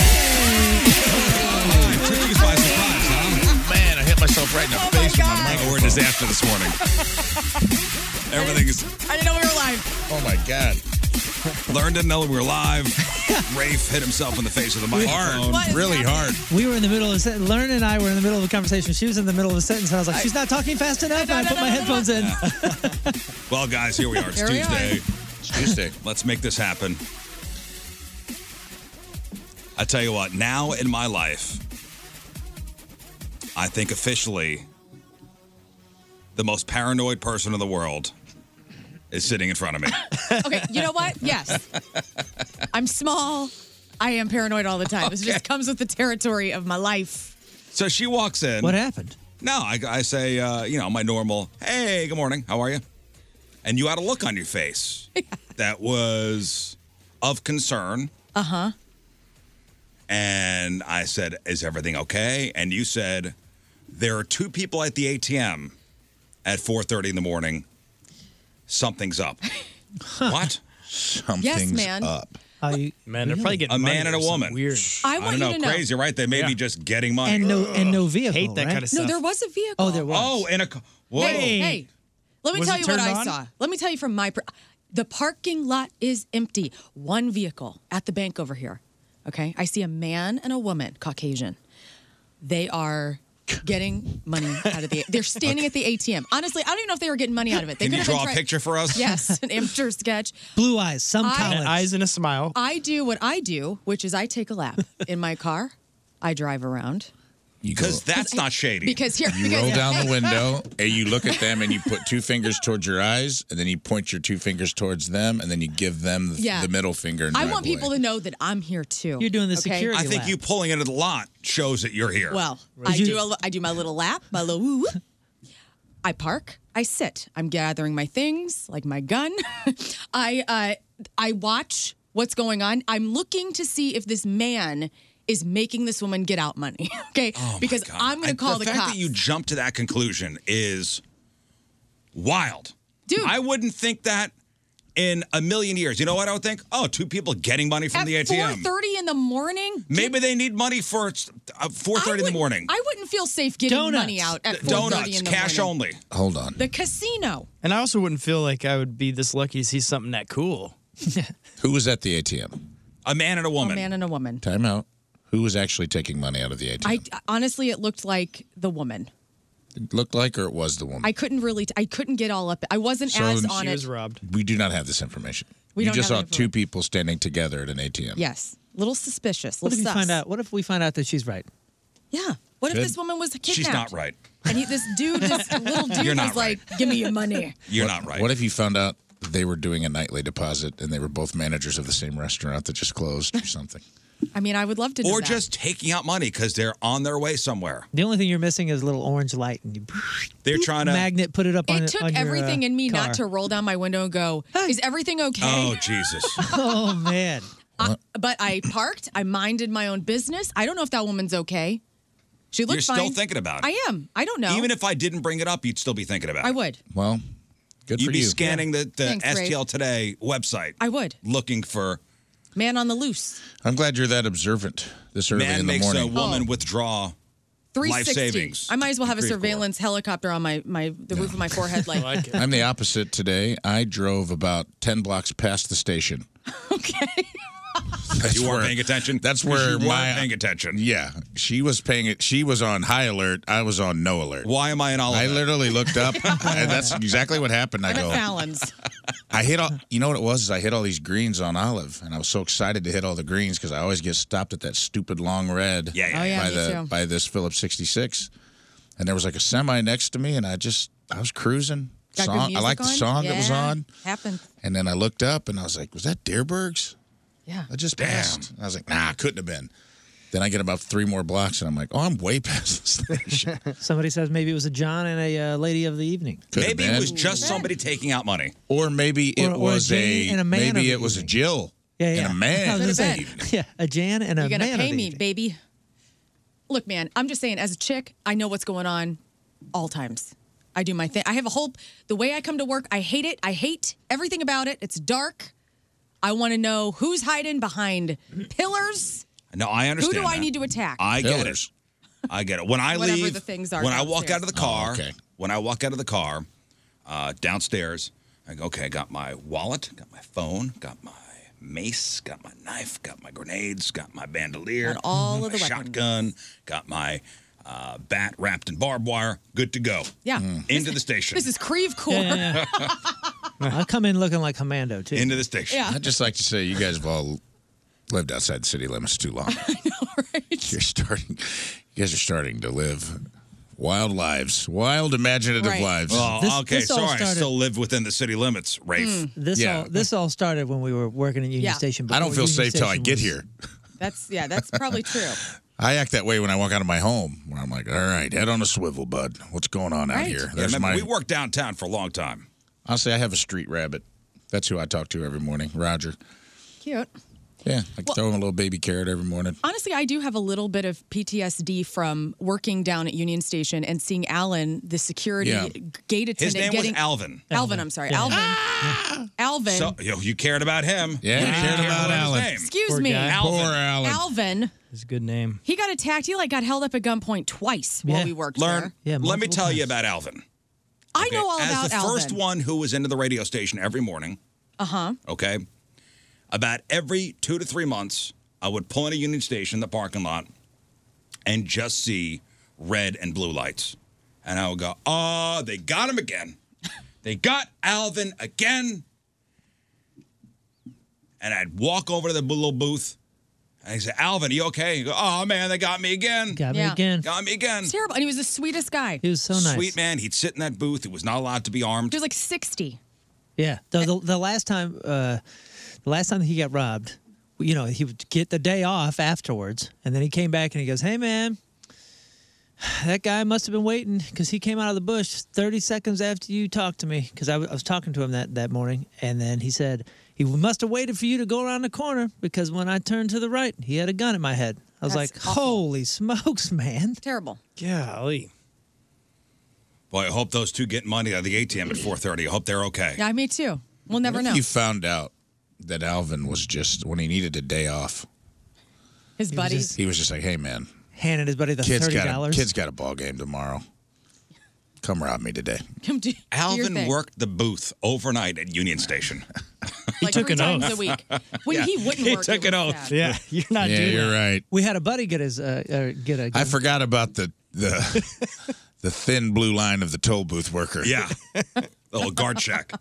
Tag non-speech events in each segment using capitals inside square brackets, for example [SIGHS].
Man, I hit myself right in the Oh face with my mic. We're a disaster this [LAUGHS] morning. Everything is. I didn't know we were live. Oh my god. Learn didn't know we were live. Rafe hit himself in the face with a microphone. What is really hard. We were in the middle of a sentence. Learn and I were in the middle of a conversation. She was in the middle of a sentence, and I was like, "She's not talking fast enough." No, and I no, put no, my no, headphones in. Well, guys, here we are. It's Here we are. Tuesday. It's Tuesday. Let's make this happen. I tell you what, now in my life, I think officially the most paranoid person in the world is sitting in front of me. Okay, you know what? Yes. I'm small. I am paranoid all the time. This just comes with the territory of my life. So she walks in. What happened? No, I, I say, uh, you know, my normal, hey, good morning, how are you? And you had a look on [LAUGHS] your face that was of concern. Uh huh. And I said, is everything okay? And you said, there are two people at the ATM at 4.30 in the morning. [LAUGHS] Something's up. what? Something's Yes, man. Man, they're probably a getting money man and or a something woman. weird. I don't want you know, to know- crazy, right? They may be just getting money. And no, and no vehicle. Hate that right? kinda No, there was a vehicle. Oh, there was. Oh, and a. ca- Whoa. Hey, hey, let me Was tell it you what turned I on? saw. Let me tell you from my. Per- the parking lot is empty. One vehicle at the bank over here. Okay. I see a man and a woman, Caucasian. They are getting money out of the. They're [LAUGHS] standing at the ATM. Honestly, I don't even know if they were getting money out of it. They Can you could have been draw a try- picture for us? [LAUGHS] Yes, an amateur sketch. Blue eyes, some I- college. Eyes and a smile. I do what I do, which is I take a lap in my car. I drive around. Because that's not shady. Because here- you because- roll down Hey. [LAUGHS] the window and you look at them and you put two fingers towards your eyes and then you point your two fingers towards them and then you give them the, Yeah. the middle finger. And I drive want away. people to know that I'm here too. You're doing the okay? I think you pulling into the lot shows that you're here. Well, I do a, I do my little lap, my little woo. woo. I park. I sit. I'm gathering my things, like my gun. [LAUGHS] I uh, I watch what's going on. I'm looking to see if this man is making this woman get out money. [LAUGHS] Okay, because I'm going to Oh, And call the the, fact cops. that you jumped to that conclusion is wild, dude. I wouldn't think that in a million years. You know what I would think? Oh, two people getting money from At the ATM. 4:30 in the morning. Maybe they need money for uh, four I thirty in the wouldn't- morning. I wouldn't feel safe getting money out at 4:30 [LAUGHS] donuts, in the cash morning. only. Hold on. The casino. And I also wouldn't feel like I would be this lucky to see something that cool. [LAUGHS] Who was at the ATM? A man and a A man and a woman. Time out. Who was actually taking money out of the ATM? I honestly, it looked like the woman. It looked like, or it was the woman. I couldn't really. T- I couldn't get all up. I wasn't as on it. robbed. We do not have this information. We you don't just have saw that two people standing together at an ATM. Yes, little suspicious. What little if you sus. find out? What if we find out that she's right? Yeah. What Good. if this woman was kidnapped? She's not right. And he, this dude, this little dude, You're was not like, "Give me your money." You're not right. What if you found out they were doing a nightly deposit and they were both managers of the same restaurant that just closed or something? I mean, I would love to. know or that. just taking out money because they're on their way somewhere. The only thing you're missing is a little orange light, and you They're trying to. magnet put it up. on It took on your, everything uh, in me car. not to roll down my window and go, "Is everything okay?" Oh Jesus! [LAUGHS] oh man. But I parked. I minded my own business. I don't know if that woman's okay. She You're looked still fine. thinking about it. I am. I don't know. Even if I didn't bring it up, you'd still be thinking about it. I would. Well, good You'd for be you. scanning the, the Thanks, Ray. STL Today website. I would. Looking for Man on the loose. I'm glad you're that observant this early man in the makes morning. a woman withdraw life 360. savings. I might as well have a Grief surveillance helicopter on my my the roof [LAUGHS] of my forehead. Like, I'm the opposite today. I drove about 10 blocks past the station. you weren't paying attention. That's 'Cause where you weren't my paying attention. Yeah, she was paying it. She was on high alert. I was on no alert. Why am I in all? I literally looked [LAUGHS] up, and that's exactly what happened. I I'm at go, Fallon's. [LAUGHS] I hit all. You know what it was? Is I hit all these greens on Olive, and I was so excited to hit all the greens because I always get stopped at that stupid long red. Yeah, yeah, Oh, yeah, by me the too. by this Phillips 66, and there was like a semi next to me, and I just I was cruising. Got good song, I music liked the on? song that was Yeah. on, Happened. and then I looked up and I was like, was that Deerberg's? Yeah. I just passed. I was like, nah, couldn't have been. Then I get about three more blocks, and I'm like, oh, I'm way [LAUGHS] past this thing. [LAUGHS] Somebody says maybe it was a John and a uh, lady of the evening. Could have Maybe it was been. just somebody taking out money. Or maybe it Or- or a was a, Jane and a man of maybe the it was a Jill Yeah, yeah. and a man. I was of the gonna say, evening. yeah, a Jan and a You're gonna man. of pay the me, evening. baby. Look, man, I'm just saying, as a chick, I know what's going on all times. I do my thing. I have a whole the way I come to work, I hate it. I hate everything about it. It's dark. I want to know who's hiding behind pillars. No, I Who understand. do I that. need to attack? I get it. I get it. When I Whatever leave, the things are when I walk out downstairs. of the Oh, car, okay. when I walk out of the car, uh, downstairs, I go, okay, I got my wallet, got my phone, got my mace, got my knife, got my grenades, got my bandolier, Got all got of my the weapons. shotgun, got my uh, bat wrapped in barbed wire, good to go. Yeah. Hmm. Mm. Into the station. This is Creve Corps. Yeah, I come in looking like Commando too. Into the station. Yeah. I'd just like to say you guys have all lived outside the city limits too [LAUGHS] long. You're starting. You guys are starting to live wild lives, wild imaginative Right. lives. Oh, okay. this all Sorry, I started- Hmm, still live within the city limits, Rafe. This all this all started when we were working in Union Yeah. Station. I don't before feel Union safe till I Station get was- here. [LAUGHS] That's yeah, that's probably true. I act that way when I walk out of my home, where I'm like, "All right, head on a swivel, bud. What's going on out Right. here?" Yeah, There's remember, my. We worked downtown for a long time. honestly, I have a street rabbit. That's who I talk to every morning, Roger. Cute. Yeah, I throw him a little baby carrot every morning. Honestly, I do have a little bit of PTSD from working down at Union Station and seeing Alan, the security Yeah. gate attendant, His name getting was Alvin. Alvin. I'm sorry, Alvin. Ah! Alvin. So yo, you cared about him. Yeah, you cared about his Alan. name. Excuse me, Alvin. Alvin. It's a good name. He got attacked. He like got held up at gunpoint twice while we worked Learn. there. let me tell you about Alvin. I know okay? all As about the Alvin. first one who was into the radio station every morning. Uh huh. Okay, about every two to three months, I would pull in a Union Station in the parking lot, and just see red and blue lights, and I would go, "Oh, they got him again. they got Alvin again." And I'd walk over to the little booth, and he'd say, "Alvin, you okay?" He'd go, "Oh man, they got me again. Got me Yeah. again. Got me again." It's terrible. And he was the sweetest guy. He was so nice. Sweet man. He'd sit in that booth. He was not allowed to be armed. He was like 60. Yeah. The, the, the last time, uh, the last time he got robbed, you know, he would get the day off afterwards, and then he came back and he goes, "Hey, man." That guy must have been waiting because he came out of the bush 30 seconds after you talked to me because I wa- I was talking to him that, that morning. And then he said, He must have waited for you to go around the corner because when I turned to the right, he had a gun at my head. I was That's like, Holy smokes, man. Terrible. Golly. Boy, I hope those two get money out of the ATM at 4:30. I hope they're okay. Yeah, me too. We'll never [LAUGHS] know. You Oh found out that Alvin was just when he needed a day off. His buddies. He was just like, "Hey, man, Handed his buddy the kids $30. got a, kids got a ball game tomorrow. Come rob me today." Come do, do your Alvin thing. worked the booth overnight at Union Station. [LAUGHS] He Like took three an times oath. a week. When he wouldn't he work, took it an was oath. bad. Yeah, you're not yeah, doing you're that. right. We had a buddy get his uh, uh, get a. [LAUGHS] I forgot about the the The thin blue line of the toll booth worker. Yeah. little guard check.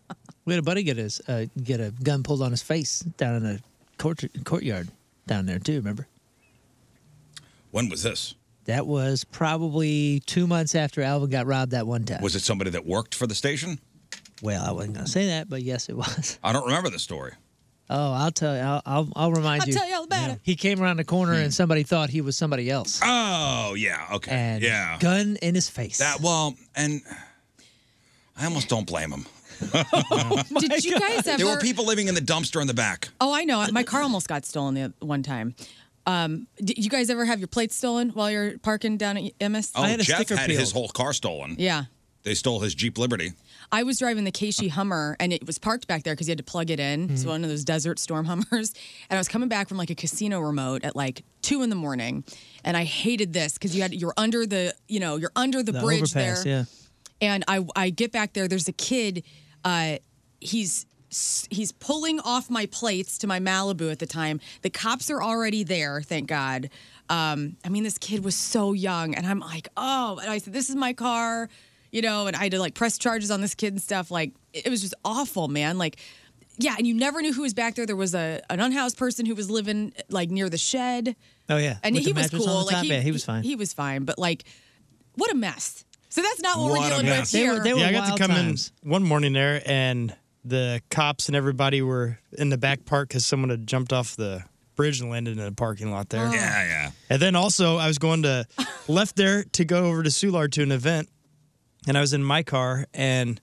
We had a buddy get his uh, get a gun pulled on his face down in a court, courtyard down there too. Remember When was this? that was probably two months after Alvin got robbed that one time. Was it somebody that worked for the station? Well, I wasn't gonna say that, but yes, it was. [LAUGHS] I don't remember the story. Oh, I'll tell you. I'll I'll, I'll remind I'll you. tell you all about it. He came around the corner and somebody thought he was somebody else. Oh yeah, Hmm. okay, And yeah. Gun in his face. That well, and I almost don't blame him. Did you guys ever? [LAUGHS] There were people living in the dumpster in the back. Oh, I know. My car almost got stolen the one time. Um, did you guys ever have your plates stolen while you're parking down at Emmis? Oh, Jeff had his whole car stolen. Yeah. They stole his Jeep Liberty. I was driving the Keishi Hummer and it was parked back there because you had to plug it in. Mm-hmm. It's Mhm. one of those desert storm [LAUGHS] Hummers. And I was coming back from like a casino remote at like two in the morning. And I hated this because you had you're under the you know you're under the, bridge overpass, Yeah. there. And I I get back there. There's a kid. Uh, he's he's pulling off my plates to my Malibu at the time. The cops are already there. Thank God. Um, I mean, this kid was so young, and I'm like, oh. And I said, this is my car, you know. And I had to like press charges on this kid and stuff. Like it it was just awful, man. Like. Yeah, and you never knew who was back there. There was a an unhoused person who was living like near the shed. Oh yeah. And With he the was mattress on cool. the like top, yeah, he was fine. He was fine, but like, what a mess. So that's not what, we're dealing with They here. were- they were yeah, I got wild to come times. in one morning there, and the cops and everybody were in the back park because someone had jumped off the bridge and landed in a parking lot there. Yeah, Oh. yeah. And then also, I was going to left there to go over to Soulard to an event, and I was in my car, and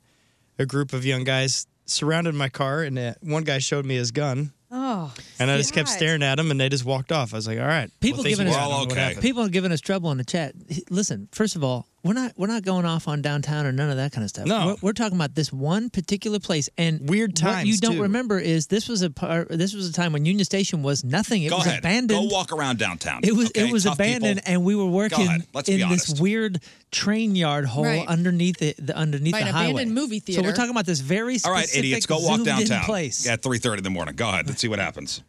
a group of young guys surrounded my car, and uh, one guy showed me his gun. Oh, And I just kept God. staring at him, and they just walked off. I was like, "All right, People well, giving us okay. people are giving us trouble in the chat. H- Listen, first of all, we're not we're not going off on downtown or none of that kind of stuff. No. we're, we're talking about this one particular place and weird What you times, don't too. remember is this was a part. This was a time when Union Station was nothing. It Go was ahead. abandoned. Go walk around downtown. It was okay? it was Tough abandoned, people. and we were working ahead. Let's be in this weird train yard hole Right. underneath it, the underneath By the an highway. abandoned movie So we're theater. talking about this very All specific right, idiots, go walk zoomed-in downtown place. at three thirty in the morning. Go ahead. Let's see [LAUGHS] what happens.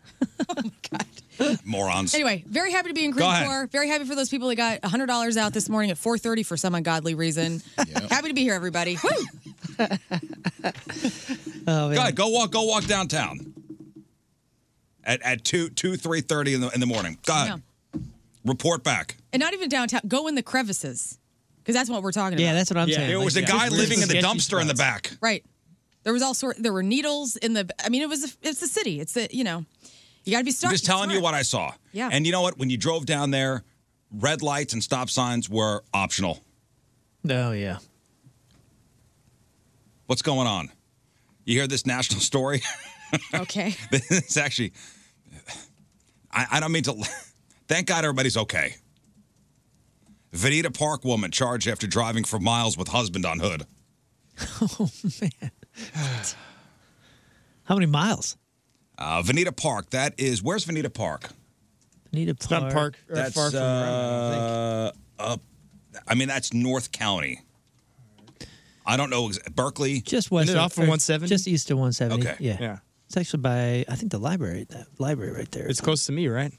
oh my god, morons. Anyway, very happy to be in Go ahead. Greenport. Very happy for those people that got $100 out this morning at 4:30 for some ungodly reason. Happy to be here, everybody. Woo! Oh, Go ahead. Go walk. Go walk downtown. At at two two three thirty in the in the morning. Go ahead. Report back. And not even downtown. Go in the crevices, because that's what we're talking Yeah, about. that's what I'm saying. There Like, was a yeah. guy Just living in the sketchy dumpster in the back. Right. There was all sort. There were needles in the. I mean, it was. a- It's the city. It's the. You know. You got to be I'm smart. just telling you what I saw. Yeah. And you know what? When you drove down there, red lights and stop signs were optional. Oh yeah. What's going on? You hear this national [LAUGHS] story? okay. [LAUGHS] it's actually, I, I don't mean to. [LAUGHS] Thank God everybody's okay. Vanita Park woman charged after driving for miles with husband on hood. [LAUGHS] Oh man. How many miles? Uh, Vanita Park. That is where's Vanita Park? Need a park. not park or That's far from uh, up. I mean, that's North County. I don't know. ex- Berkeley. Just west of or Just east of 170. Okay. Yeah. It's actually by I think the library, that library right there. It's close to me, right? Oh,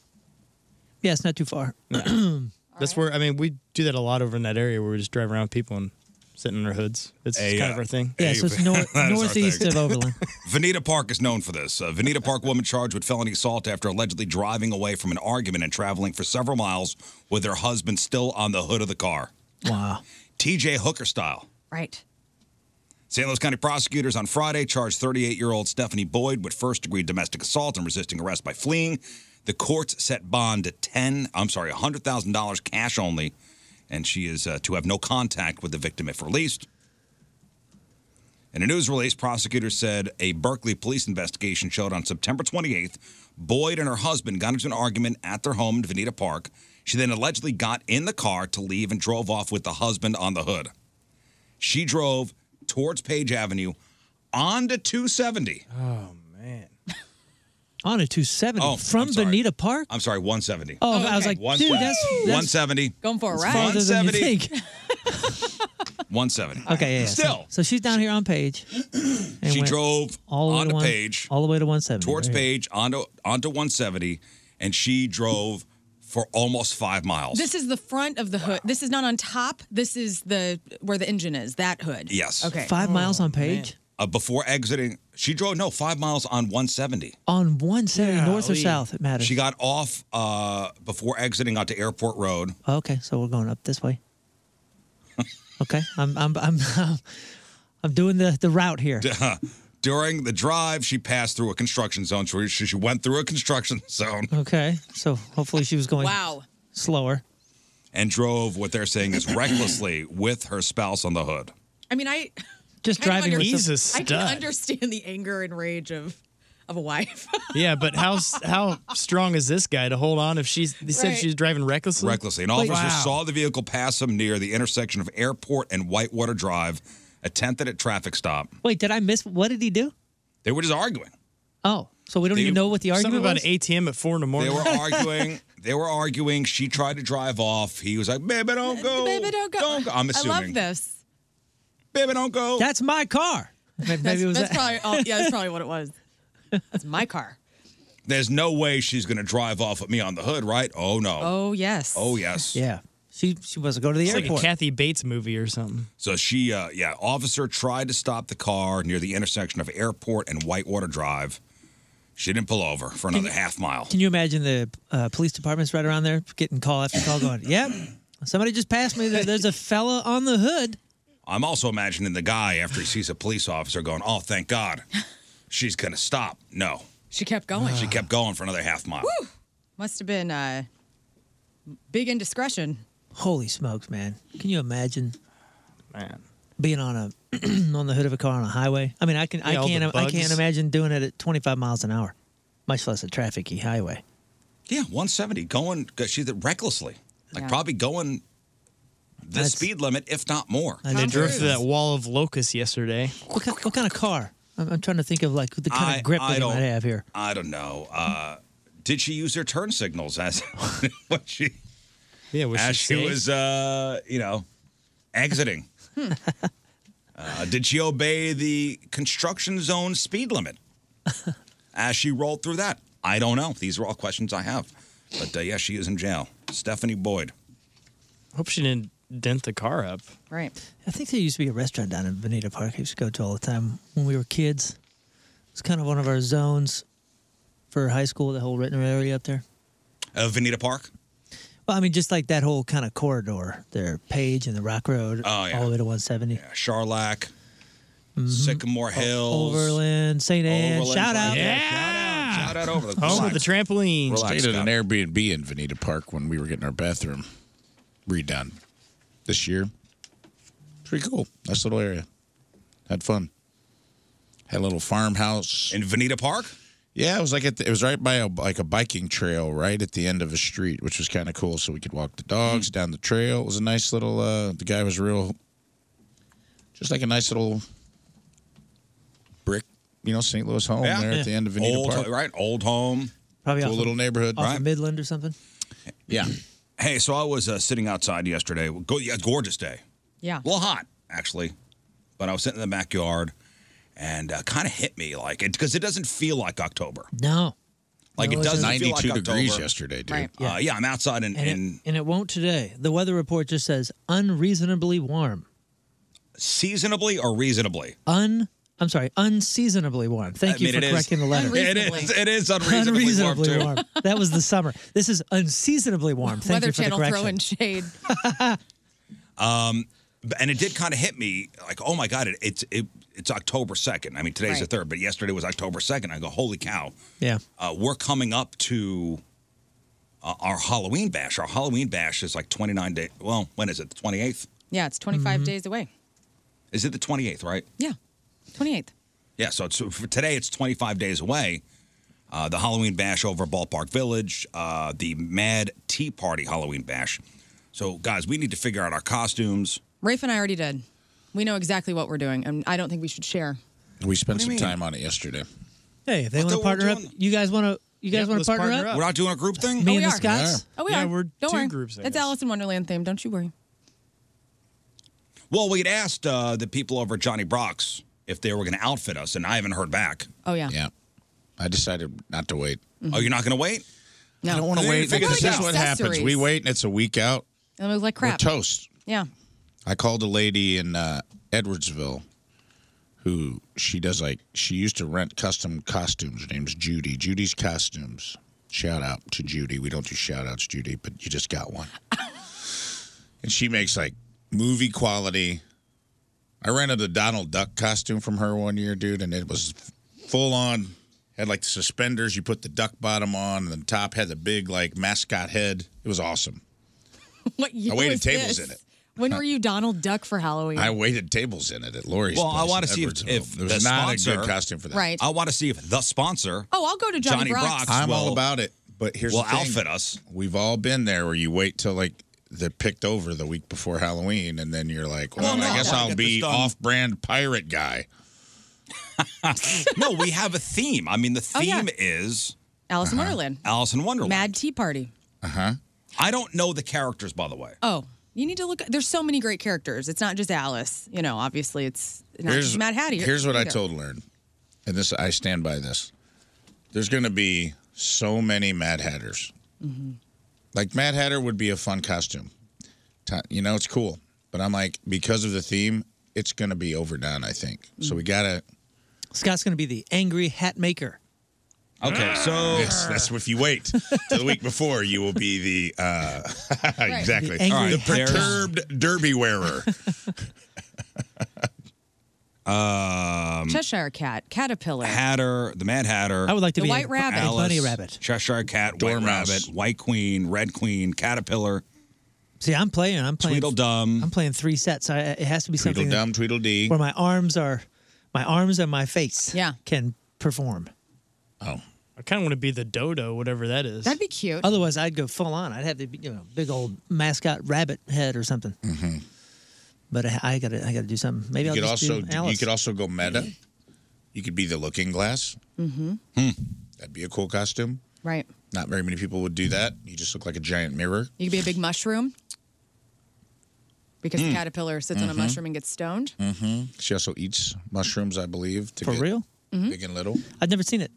Yeah, it's not [CLEARS THROAT] too far. That's where I mean we do that a lot over in that area where we just drive around with people and sit in their hoods. It's Hey, kind uh, of our thing. Yeah, so it's [LAUGHS] hey, nor- that is our northeast thing. of Overland. [LAUGHS] Vanita Park is known for this. A Vanita Park woman charged with felony assault after allegedly driving away from an argument and traveling for several miles with her husband still on the hood of the car. Wow. TJ Hooker style. Right. St. Louis County prosecutors on Friday charged 38 year old Stephanie Boyd with first degree domestic assault and resisting arrest by fleeing. The courts set bond at 10, I'm sorry, $100,000 cash only, and she is uh, to have no contact with the victim if released. In a news release, prosecutors said a Berkeley police investigation showed on September 28th, Boyd and her husband got into an argument at their home in Veneta Park. She then allegedly got in the car to leave and drove off with the husband on the hood. She drove towards Page Avenue onto 270. Oh man. On a 270 from Bonita Park. Oh, I'm sorry, 170. Oh, I was like, dude, that's, that's 170. Going for a that's ride. farther than you 170. think. [LAUGHS] 170. [LAUGHS] Okay, yeah, yeah. So- Still, So, she's down here on page. [CLEARS THROAT] and she went drove all the way onto to one- Page, all the way to 170. towards right here. Page, onto, onto 170, and she drove for almost five miles. This is the front of the hood. This is not on top. This is the where the engine is. That hood. yes. Okay. Oh, Five miles on page Uh, before exiting, she drove no five miles on 170. on one seventy north or Golly. south. It matters. She got off uh, before exiting onto Airport Road. okay, so we're going up this [LAUGHS] way. okay, I'm I'm I'm [LAUGHS] I'm doing the the route here. [LAUGHS] During the drive, she passed through a construction zone. So She, she went through a construction [LAUGHS] zone Okay, so hopefully she was going wow slower. and drove what they're saying is recklessly with her spouse on the hood. I mean, I [LAUGHS] Just kind of driving with under- the- He's a I can stud. understand the anger and rage of of a wife. [LAUGHS] [LAUGHS] Yeah, but how s- how strong is this guy to hold on if she's? They said Right. she's driving recklessly. Recklessly. An officer saw the vehicle pass him near the intersection of Airport and Whitewater Drive, attempted a traffic stop. Wait, did I miss? What did he do? They were just arguing. Oh, so we don't They- even know what the Something argument about was? an ATM at four in the They were arguing. They were arguing. She tried to drive off. He was like, "Baby, don't go. Baby, don't go. Don't go." I'm assuming. I love this. Baby, don't go. That's my car. Maybe that's, it was that's that. probably. Oh, yeah, that's probably what [LAUGHS] it was. It's my car. There's no way she's going to drive off with me on the hood, right? Oh no. Oh yes. Oh, yes. Yeah, she she wants to go to the It's like a airport. Kathy Bates movie or something. So she, uh, yeah, officer tried to stop the car near the intersection of Airport and Whitewater Drive. She didn't pull over for another half mile. Can you imagine the uh, police department's right around there getting call after call going, yep, somebody just passed me. There- There's a fella on the hood. I'm also imagining the guy after he sees a police officer going, "Oh, thank [LAUGHS] God, she's going to stop." No, She kept going. she kept going for another half mile. Woo! Must have been uh, big indiscretion. Holy smokes, man. Can you imagine? Man. Being on a [CLEARS THROAT] on the hood of a car on a highway. I mean, I can I Yeah, all the can't I can't bugs. imagine doing it at 25 miles an hour, much less a trafficy highway. Yeah, 170 going. She did recklessly, like Yeah. probably going the That's- speed limit, if not more. And they drove through that wall of locusts yesterday. What kind, what kind of car? I'm, I'm trying to think of like the kind I- of grip I that they don't- might have here. I don't know. Uh, did she use her turn signals as [LAUGHS] what she? Yeah, was as she she, safe? was, uh, you know, exiting. Hmm. [LAUGHS] uh, did she obey the construction zone [LAUGHS] speed limit as she rolled through that? I don't know. These are all questions I have. But uh, yeah, she is in jail. Stephanie Boyd. Hope she didn't dent the car up. Right. I think there used to be a restaurant down in Bonita Park. I used to go to all the time when we were kids. It's kind of one of our zones for high school. The whole Rittner area up there. Uh, Vanita Park. Well, I mean, just like that whole kind of corridor there, Page and the Rock Road, Oh, yeah. all the way to 170. Charlac, Sycamore Hills. Mm-hmm. Overland, St. Anne. Overland, Shout out. right there. Shout out. Shout out over the Home of the trampoline. Stayed at an Airbnb in Veneta Park when we were getting our bathroom redone this year. Pretty cool. Nice little area. Had fun. Had a little farmhouse in Veneta Park. Yeah, it was like at the, it was right by a, like a biking trail right at the end of a street, which was kind of cool. So we could walk the dogs Mm-hmm. down the trail. It was a nice little. Uh, the guy was real, just like a nice little brick, you know, St. Louis home there at the end of Veneta old, Park. Right, old home. Probably cool off little of- neighborhood, off of right? Midland or something. Yeah. Hey, so I was uh, sitting outside yesterday. Go, yeah, gorgeous day. Yeah. A little hot, actually. But I was sitting in the backyard and uh, kind of hit me like it because it doesn't feel like October. No. Like No, it doesn't 92 feel like October. degrees yesterday, dude. Right. Yeah. Uh, yeah, I'm outside in, And, in it, and it won't today. The weather report just says unreasonably warm. seasonably or reasonably. Un. I'm sorry, unseasonably warm. Thank I you mean, for it is- correcting the letter. [LAUGHS] It is, it is unreasonably, [LAUGHS] Unreasonably warm, too. warm. [LAUGHS] That was the summer. This is unseasonably warm. Thank Weather you for Channel the correction. throwing shade. Um, b- and it did kind of hit me like, oh my god, it, it's it, it's October second. I mean, today's the Right. third, but yesterday was October second. I go, holy cow, Yeah. uh, we're coming up to uh, our Halloween bash. Our Halloween bash is like 29 days. Well, when is it? The 28th? Yeah, it's Mm-hmm. 25 days away. Is it the 28th, right? 28th. Yeah, so it's, for today it's 25 days away. Uh, the Halloween bash over at Ballpark Village, uh, the Mad Tea Party Halloween bash. So, guys, we need to figure out our costumes. Rafe and I already did. We know exactly what we're doing, and I don't think we should share. We spent What do some you mean? time on it yesterday. Hey, if they want to thought we were partner up, you guys want to. You guys Yep, want to let's partner, partner up? up. We're not doing a group thing. Me and oh, we the are. Scots. Oh, we Yeah, are. we're don't two worry. groups, I It's Alice in Wonderland themed. Don't you worry. Well, we had asked uh, the people over at Johnny Brock's if they were going to outfit us, and I haven't heard back. Oh yeah. Yeah. I decided not to wait. Oh, you're not going to wait? No. I don't want to wait because this is what happens. We wait and it's a week out. And it was like We're crap. toast. Yeah. I called a lady in uh, Edwardsville who she does like, she used to rent custom costumes. Her name's Judy. Judy's Costumes. Shout out to Judy. We don't do shout outs, Judy, but you just got one. and she makes like movie quality. I rented a Donald Duck costume from her one year, dude, and it was full on. Had like the suspenders. You put the duck bottom on, and the top had the big like mascot head. It was awesome. [LAUGHS] What year I waited was tables this? in it. When were you Donald Duck for Halloween? I waited tables in it at Lori's. Well, I place want in to see if, Edwardsville. if there the was not sponsor, a good costume for that. Right. I want to see if the sponsor, oh, I'll go to Johnny, Brock's. I'm all will- about it. But here's will the thing. outfit us. We've all been there where you wait till like they're picked over the week before Halloween, and then you're like, Well, well, no, I guess I gotta I'll get be this done. off-brand pirate guy. [LAUGHS] no, we have a theme. I mean, the Oh, theme yeah. is uh-huh. Alice in Uh-huh. Wonderland. Alice in Wonderland. Mad Tea Party. Uh huh. I don't know the characters, by the way. Oh, you need to look. There's so many great characters. It's not just Alice. You know, obviously, it's not just Mad Hattie. Here's what I either. told Learn, and this I stand by this. There's going to be so many Mad Hatters. Mm-hmm. Like Mad Hatter would be a fun costume. Ti- You know, it's cool. But I'm like, because of the theme, it's going to be overdone. I think. So we gotta. Scott's going to be the angry hat maker. Okay, so [LAUGHS] yes, that's if you wait till the week before, you will be the uh, [LAUGHS] exactly The angry the hat guy. perturbed derby wearer. Um, Cheshire Cat, Caterpillar. Hatter, the Mad Hatter. I would like to The be White a- Rabbit. Alice, Bunny Rabbit. Cheshire Cat, White Rabbit, White Queen, Red Queen, Caterpillar, See, I'm playing. I'm playing. Tweedledum. I'm playing three sets. So I, it has to be something that- Tweedledum, Tweedledee. where my arms are, my arms and my face. Yeah. can perform. Oh, I kind of want to be the dodo, whatever that is. That'd be cute. Otherwise, I'd go full on. I'd have the you know big old mascot rabbit head or something. Mm-hmm. But I, I gotta, I gotta do something. [LAUGHS] Maybe you I'll could just also do you Alice. could also go meta. You could be the Looking Glass. Mm-hmm. Hmm. That'd be a cool costume. Right. Not very many people would do that. You just look like a giant mirror. You could be a big mushroom because Mm. the caterpillar sits on Mhm. a mushroom and gets stoned. Mm-hmm. She also eats mushrooms, I believe. To For get real? Mhm. Big and little. I've never seen it.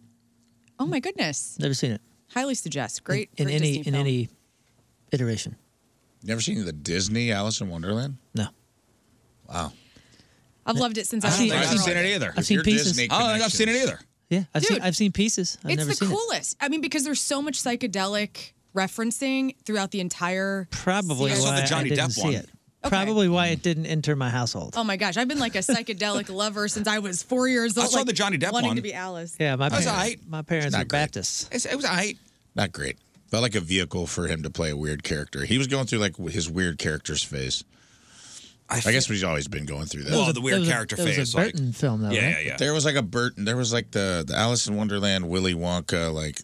Oh my goodness! Never seen it. Highly suggest. Great in great any Disney in film. any iteration. Never seen the Disney Alice in Wonderland? No. Wow. I've loved it since I I don't was think a I've kid. seen it either. I've seen Your pieces. Disney I don't think Oh, I've seen it either. Yeah, I've seen Dude, I've seen pieces. I've It's never the seen it. coolest. I mean, because there's so much psychedelic referencing throughout the entire. Probably series. why I didn't see it. Probably why it didn't enter my household. Oh my gosh, I've been like a psychedelic lover since I was four years I old. saw like, the Johnny Depp wanting one. to be Alice. Yeah, my That was parents, aight. my parents are Baptists. it was I. Not great. Felt like a vehicle for him to play a weird character. He was going through like his weird character's phase. I, guess he's always been going through that. That was a- that was a- that was a Burton film, though. right? There was like a Burton. There was like the the Alice in Wonderland, Willy Wonka, like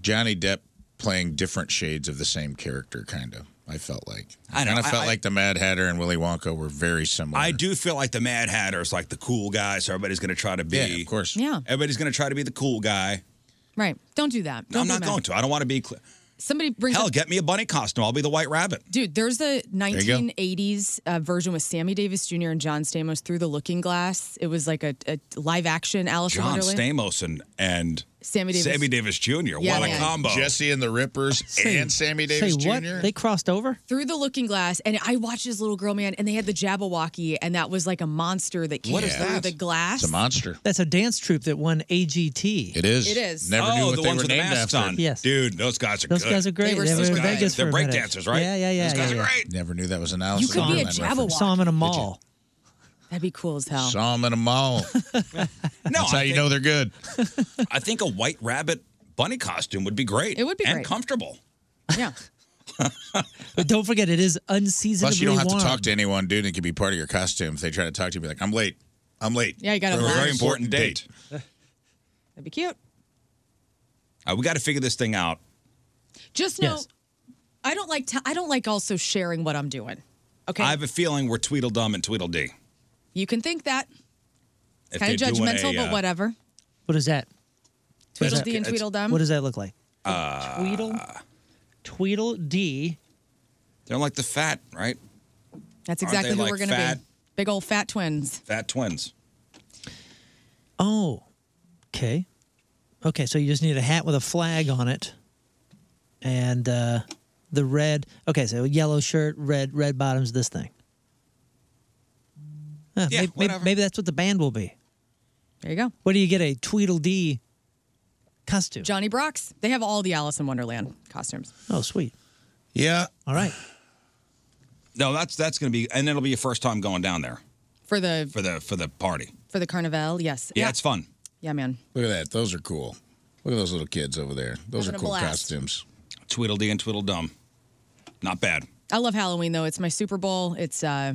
Johnny Depp playing different shades of the same character. Kind of, I felt like. I know. Kind of I- felt I- like the Mad Hatter and Willy Wonka were very similar. I do feel like the Mad Hatter is like the cool guy, so everybody's going to try to be. Yeah, of course. Yeah. Everybody's going to try to be the cool guy. Right. Don't do that. Don't No, I'm be not mad. going to. I don't want to be. Cl- Somebody brings Hell, up, get me a bunny costume. I'll be the White Rabbit. dude. There's a you go. 1980s uh, version with Sammy Davis Jr. and John Stamos through the Looking Glass. It was like a, a live action Alice in John Wonderland. Stamos and and Sammy Davis. Sammy Davis Jr. Yeah, what a man. combo! Jesse and [LAUGHS] the Rippers and Sammy Davis Jr. crossed over through the Looking Glass, and I watched this little girl man, and they had the Jabberwocky, and that was like a monster that came What is through that? the glass. It's a monster. That's a dance troupe that won AGT. It is. It is. Never oh, knew what the they ones were with the named masks after. on. dude, those guys are Those good. guys are great. They were, Those in guys- Vegas They're for a minute. breakdancers, right? Yeah, yeah, yeah. Those yeah, guys yeah. are great. Never knew that was an Alice. You could be a Jabberwock. Saw him in a mall. That'd be cool as hell. Saw him in a mall. No, That's how you know they're good. [LAUGHS] I think a White Rabbit bunny costume would be great. It would be and great. comfortable. Yeah. [LAUGHS] But don't forget, it is unseasonably Plus, you don't have warm. to talk to anyone, dude. It could be part of your costume. If they try to talk to you, be like, "I'm late. I'm late." Yeah, you gotta For a lie. very important date. That'd be cute. Uh, we got to figure this thing out. Just know, I don't like t- I don't like also sharing what I'm doing. Okay, I have a feeling we're Tweedledum and Tweedledee. you can think that If kind of they're doing judgmental, a, but uh, whatever. What is that? What is Tweedledee that? and Tweedledum. What does that look like? Uh, Tweedle, Tweedledee. They're like the fat, right? That's Aren't exactly they who like we're gonna fat- be. Big old fat twins. Fat twins. Oh, okay, okay. So you just need a hat with a flag on it, and uh, the red. Okay, so yellow shirt, red red bottoms. This thing. Huh, maybe, Yeah, maybe, whatever. maybe that's what the band will be. There you go. What do you get? A Tweedledee costume. Johnny Brock's. They have all the Alice in Wonderland costumes. Oh, sweet. Yeah. All right. [SIGHS] No, that's that's going to be, and it'll be your first time going down there For the for the for the party. for the carnival, yes. Yeah, it's fun. Yeah, man. Look at that. Those are cool. Look at those little kids over there. Those Having a are cool blast. costumes. Tweedledee and Tweedledum. Not bad. I love Halloween though. It's my Super Bowl. It's uh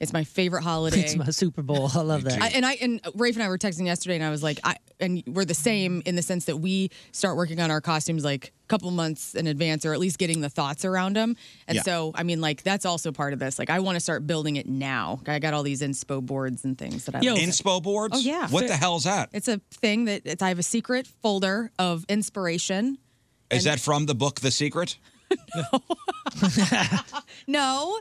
it's my favorite holiday. It's my Super Bowl. I love that. I, and I and Rafe and I were texting yesterday, and I was like, I and we're the same in the sense that we start working on our costumes like a couple months in advance, or at least getting the thoughts around them. And Yeah. so, I mean, like that's also part of this. Like, I want to start building it now. I got all these inspo boards and things that I Yo, like. inspo boards? Oh yeah. What the hell's that? It's a thing that it's, I have a secret folder of inspiration. Is that from the book The Secret? No.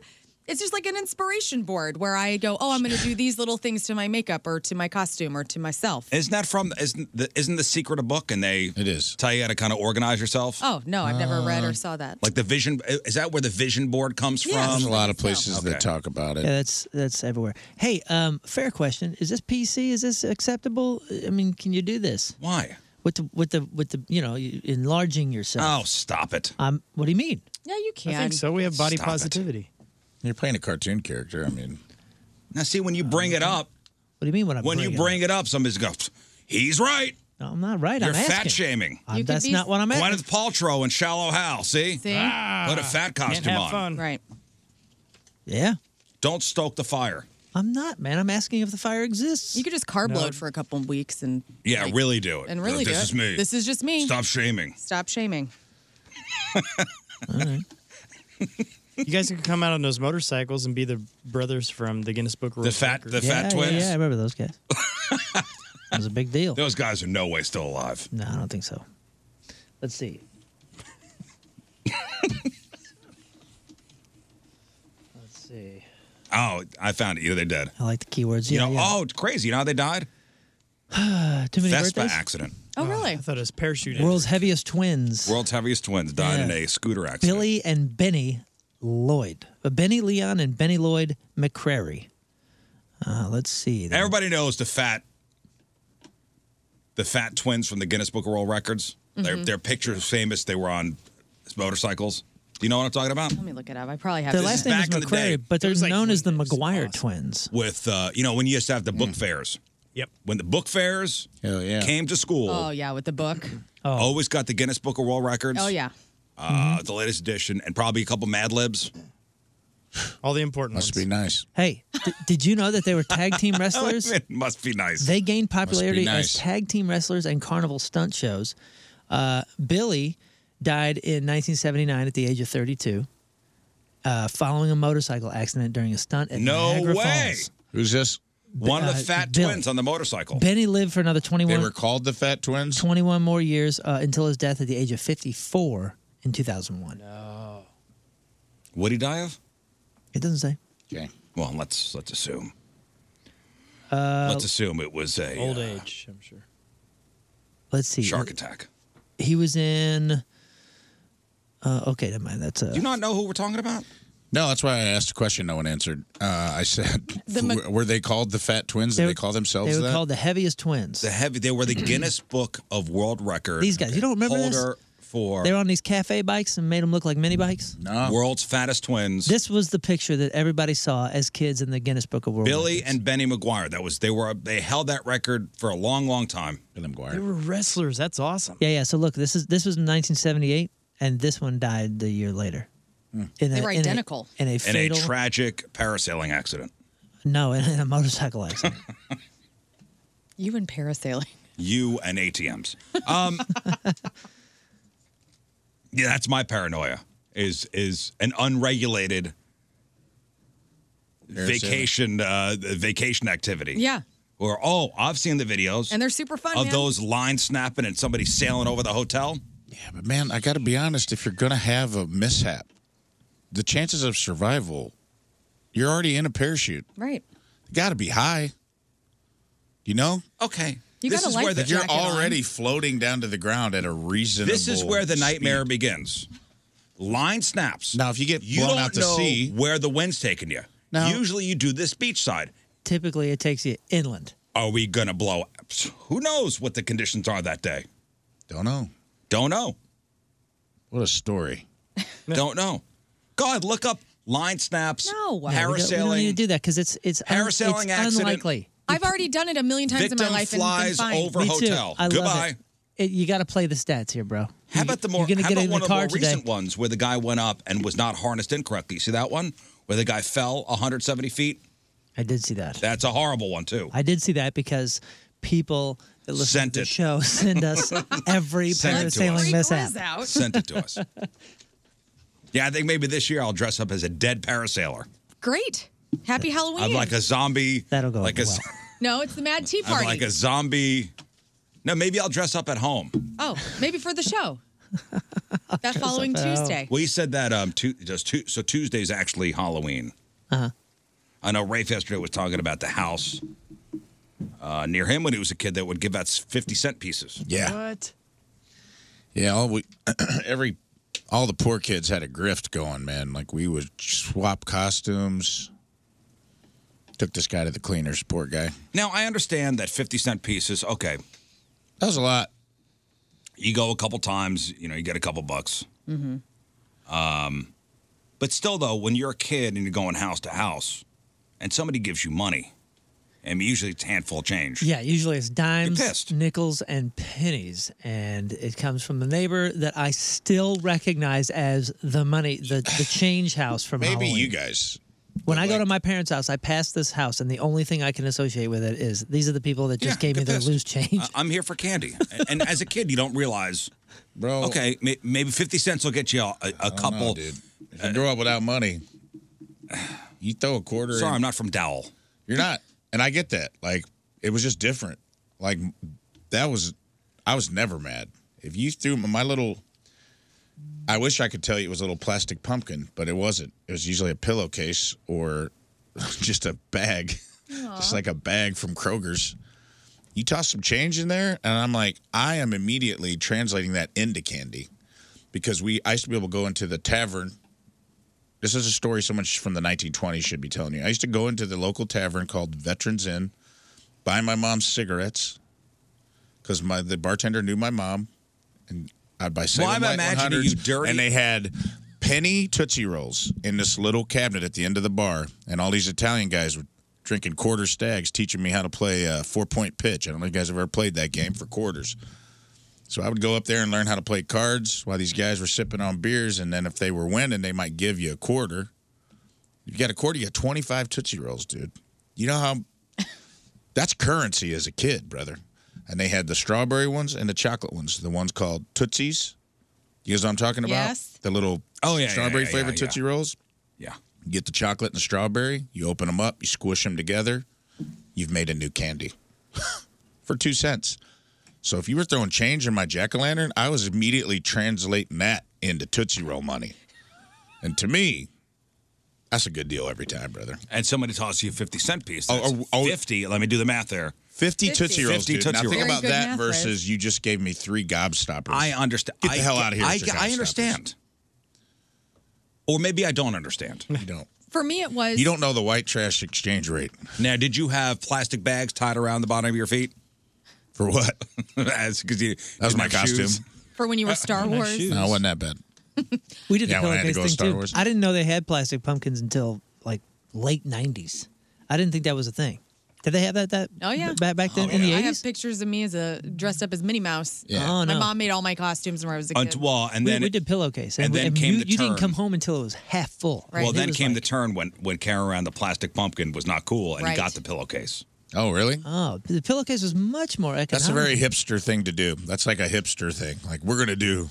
It's just like an inspiration board where I go, oh, I'm going to do these little things to my makeup or to my costume or to myself. Isn't that from isn't the, isn't the secret a book and they It is. tell you how to kind of organize yourself? Oh, no, I've never read Uh, or saw that. Like the vision is that where the vision board comes Yeah, from? There's a lot of places that talk about Yeah, that's that's everywhere. Hey, um, fair question. Is this PC? Is this acceptable? I mean, can you do this? Why? With the with the with the you know you- enlarging yourself. Oh, stop it. Um, what do you mean? Yeah, you I think so. We have body Stop it. positivity. You're playing a cartoon character. I mean, [LAUGHS] Now see when you bring it up. What do you mean when I When bring you it bring it up, somebody's going, "He's right." No, I'm not right. You're I'm fat asking. shaming. Um, that's not what I'm asking. Gwyneth Paltrow and Shallow Hal. See, See? Ah. put a fat Can't costume have on. fun. Right. Yeah. Don't stoke the fire. I'm not, man. I'm asking if the fire exists. You could just carb load for a couple of weeks and Yeah, really do it. and really this do it. is me. This is just me. Stop shaming. Stop shaming. [LAUGHS] You guys could come out on those motorcycles and be the brothers from the Guinness Book of World fat- Records. the fat Yeah, yeah, twins? yeah, I remember those guys. That was a big deal. Those guys are no way still alive. No, I don't think so. Let's see. [LAUGHS] Let's see. Oh, I found it. Either they dead. I like the keywords. You Yeah. know, oh, it's crazy. You know how they died? yeah. [SIGHS] Too many Vespa birthdays. accident. Oh, really? I Uh, thought it was parachuting. World's heaviest twins. World's heaviest twins died in Yeah. a scooter accident. Billy and Benny Lloyd. Uh, Benny Leon and Benny Lloyd McCrary. Uh, let's see. Everybody knows the fat, the fat twins from the Guinness Book of World Records. Their Mhm. their picture is famous. They were on motorcycles. Do you know what I'm talking about? Let me look it up. I probably have Their it. last name is back in the day. McCrary, but they're known as the McGuire twins. With uh, you know when you used to have the book fairs. Yep. When the book fairs came to school, Oh yeah, with the book. Oh. always got the Guinness Book of World Records. Oh yeah. Uh, Mm-hmm. The latest edition, and probably a couple Mad Libs. All the important Must be nice. Hey, d- did you know that they were tag [LAUGHS] team wrestlers? it must Oh, be nice. They gained popularity as nice. tag team wrestlers and carnival stunt shows. Uh, Billy died in 1979 at the age of 32 uh, following a motorcycle accident during a stunt at no Niagara way. Falls. Who's this? One of the Uh, fat Billy. twins on the motorcycle. Benny lived for another 21, called the Fat Twins. 21 more years uh, until his death at the age of 54 in 2001. Would he die of? It doesn't say. Okay. Well, let's let's assume. Uh, let's assume it was a Old uh, age, I'm sure. let's see. shark attack. He was in. Uh, okay, never mind. That's uh, Do you not know who we're talking about? No, that's why I asked a question no one answered. Uh, I said, The Mc- were they called the Fat Twins? Did they, call themselves they were that? called the heaviest twins. The heavy. They [CLEARS THROAT] were the Guinness Book of World Record. These guys, you don't remember this? holder for They were on these cafe bikes and made them look like mini bikes. world's fattest twins. This was the picture that everybody saw as kids in the Guinness Book of World. Billy and Benny McGuire. That was they were they held that record for a long, long time. Benny They McGuire. were wrestlers. That's awesome. Yeah, yeah. So look, this is this was in 1978, and this one died the year later. In They a- were in a- identical. In a, In a fatal tragic parasailing accident. no, in, in a motorcycle [LAUGHS] accident. You and parasailing. You and ATMs. [LAUGHS] Um, yeah, that's my paranoia. Is is an unregulated vacation uh, vacation activity? Yeah, Or oh, I've seen the videos. and they're super fun. of man. those lines snapping and somebody sailing over the hotel. Yeah, but man, I got to be honest. If you're going to have a mishap, the chances of survival, you're already in a parachute. Right. Got to be high. You know? Okay. You this gotta is like where the the, you're jacket on. already floating down to the ground at a reasonable. This is where the nightmare speed. begins. Line snaps. Now, if you get You blown don't out to know sea- where the wind's taking you. Now- Usually, you do this beachside. Typically, it takes you inland. Are we gonna blow? Who knows what the conditions are that day? Don't know. Don't know. What a story. [LAUGHS] Don't know. God, look up line snaps. No, No, we don't- We don't, need to parasailing. do that because it's it's un- Parasailing it's accident. unlikely. I've already done it a million times in Victim my life. flies and been fine. over Me too. hotel. I love Goodbye. it. It- you got to play the stats here, bro. How about the more? You're gonna how get about in one the of car the more today. recent ones where the guy went up and was not harnessed incorrectly? See that one where the guy fell 170 feet? I did see that. That's a horrible one too. I did see that because people that listen Sent to the it. show [LAUGHS] send [LAUGHS] us every Sent it to us. parasailing mishap. [LAUGHS] Sent it to us. Yeah, I think maybe this year I'll dress up as a dead parasailer. Great. Happy Halloween. I'm like a zombie. That'll go like a, z- no, it's the Mad Tea I'm Party. like a zombie. No, maybe I'll dress up at home. oh, maybe for [LAUGHS] the show. that following Tuesday. We said that um, tu- just tu- so Tuesday's actually Halloween. Uh-huh. I know Rafe yesterday was talking about the house uh, near him when he was a kid that would give out 50 cent pieces. Yeah. What? Yeah, all we [CLEARS THROAT] every all the poor kids had a grift going, man. Like we would swap costumes. Took this guy to the cleaners, poor guy. Now, I understand that 50 cent pieces, okay. That was a lot. You go a couple times, you know, you get a couple bucks. Mm-hmm. Um, but still, though, when you're a kid and you're going house to house and somebody gives you money, I mean, usually it's a handful of change. Yeah, usually it's dimes, nickels, and pennies, and it comes from the neighbor that I still recognize as the money, the [SIGHS] the change house from Maybe Halloween. you guys. When I go to my parents' house, I pass this house, and the only thing I can associate with it is these are the people that just gave me get their pissed. loose change. Uh, I- I'm here for candy. And, and as a kid, you don't realize, bro. Okay, may- maybe fifty cents will get you a, a couple. dude. If you grow up without money, you throw a quarter. Sorry, in. I'm not from Dowell. You're not, and I get that. Like it was just different. Like that was, I was never mad. If you threw my- my little, I wish I could tell you it was a little plastic pumpkin, but it wasn't. It was usually a pillowcase or [LAUGHS] just a bag, just like a bag from Kroger's. You toss some change in there, and I'm like, I am immediately translating that into candy because we I used to be able to go into the tavern. This is a story someone sh- from the 1920s should be telling you. I used to go into the local tavern called Veterans Inn, buy my mom cigarettes because my the bartender knew my mom, and I'd buy Well, Salem I'm Light imagining 100s, you dirty- and they had penny tootsie rolls in this little cabinet at the end of the bar, and all these Italian guys were drinking quarter stags, teaching me how to play uh, four point pitch. I don't know if you guys have ever played that game for quarters. So I would go up there and learn how to play cards while these guys were sipping on beers. And then if they were winning, they might give you a quarter. You got a quarter, you got 25 Tootsie Rolls, dude. You know how that's currency as a kid, brother. And they had the strawberry ones and the chocolate ones, the ones called Tootsies. You guys know what I'm talking about? Yes. The little Oh, yeah, yeah, strawberry yeah, flavored yeah, yeah. Tootsie Rolls. Yeah. You get the chocolate and the strawberry, you open them up, you squish them together, you've made a new candy [LAUGHS] for two cents. So if you were throwing change in my jack o' lantern, I was immediately translating that into Tootsie Roll money. And to me, that's a good deal every time, brother. And somebody tosses you a fifty cent piece. Oh, That's oh, oh. fifty. Let me do the math there. 50, Tootsie Rolls. 50 dude. Tootsie now Rolls. think about Very good that math, versus you just gave me three gobstoppers. I understand. Get the I hell get- out of here. I, with your I gobstoppers. understand. Or maybe I don't understand. You don't. For me, it was. You don't know the white trash exchange rate. Now, did you have plastic bags tied around the bottom of your feet? For what? [LAUGHS] As, cause you, That was you my didn't have costume. shoes. For [LAUGHS] when you were Star my Wars. shoes. No, it wasn't that bad. [LAUGHS] We did Yeah, the when I had to pillowcase go thing Star too. Wars. I didn't know they had plastic pumpkins until like late '90s. I didn't think that was a thing. Did they have that? That Oh yeah, back, back then in the I '80s. have pictures of me as a dressed up as Minnie Mouse. Yeah. Oh, My no. mom made all my costumes when I was a kid. Unt- well, and we, then we did pillowcase, and we- then came you, the you didn't turn. come home until it was half full. Well, It then was came the turn when when carrying around the plastic pumpkin was not cool, and Right. he got the pillowcase. Oh, really? Oh, the pillowcase was much more economical. That's a very hipster thing to do. That's like a hipster thing. Like we're gonna do.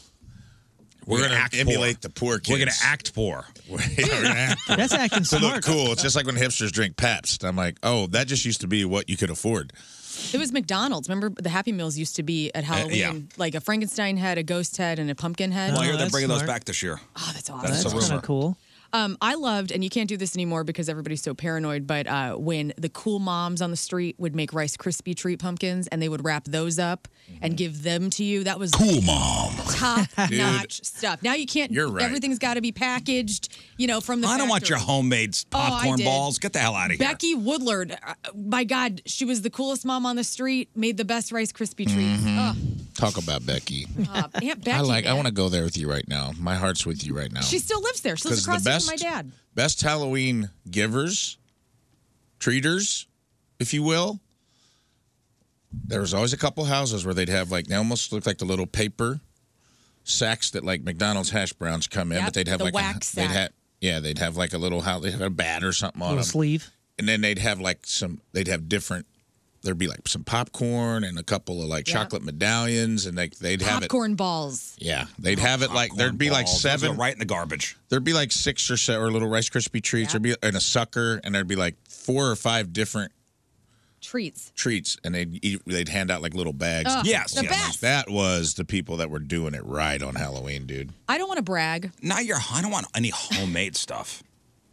We're, gonna, act emulate poor. the poor kids. We're gonna act poor. [LAUGHS] We're gonna act [LAUGHS] poor. That's acting to look smart. cool. It's just like when hipsters drink Pabst. I'm like, oh, that just used to be what you could afford. It was McDonald's. Remember the Happy Meals used to be at Uh, Halloween, yeah. like a Frankenstein head, a ghost head, and a pumpkin head. Well, I hear they're bringing those back this year. Oh, that's That's, awesome. a rumor. cool. Um, I loved, and you can't do this anymore because everybody's so paranoid. But uh, when the cool moms on the street would make Rice Krispie treat pumpkins, and they would wrap those up and give them to you, that was cool mom top Mm-hmm. [LAUGHS] Dude. notch stuff. Now you can't. You're right. Everything's got to be packaged. You know, from the. I don't want your factory. homemade Oh, I popcorn did. balls. Get the hell out of here. Becky Woodlard, uh, my God, she was the coolest mom on the street. Made the best Rice Krispie treats. Ugh. Talk about Becky. Uh, [LAUGHS] Aunt Becky, Mm-hmm. I like. I man. want to go there with you right now. My heart's with you right now. She still lives there. She lives 'Cause the across the from best- my dad. Best Halloween givers, treaters, if you will. There was always a couple houses where they'd have like they almost looked like the little paper sacks that like McDonald's hash browns come in, Yep, but they'd have the like wax a, they'd sack. have yeah they'd have like a little house they had a bat or something on Little them sleeve. and then they'd have like some they'd have different there'd be like some popcorn and a couple of like Yep. chocolate medallions and like they'd have it Popcorn balls. yeah, they'd have it like there'd be like balls. Those seven go right in the garbage. There'd be like six or seven or little Rice Krispie treats, or be and a sucker, and there'd be like four or five different Treats. treats, and they'd eat, they'd hand out like little bags. Ugh, Yes, the yes. best. that was the people that were doing it right on Halloween, dude. I don't want to brag. Not your. I don't want any homemade stuff.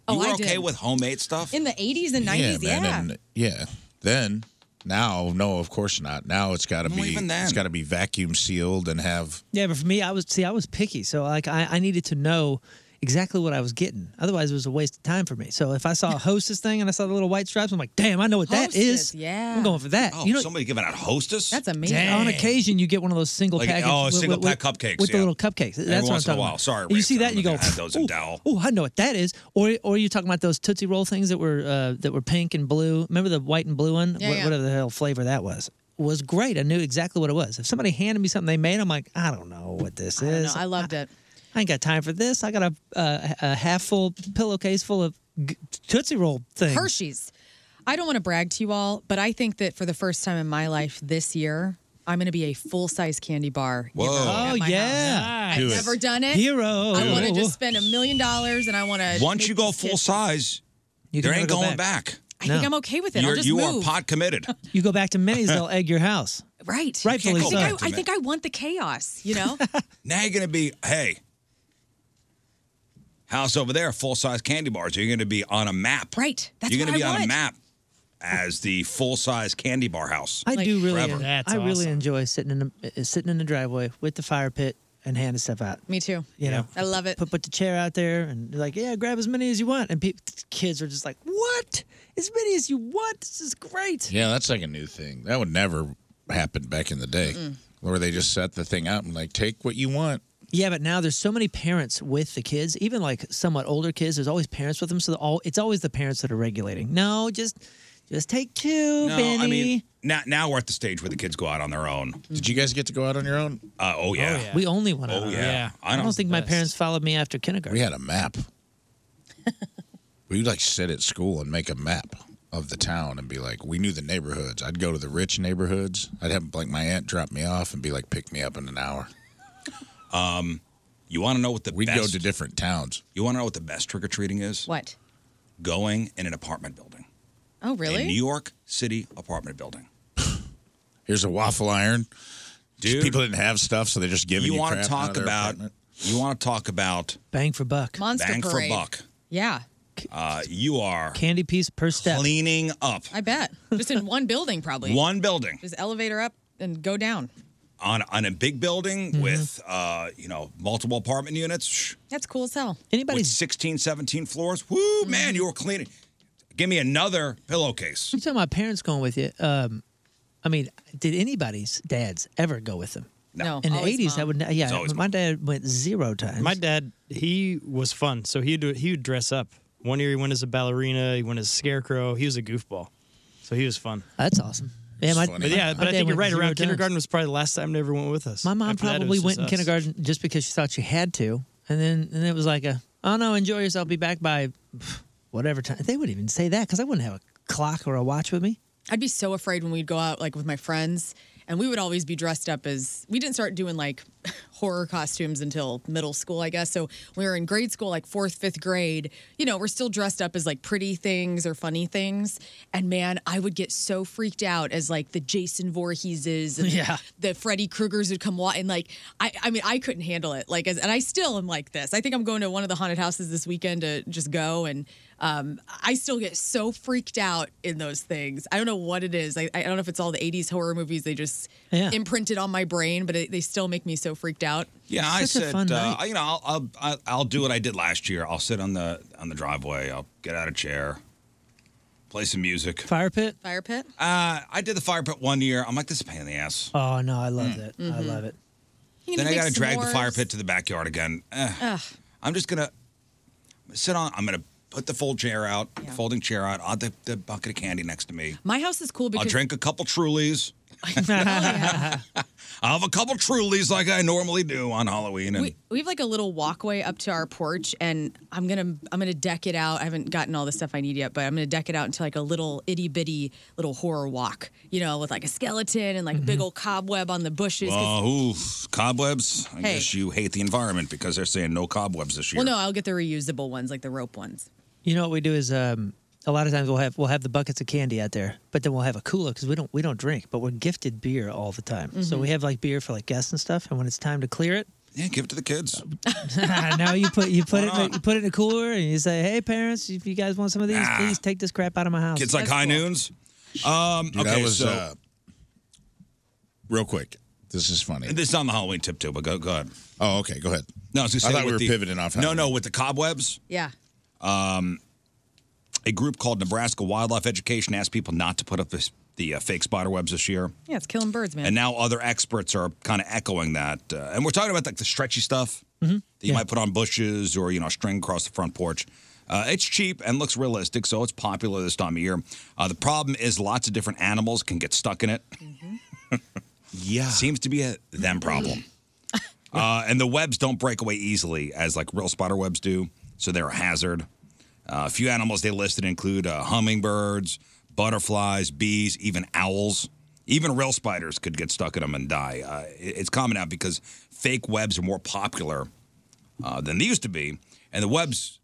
Oh, you were I okay did. with homemade stuff? In the 80s and 90s, yeah. and- yeah. Then now, no, of course not. Now it's got to be even then. it's got to be vacuum sealed and have Yeah, but for me, I was see, I was picky, so like I, I needed to know exactly what I was getting. Otherwise, it was a waste of time for me. So if I saw a hostess thing and I saw the little white stripes, I'm like, damn, I know what that is. Hostess, yeah. I'm going for that. Oh, you know, somebody giving out hostess? That's amazing. on occasion you get one of those single Like, package. oh, with- single with- pack with- cupcakes, with the yeah. little cupcakes. Every That's what I'm once in a talking while. about. Sorry, And you Rafe, see that, I'm you not go, gonna have those in "Ooh, Dow." oh, I know what that is. Or or you're talking about those tootsie roll things that were uh, that were pink and blue. Remember the white and blue one? Yeah, What- yeah. Whatever the hell flavor that was. Was great. I knew exactly what it was. If somebody handed me something they made, I'm like, I don't know what this I don't know. is. I loved it. I ain't got time for this. I got a, uh, a half full pillowcase full of g- Tootsie Roll things. Hershey's. I don't want to brag to you all, but I think that for the first time in my life this year, I'm going to be a full size candy bar. Whoa. giver Oh, at my yeah. house. Nice. Do I've it. never done it. Hero. I Do want to it. just spend a million dollars and I want to. Once you go full size, there can ain't never go going back. back. I think I'm okay with it. I'll You're, just you move. are pot committed. [LAUGHS] You go back to Minnie's, they'll egg your house. Right. Rightfully I think, so. I, I think I want the chaos, you [LAUGHS] know? Now you're going to be, hey, house over there, full size candy bars. You're going to be on a map. Right. That's you're gonna what be I on a want. map as the full size candy bar house. I do really, forever. I That's really awesome. enjoy sitting in the uh, sitting in the driveway with the fire pit and handing stuff out. Me too. You know, I love it. Put put the chair out there and they're like, yeah, grab as many as you want. And peop kids are just like, what? As many as you want. This is great. yeah. That's like a new thing that would never happen back in the day, Mm-mm. where they just set the thing out and like take what you want. Yeah, but now there's so many parents with the kids, even like somewhat older kids. There's always parents with them, so they're all it's always the parents that are regulating. No, just just take two, No, Benny. I mean, now, now we're at the stage where the kids go out on their own. Did you guys get to go out on your own? Uh, oh, yeah. We only went Oh, out on our yeah. own. Yeah. I I don't, know. think my parents followed me after kindergarten. We had a map. we like sit at school and make a map of the town and be like, we knew the neighborhoods. I'd go to the rich neighborhoods. I'd have like my aunt drop me off and be like, pick me up in an hour. [LAUGHS] Um, you want to know what the We'd best, go to different towns. You want to know what the best trick or treating is? What? Going in an apartment building. Oh, A really? New York City apartment building. Here's a waffle iron. Dude, people didn't have stuff, so they're just giving you, you want crap to out of talk their about? apartment. You want to talk about Bang for buck. Monster bang Parade. for buck? Yeah, Uh, you are Candy piece per step. cleaning up I bet. Just in one building, probably. one building Just elevator up and go down. on on a big building Mm-hmm. with uh, you know multiple apartment units. Shh. That's cool as hell. Anybody? with 16, 17 floors. Woo, Mm-hmm. man, you were cleaning. Give me another pillowcase. You talking about parents going with you? Um, I mean, did anybody's dads ever go with them? No. In the always eighties, I mom. would. not- It's Yeah, always my dad went zero times. My dad, he was fun. So he'd do- he would dress up. One year he went as a ballerina. He went as a scarecrow. He was a goofball. So he was fun. That's awesome. Yeah, my, But yeah, my but I dad think you're went right. zero Around times. kindergarten was probably the last time they ever went with us. My mom After that, it probably was just went in us. kindergarten just because she thought she [LAUGHS] had to, and then and it was like a, oh no, enjoy yourself, be back by whatever time. They wouldn't even say that because I wouldn't have a clock or a watch with me. I'd be so afraid when we'd go out like [LAUGHS] with my friends and we would always be dressed up as we didn't start doing like horror costumes until middle school, I guess. So we were in grade school, like fourth, fifth grade. You know, we're still dressed up as like pretty things or funny things. And man, I would get so freaked out as like the Jason Voorheeses [LAUGHS] and Yeah. the Freddy Kruegers would come walk. And like, I, I mean, I couldn't handle it. Like, as, and I still am like this. I think I'm going to one of the haunted houses this weekend to just go. And um, I still get so freaked out in those things. I don't know what it is. I, I don't know if it's all the 80s horror movies. They just Yeah. imprinted on my brain, but it, they still make me so freaked out. Yeah, I said, uh, I- you know, I'll, I'll- I'll I'll do what I did last year. I'll sit on the on the driveway. I'll get out a chair, play some music. Fire pit. Fire pit. Uh, I did the fire pit one year. I'm like, this is a pain in the ass. Oh no, I love that. I Mm-hmm. Mhm. love it. Then I got to drag the fire pit to the backyard again. Eh, Ugh. I'm just gonna sit on. I'm gonna put the fold chair out, folding chair out. I'll the, the bucket of candy next to me. My house is cool I'll because Oh, drink a couple [LAUGHS] Trulies. [LAUGHS] I'll have a couple Trulies like I normally do on Halloween. And we, we have like a little walkway up to our porch, and I'm gonna I'm gonna deck it out. I haven't gotten all the stuff I need yet, but I'm gonna deck it out into like a little itty bitty little horror walk. You know, with like a skeleton and like big old cobweb on the bushes. 'cause- Well, ooh, uh, cobwebs. I Hey. guess you hate the environment because they're saying no cobwebs this year. well, no, I'll get the reusable ones, like the rope ones. You know what we do is um, a lot of times we'll have we'll have the buckets of candy out there, but then we'll have a cooler because we don't we don't drink, but we're gifted beer all the time. So Mhm. we have like beer for like guests and stuff, and when it's time to clear it, Yeah, give it to the kids. [LAUGHS] now you put you put it in a, you put it in a cooler and you say, hey parents, if you guys want some of these, Ah. please take this crap out of my house. Kids like high noons. Um, Dude, okay, I was, so uh, real quick. This is funny. this is on the Halloween tip too, but go, go ahead. Oh, okay, go ahead. No, I was gonna I say thought we with were the- pivoting off No, no, with the cobwebs. Yeah. Um, a group called Nebraska Wildlife Education asked people not to put up this, the uh, fake spider webs this year. Yeah, it's killing birds, man. And now other experts are kind of echoing that. Uh, and we're talking about like the stretchy stuff Mhm. that you might put on bushes or, you know, string across the front porch. Uh, it's cheap and looks realistic, so it's popular this time of year. Uh, the problem is lots of different animals can get stuck in it. [LAUGHS] yeah. Seems to be a them problem. uh, and the webs don't break away easily as like real spider webs do, so they're a hazard. Uh, a few animals they listed include uh, hummingbirds, butterflies, bees, even owls. Even real spiders could get stuck in them and die. Uh, it- it's common now because fake webs are more popular uh, than they used to be, and the webs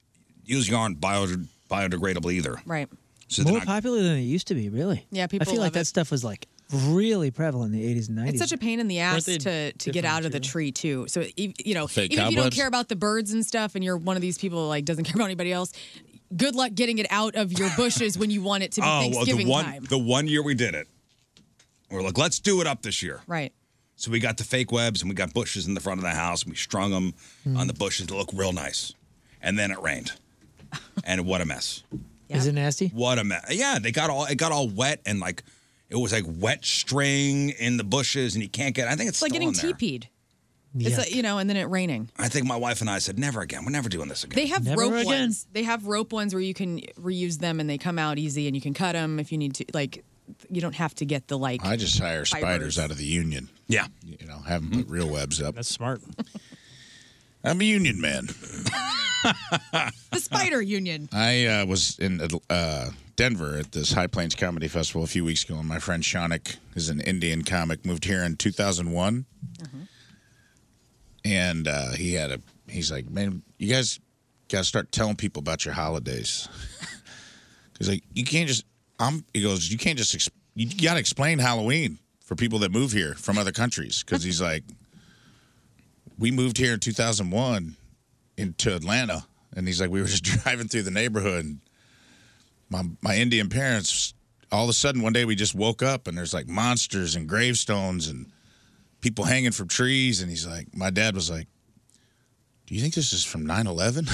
usually aren't bio- biodegradable either. Right. So they're more not- popular than it used to be, really. Yeah, I people feel love like that it. stuff was like really prevalent in the 80s and 90s. It's such a pain in the ass they to, to get different out of the tree too. So e- you know, Fake even if you don't cobwebs? care about the birds and stuff, and you're one of these people who, like doesn't [LAUGHS] care about anybody else, good luck getting it out of your bushes when you want it to be oh, well, the Thanksgiving one time. the one year we did it, we're like, let's do it up this year. Right. So we got the fake webs and we got bushes in the front of the house and we strung them Hmm. on the bushes to look real nice. And then it [LAUGHS] rained. and what a mess. Is it nasty? What a mess. Yeah, they got all it got all wet and like it was like wet string in the bushes and you can't get I think it's, It's like still getting in there. teepeed. It's like, you know, and then it raining. I think my wife and I said never again. We're never doing this again. They have rope ones. They have rope ones where you can reuse them and they come out easy and you can cut them if you need to. Like, you don't have to get the like. I just hire spiders out of the union. Yeah. Mm-hmm. You know, have them put real webs up. That's smart. [LAUGHS] I'm a union man. [LAUGHS] the spider union. I uh, was in uh, Denver at this High Plains Comedy Festival a few weeks ago, and my friend Shonik is an Indian comic, moved here in 2001. And uh, he had a, he's like, man, you guys got to start telling people about your holidays. [LAUGHS] he's like, you can't just, I'm, he goes, you can't just, ex- you got to explain Halloween for people that move here from other countries. Cause he's like, we moved here in 2001 into Atlanta, and he's like, we were just [LAUGHS] driving through the neighborhood. And my my Indian parents, all of a sudden one day we just woke up and there's like monsters and gravestones and people hanging from trees, and he's like, my dad was like. Do you think this is from 9 [LAUGHS] 11? oh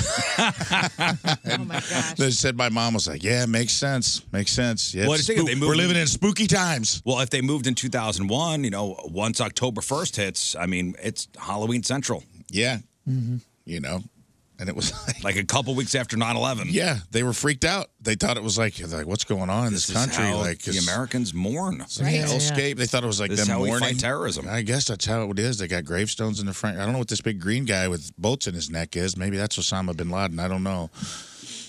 my gosh. They said my mom was like, Yeah, makes sense. Makes sense. Yeah, Well, I it's think if spook- they moved we're living in spooky times. Well, if they moved in 2001, you know, once October 1st hits, I mean, it's Halloween Central. Yeah. Mm-hmm. You know, and it was [LAUGHS] like, a couple weeks after 9 11. Yeah, they were freaked out. They thought it was like, like what's going on in this, is country? how like the it's- Americans mourn. it's like Right. an Hellscape. Yeah. They thought it was like This is them how we mourning fight terrorism. I guess that's how it is. They got gravestones in the front. I don't know what this big green guy with bolts in his neck is. Maybe that's Osama bin Laden. I don't know.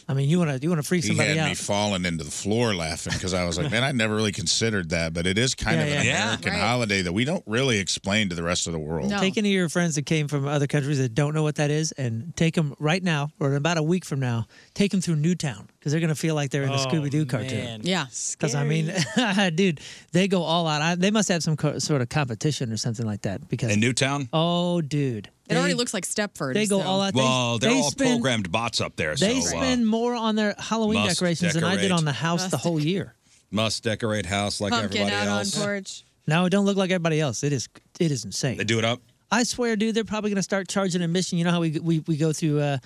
I mean, you want to you want to freak He somebody had out. me falling into the floor laughing because I was like, man, I never really considered that, but it is kind Yeah, of an yeah. Yeah. American Right. holiday that we don't really explain to the rest of the world. Take any of your friends that came from other countries that don't know what that is, and take them right now, or in about a week from now, take them through Newtown because they're going to feel like they're in the Oh, Scooby Doo man. cartoon. Yeah. Because I mean, [LAUGHS] dude, they go all out. I, they must have some co- sort of competition or something like that. Because in Newtown, oh, dude, It already looks like Stepford. they go so- all out. They- well, they're they all spend- programmed bots up there. they so, uh, spend more on their Halloween must decorations than I did decorate. on the house the whole year. must decorate house like everybody else. porch. No, it don't look like everybody else. It is it is insane. They do it up. I swear, dude, they're probably going to start charging admission. You know how we we, we go through uh,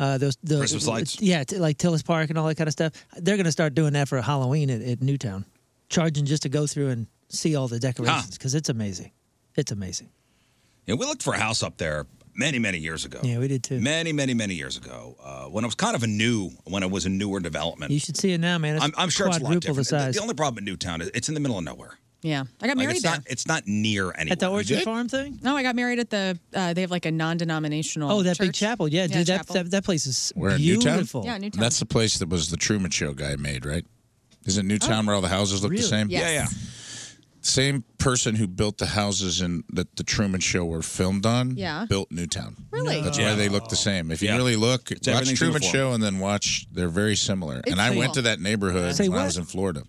uh, those the Christmas lights? yeah, t- like Tillis Park and all that kind of stuff. They're going to start doing that for Halloween at, at Newtown, charging just to go through and see all the decorations because it's amazing. It's amazing. Yeah, we looked for a house up there many, many years ago. Yeah, we did too. Many, many, many years ago, uh, when it was kind of a new, when it was a newer development. You should see it now, man. It's I'm, I'm sure it's a lot quadruple different. the The- size. The, only problem in Newtown is it's in the middle of nowhere. Yeah. I got Like, married it's there. Not, it's not near anywhere. at the Orchard Farm thing. No, I got married at the. Uh, they have like a non-denominational. Oh, that big church. chapel. Yeah, dude, that, chapel. that that place is Where in beautiful. Newtown? Yeah, Newtown. That's the place that was the Truman Show guy made, right? Isn't Newtown where all the houses look Oh, the Really? same? Yes. Yeah, yeah. Same person who built the houses in that the Truman Show were filmed on Yeah. built Newtown. Really? That's No. why they look the same. If you Yeah. really look, It's watch everything Truman uniform. Show and then watch, they're very similar. It's and I went cool. to that neighborhood Say when I what? was in Florida.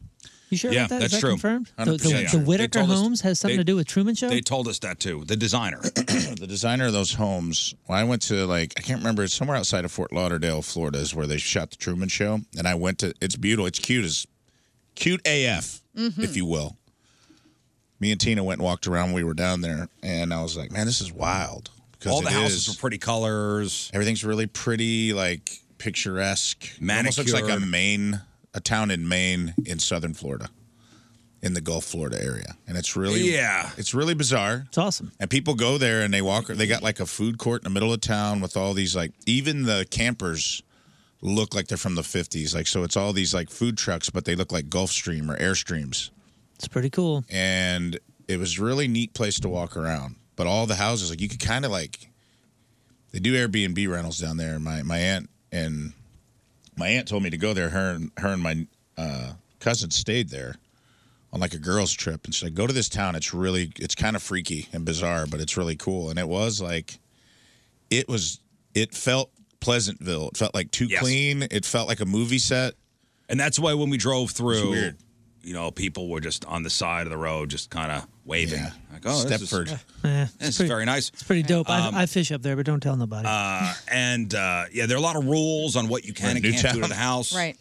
You sure Yeah, about that? Is that's that true. confirmed? The, 100% the, sure. the They Whitaker told us- Homes has something they- to do with Truman Show. They told us that too. The designer. the designer of those homes, well, I went to like I can't remember. It's somewhere outside of Fort Lauderdale, Florida, is where they shot the Truman Show. And I went to. It's beautiful. It's cute as cute AF, Hmm. Mm-hmm. if you will. Me and Tina went and walked around. We were down there, and I was like, "Man, this is wild." All the it is- houses were pretty colors. everything's really pretty, like picturesque. It almost looks like a Manicured. Maine, a town in Maine in southern Florida, in the Gulf Florida area, and it's really Yeah. it's really bizarre. it's awesome. And people go there and they walk. They got like a food court in the middle of town with all these like even the campers look like they're from the 50s. Like so, it's all these like food trucks, but they look like Gulfstream or Airstreams. It's pretty cool. And it was really neat place to walk around. But all the houses, like you could kind of like they do Airbnb rentals down there. And my my aunt and my aunt told me to go there. Her and her and my uh, cousin stayed there on like a girls trip, and she said, "Go to this town. It's really, it's kind of freaky and bizarre, but it's really cool." And it was like, it was, it felt Pleasantville. It felt like too Yes. clean. It felt like a movie set. And that's why when we drove It's through, weird. you know, people were just on the side of the road, just kind of waving. Yeah. Like, oh, this is- Stepford. Yeah, This is pretty- very nice. It's pretty dope. I, I fish up there, but don't tell nobody. Um, Uh, and uh, yeah, there are a lot of rules on what you can and New can't do town. to the house. Right.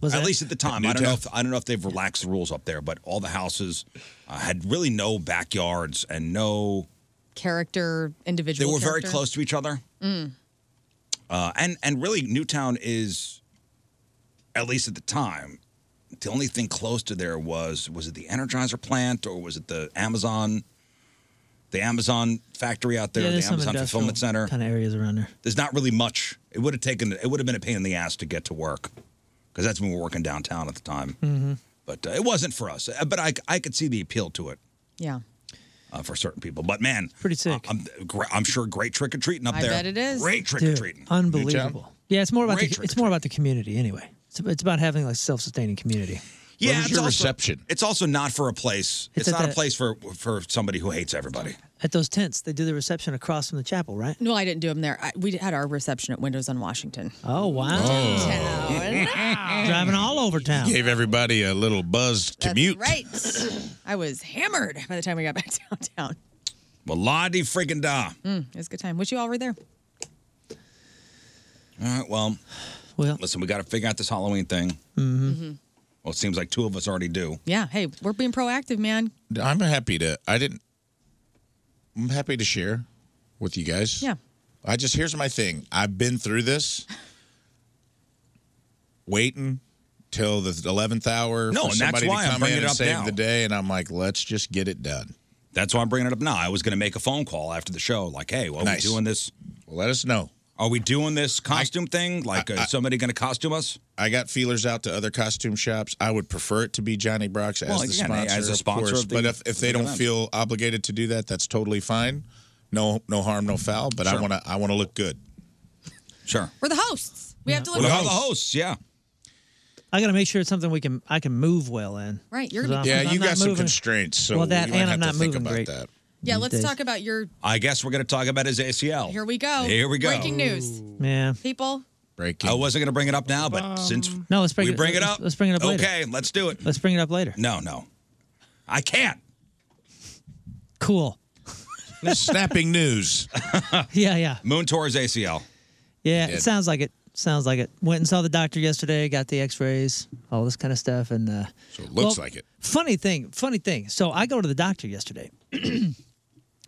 Was At that- least at the time, New I don't know. town. If, I don't know if they've relaxed the rules up there, but all the houses uh, had really no backyards and no. Character, They individual. were very character. Mm. close to each other, uh, and and really, Newtown is, at least at the time, the only thing close to there was was it the Energizer plant or was it the Amazon, the Amazon factory out there, yeah, the there's some Amazon fulfillment center. kind of areas around there. there's not really much. It would have taken. It would have been a pain in the ass to get to work, because that's when we were working downtown at the time. Mm-hmm. But uh, it wasn't for us. Uh, But I, I could see the appeal to it Yeah. uh, for certain people. But man, Pretty sick. I'm, gr- I'm sure great trick or treating up I there. bet it is. Great trick or Dude, treating. unbelievable. Yeah, it's more about Great the, trick it's or more about the community anyway. It's, it's about having like self-sustaining community. Yeah, was it's your also, reception? It's also not for a place. It's, It's at not a the- place for for somebody who hates everybody. At those tents, they do the reception across from the chapel, right? No, I didn't do them there. I, we had our reception at Windows on Washington. Oh wow! Driving all over town. Gave everybody a little buzz commute. Right. I was hammered by the time we got back [LAUGHS] downtown. Mm, Well, la di friggin' da. It was a good time. Wish you all were there. All right. Well, Well, listen, we got to figure out this Halloween thing. Mm-hmm. Well, it seems like two of us already do. Mm-hmm. Yeah. Hey, we're being proactive, man. I'm happy to. I didn't. I'm happy to share with you guys. Yeah. I just here's my thing. I've been through this, waiting till the eleventh hour No, for and that's somebody why to I'm come bringing in it and up save now. the day, and I'm like, let's just get it done. That's why I'm bringing it up now. I was going to make a phone call after the show, like, "Hey, well, Nice. are we doing this? Well, let us know. Are we doing this costume thing? Like, is somebody going to costume us? I got feelers out to other costume shops. I would prefer it to be Johnny Brock's as Well, the again, sponsor, as a sponsor of course. of the- but if, if of they the don't event. feel obligated to do that, that's totally fine. No, no harm, no foul. But I Sure. want to, I want to look good. Sure. We're the hosts. We have to look We at are the hosts, yeah. I got to make sure it's something we can I can move well in. Right, you're 'Cause gonna I'm- be- Yeah, I'm you not got some moving- constraints, so well, that you and might I'm have not to think moving about great. that. Yeah, let's days. talk about your. I guess we're going to talk about his ACL. Here we go. Here we go. Breaking news, Yeah. people. Breaking. I wasn't going to bring it up now, but since Um, Um, No, let's bring we it- bring it let's- up, let's bring it up later. Okay, let's do it. Let's bring it up later. No, no, I can't. [LAUGHS] Cool. Snapping news. [LAUGHS] Yeah, yeah. Moon tore his ACL. Yeah, did. it sounds like it. Sounds like it. Went and saw the doctor yesterday, got the x-rays, all this kind of stuff and uh So it looks like it. Funny thing, funny thing. So I go to the doctor yesterday. [CLEARS THROAT]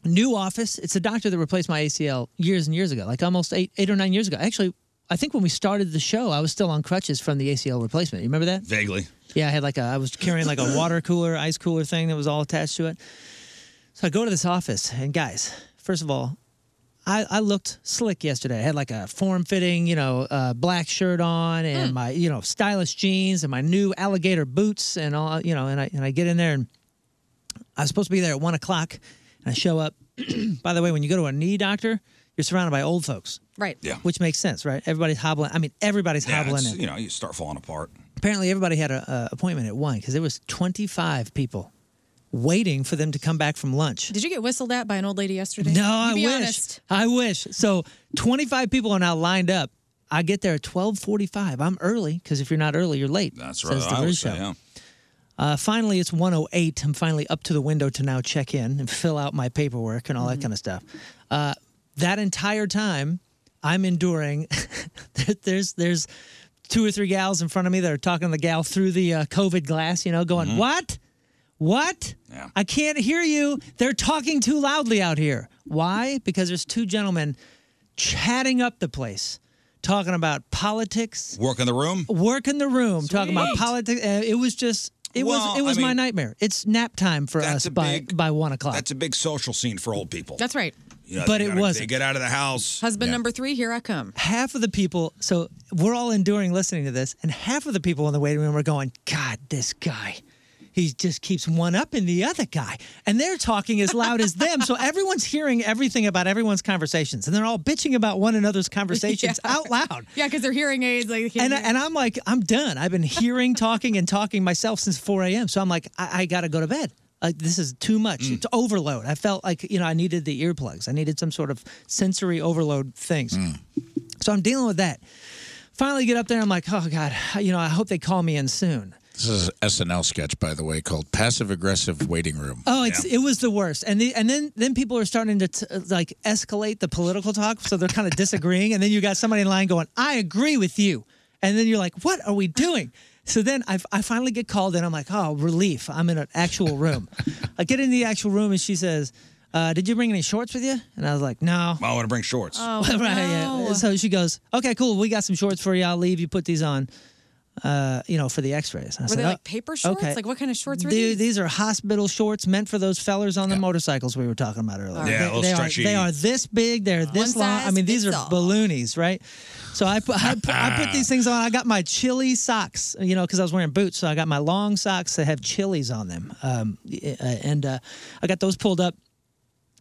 New office. It's a doctor that replaced my ACL years and years ago, like almost 8 8 or 9 years ago. Actually, I think when we started the show, I was still on crutches from the ACL replacement. You remember that? Vaguely. Yeah, I had like a, I was carrying like a water cooler, ice cooler thing that was all attached to it. So I go to this office, and guys, first of all, I, I looked slick yesterday. I had like a form fitting, you know, uh, black shirt on, and my, you know, stylish jeans, and my new alligator boots, and all, you know, and I, and I get in there, and I was supposed to be there at one o'clock, and I show up. [CLEARS THROAT] By the way, when you go to a knee doctor, you're surrounded by old folks, Right. Yeah. which makes sense, right? Everybody's hobbling. I mean, everybody's Yeah, hobbling. it's- in you know, you start falling apart. apparently everybody had a, a appointment at one because there was 25 people waiting for them to come back from lunch Did you get whistled at by an old lady yesterday? no You Oh, i be wish Honest. i wish so 25 people are now lined up i get there at 12.45 i'm early because if you're not early you're late That's right. says the I would Riz say, Show. yeah. Uh, finally, it's 108. I'm finally up to the window to now check in and fill out my paperwork and all that kind of stuff. Uh, that entire time, I'm enduring. [LAUGHS] there- there's there's two or three gals in front of me that are talking to the gal through the uh, COVID glass, you know, going, What? What? Yeah. I can't hear you. They're talking too loudly out here. Why? Because there's two gentlemen chatting up the place, talking about politics, Work in the room. work in the room talking about politics. Uh, it was just it Well, was it I was my mean, nightmare. It's nap time for that's us a by big- by one o'clock. That's a big social scene for old people. That's right. You know, but they it gotta- They wasn't. get out of the house. Husband number three, here I come. half of the people. So we're all enduring listening to this, and half of the people in the waiting room are going, "God, this guy." He just keeps one up in the other guy. And they're talking as loud as them. So everyone's hearing everything about everyone's conversations. And they're all bitching about one another's conversations out loud. [LAUGHS] Yeah, because they're hearing aids. Like, they can't and I, hear. and I'm like, I'm done. I've been hearing, [LAUGHS] talking, and talking myself since 4 a.m. So I'm like, I, I gotta go to bed. Like this is too much. It's overload. I felt like you know I needed the earplugs. I needed some sort of sensory overload things. So I'm dealing with that. Finally, get up there. I'm like, oh god, you know, I hope they call me in soon. This is an SNL sketch, by the way, called "Passive Aggressive Waiting Room." Oh, it's it was the worst. And the, and then then people are starting to t- like escalate the political talk, so they're kind of disagreeing. And then you got somebody in line going, "I agree with you," and then you're like, "What are we doing?" So then I, I finally get called in. I'm like, "Oh, relief! I'm in an actual room." I get in the actual room, and she says, uh, "Did you bring any shorts with you?" And I was like, "No." Oh. I want to bring shorts. Oh, [LAUGHS] right. Yeah. So she goes, "Okay, cool. We got some shorts for you. I'll leave. You put these on." Uh, you know, for the X-rays. And I were they said, like "Oh, paper shorts? okay." Like what kind of shorts were Dude, these? these are hospital shorts meant for those fellers on the motorcycles we were talking about earlier. Yeah, a little they, are, stretchy. they are this big. They're this One long. I size mean, these are fits all. balloonies, right? So I put, I, put, I put these things on. I got my chili socks, you know, because I was wearing boots. So I got my long socks that have chilies on them. Um, y- uh, and uh, I got those pulled up.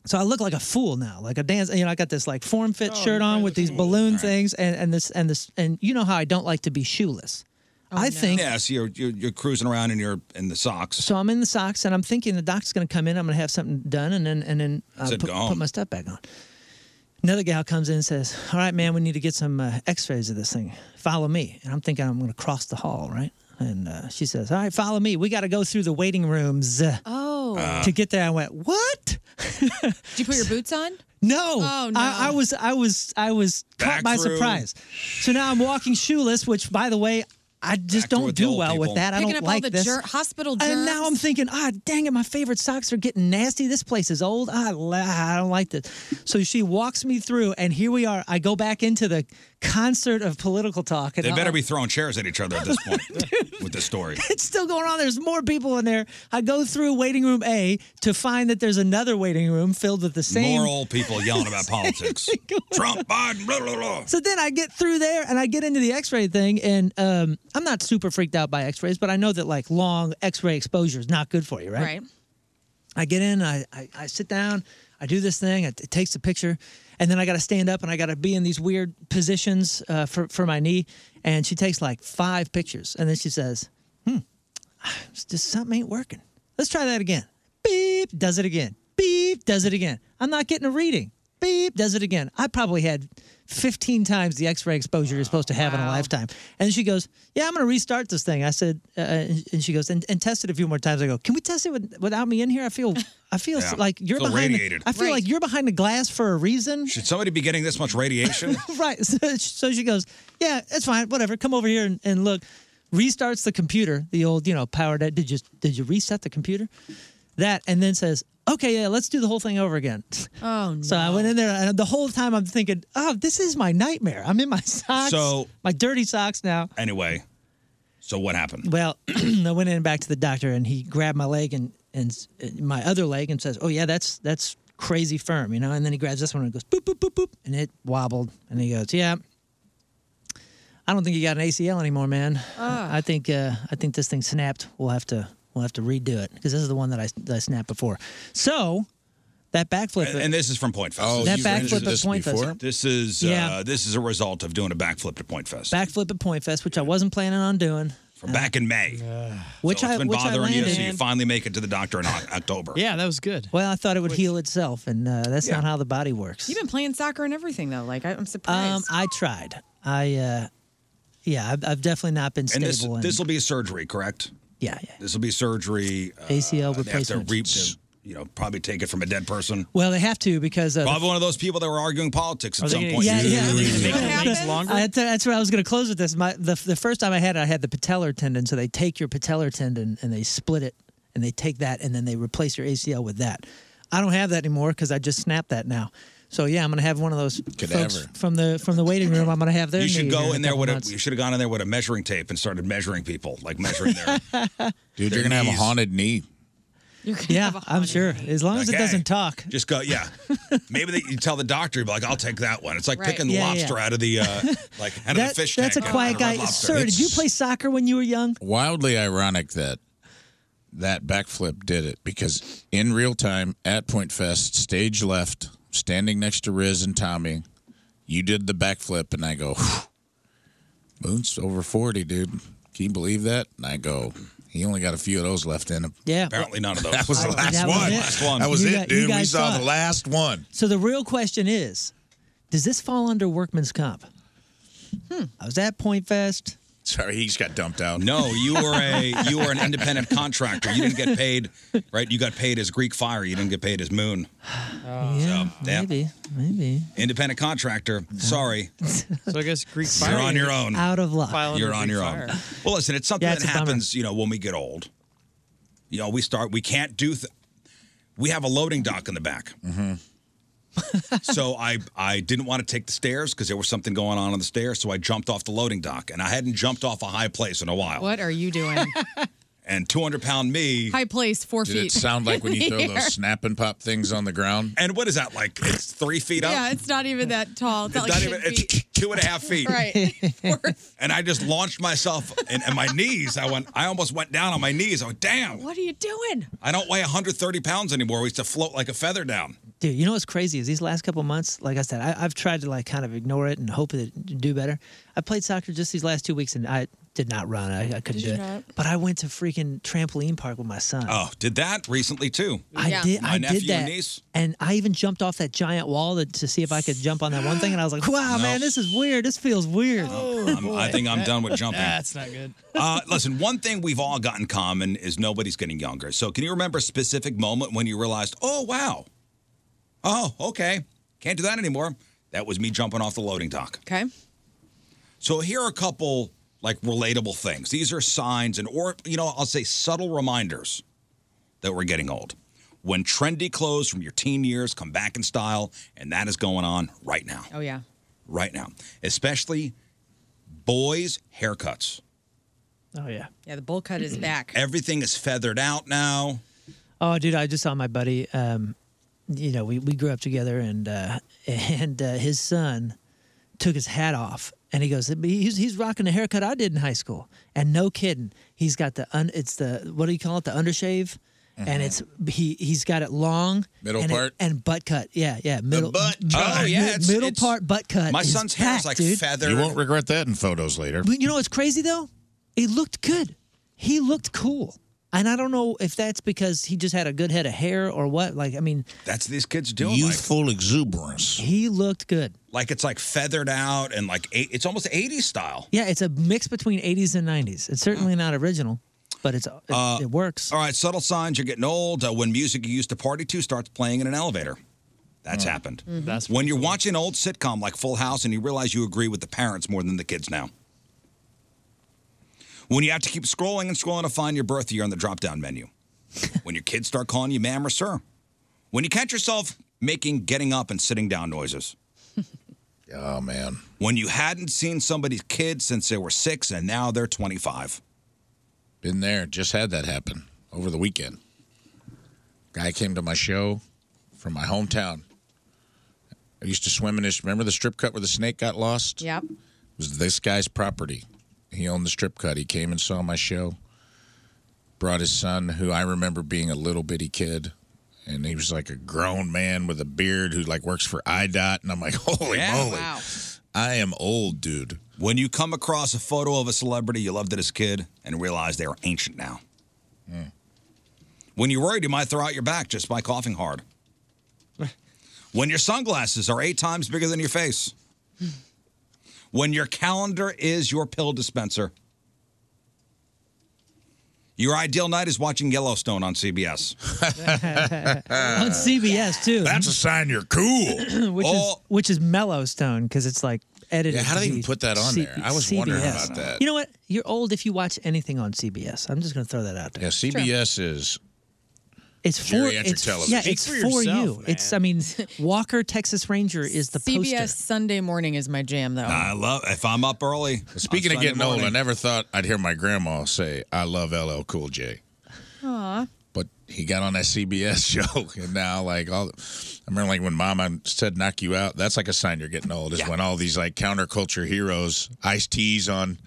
So I look like a fool now, like a dance. You know, I got this like form Oh, fit shirt on with these balloon things, and, and this and this and you know how I don't like to be shoeless. Oh, I think yeah, so you're, you're you're cruising around in your in the socks. so I'm in the socks, and I'm thinking the doc's going to come in. I'm going to have something done, and then and then uh, Said put, go home. put my stuff back on. Another gal comes in and says, "All right, man, we need to get some uh, X-rays of this thing. Follow me." And I'm thinking I'm going to cross the hall, right? And uh, she says, "All right, follow me. We got to go through the waiting rooms uh, oh, to get there." I went, "What? did you put your boots on? [LAUGHS] No, Oh, no. I, I was, I was, I was Back caught by through. surprise. So now I'm walking shoeless, which, by the way, I just Back through don't do adult well people. with that. I Picking don't up like all the this. jer- hospital germs. And now I'm thinking, ah, dang it, my favorite socks are getting nasty. This place is old. I, la- I don't like this. So she walks me through, and here we are. I go back into the concert of political talk. And they I- better be throwing chairs at each other at this [LAUGHS] point with this story. It's still going on. There's more people in there. I go through waiting room A to find that there's another waiting room filled with the same. More old people yelling about [LAUGHS] politics. Trump, Biden, blah, blah, blah. So then I get through there and I get into the X-ray thing, and um, I'm not super freaked out by X-rays, but I know that like long X-ray exposure is not good for you, right. I get in, I, I, I sit down, I I do this thing. It, it takes a picture, and then I got to stand up and I got to be in these weird positions uh, for for my knee. And she takes like five pictures, and then she says, "Hmm, just something ain't working. Let's try that again." Beep does it again. Beep does it again. I'm not getting a reading. Beep does it again. I probably had 15 times the X-ray exposure you're supposed to have in a lifetime. And she goes, "Yeah, I'm going to restart this thing." I said, uh, and and she goes, and, and test it a few more times. I go, "Can we test it with, without me in here? I feel, I feel Yeah. like you're Feel behind. The, radiated. I feel Right. like you're behind the glass for a reason." Should somebody be getting this much radiation? right. So, so she goes, Yeah, it's fine. Whatever. Come over here and, and look. Restarts the computer, the old, you know, power that did you did you reset the computer? That and then says, Okay, yeah, let's do the whole thing over again. Oh [LAUGHS] no. So I went in there and the whole time I'm thinking, Oh, this is my nightmare. I'm in my [LAUGHS] [LAUGHS] socks. So- my dirty socks now. anyway, so what happened? Well, [CLEARS THROAT] I went in back to the doctor, and he grabbed my leg and and s- uh, my other leg and says, "Oh yeah, that's that's crazy firm, you know." And then he grabs this one and goes boop boop boop boop, and it wobbled. And he goes, "Yeah, I don't think you got an ACL anymore, man. Ah. I think uh, I think this thing snapped. We'll have to we'll have to redo it because this is the one that I that I snapped before. So that backflip, And, and this is from Point Fest. Oh, That you backflip injured at this Point Fest. before? This is Yeah. uh, this is a result of doing a backflip to Point Fest backflip at Point Fest, which I wasn't planning on doing, from back in May. Uh-huh. which so I it's been which I bothering you, landed. so you finally make it to the doctor in Oc- October. Yeah, that was good. Well, I thought it would heal itself, and uh, that's Yeah. not how the body works. You've been playing soccer and everything though. Like I, I'm surprised. Um, I tried. I, uh, yeah, I've, I've definitely not been and stable. this this will be a surgery, correct? Yeah, yeah. This will be surgery. Uh, ACL they have to replacement. reap, to, you know, probably take it from a dead person. well, they have to because uh, of. Probably one of those people that were arguing politics at Are they some gonna- point. Yeah, yeah. yeah. I had to- that's where I was going to close with this. My the, the first time I had it, I had the patellar tendon. So they take your patellar tendon and they split it, and they take that, and then they replace your ACL with that. I don't have that anymore because I just snapped that now. So yeah, I'm going to have one of those folks Cadaver. from the from the waiting room. I'm going to have their. You should knee go a in there couple [LAUGHS] with months. a. You should have gone in there with a measuring tape and started measuring people, like measuring their. [LAUGHS] Dude, their you're gonna have knees. a haunted knee. yeah, I'm sure. As long as it Okay. doesn't talk. Just [LAUGHS] go, yeah. Maybe they, you tell the doctor, you'd be like, "I'll take that one." It's like Right. picking Yeah, lobster yeah. out of the uh, like out of That- the fish that's a tank. quiet guy. Sir, did you play soccer when you were young? Wildly ironic that that backflip did it because in real time at Point Fest, stage left, standing next to Riz and Tommy, you did the backflip, and I go, "Whew, Moon's over forty, dude. Can you believe that? And I go, he only got a few of those left in him. Yeah. Apparently none [LAUGHS] of those. That was the Oh, last that was one. it? That was You it, got- you dude. We guys saw saw the it. last one. So the real question is, does this fall under workman's comp? Hmm. I was at Point Fest. Sorry, he just got dumped out. No, Oh, you were a you were an independent contractor. You didn't get paid, right? You got paid as Greek Fire. You didn't get paid as Moon. yeah, yeah. maybe, maybe. Independent contractor. Sorry, So I guess Greek You're on your own. Out of luck. you're on your own. Well, listen, it's something Yeah, that it's a bummer. happens, you know, when we get old. You know, we start. We can't do. Th- we have a loading dock in [LAUGHS] the back. Mm-hmm. so I I didn't want to take the stairs because there was something going on on the stairs. So I jumped off the loading dock, and I hadn't jumped off a high place in a while. what are you doing? And 200 pound me. High place, four Did feet. it sound like when in [LAUGHS] [LAUGHS] the you throw air. those snap and pop things on the ground? And what is that like? It's three feet up. Yeah, it's not even that tall. It's, It's not like not six even. feet. [LAUGHS] It's two and a half feet. Right. And I just launched myself, and, and my knees. I went. I almost went down on my knees. I went, damn. What are you doing? I don't weigh 130 pounds anymore. We used to float like a feather down. Dude, you know what's crazy is these last couple months, like I said, I, I've tried to like kind of ignore it and hope that it do better. I played soccer just these last two weeks and I did not run. I, I couldn't Did you do it. not? But I went to freaking trampoline park with my son. Oh, did that recently too. I did. My I nephew did that, and niece. and I even jumped off that giant wall to, to see if I could jump on that one thing. And I was like, "Wow, No. man, this is weird. This feels weird." I'm- I think I'm [LAUGHS] done with jumping. That's not good. [LAUGHS] Uh, listen, one thing we've all got in common is nobody's getting younger. So, can you remember a specific moment when you realized, oh, wow, oh, okay, can't do that anymore? That was me jumping off the loading dock. Okay. So, here are a couple like relatable things. These are signs and, or, you know, I'll say subtle reminders that we're getting old. When trendy clothes from your teen years come back in style, and that is going on right now Oh yeah. right now, especially boys' haircuts. Oh yeah. Yeah, the bowl cut is back. Everything is feathered out now. Oh, dude, I just saw my buddy. Um, you know, we, we grew up together, and uh, [LAUGHS] and uh, his son took his hat off, and he goes, "He's he's rocking the haircut I did in high school." And no kidding, he's got the un, it's the what do you call it, the undershave, and it's he he's got it long Mm-hmm. Middle and it- part? and butt cut. Yeah, yeah, middle butt mi- cut. mi- Oh, yeah, it's- middle it's- part butt cut. My son's hair is back, like dude. feather. You won't regret that in photos later. But you know what's crazy though? He looked good. He looked cool. And I don't know if that's because he just had a good head of hair or what. Like, I mean, That's these kids do. Youthful exuberance. he looked good. Like it's like feathered out and like eight, it's almost 80s style. Yeah, it's a mix between 80s and 90s. It's certainly not original, but it's it, it works. Uh, All right, subtle signs you're getting old. Uh, when music you used to party to starts playing in an elevator. That's happened. Mhm. That's when you're watching an old sitcom like Full House and you realize you agree with the parents more than the kids now. When you have to keep scrolling and scrolling to find your birth year on the drop [LAUGHS] down menu. when your kids start calling you ma'am or sir. When you catch yourself making getting up and sitting [LAUGHS] down noises. oh, man. When you hadn't seen somebody's kid since they were six and now they're 25. Been there. Just had that happen over the weekend. Guy came to my show from my hometown. I used to swim in this. Remember the strip cut where the snake got lost? Yep. It was this guy's property. He owned the strip cut. He came and saw my show. Brought his son, who I remember being a little bitty kid, and he was like a grown man with a beard who like works for IDOT. And I'm like, [LAUGHS] holy moly, I am old, dude. When you come across a photo of a celebrity you loved as a kid and realize they are ancient now. Hmm. When you're worried, you might throw out your back just by [LAUGHS] coughing hard. when your sunglasses are eight times bigger than [LAUGHS] your face. when your calendar is your pill dispenser. Your ideal night is watching Yellowstone [LAUGHS] on CBS. On CBS too. Uh, That's a sign you're cool. [CLEARS THROAT] which is which is Mellowstone because it's like edited. Yeah, how do they to even be put that on there? I was wondering about that. You know what? You're old if you watch anything on CBS. I'm just going to throw that out there. Yeah, CBS is It's for geriatric it's, television. Yeah, it's for, you. It's I mean, [LAUGHS] Walker Texas Ranger is the CBS poster. Sunday morning is my jam, though. I love if I'm up early. Speaking on of Sunday getting morning. old, I never thought I'd hear my grandma say, "I love LL Cool J." Aw. but he got on that CBS [LAUGHS] show, and now like all, I remember like when Mama said "knock you out." That's like a sign you're getting old. Is when all these like counterculture heroes, Ice T's on,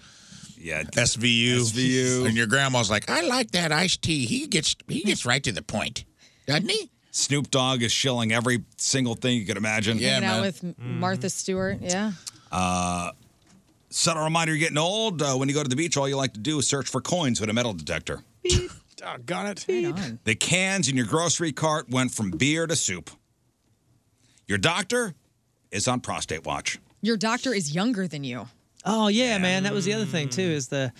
yeah, SVU, SVU, and your grandma's like, "I like that Ice T. He gets he Hmm. gets right to the point, doesn't he?" Snoop Dogg is shilling every single thing you could imagine. Hanging out with Mm-hmm. M- Martha Stewart. Yeah. Uh, set a reminder you're getting old. Uh, when you go to the beach, all you like to do is search for coins with a metal detector. [LAUGHS] Doggone it. The cans in your grocery cart went from beer to soup. Your doctor is on prostate watch. Your doctor is younger than you. Oh yeah, man, that was the other thing too. Is the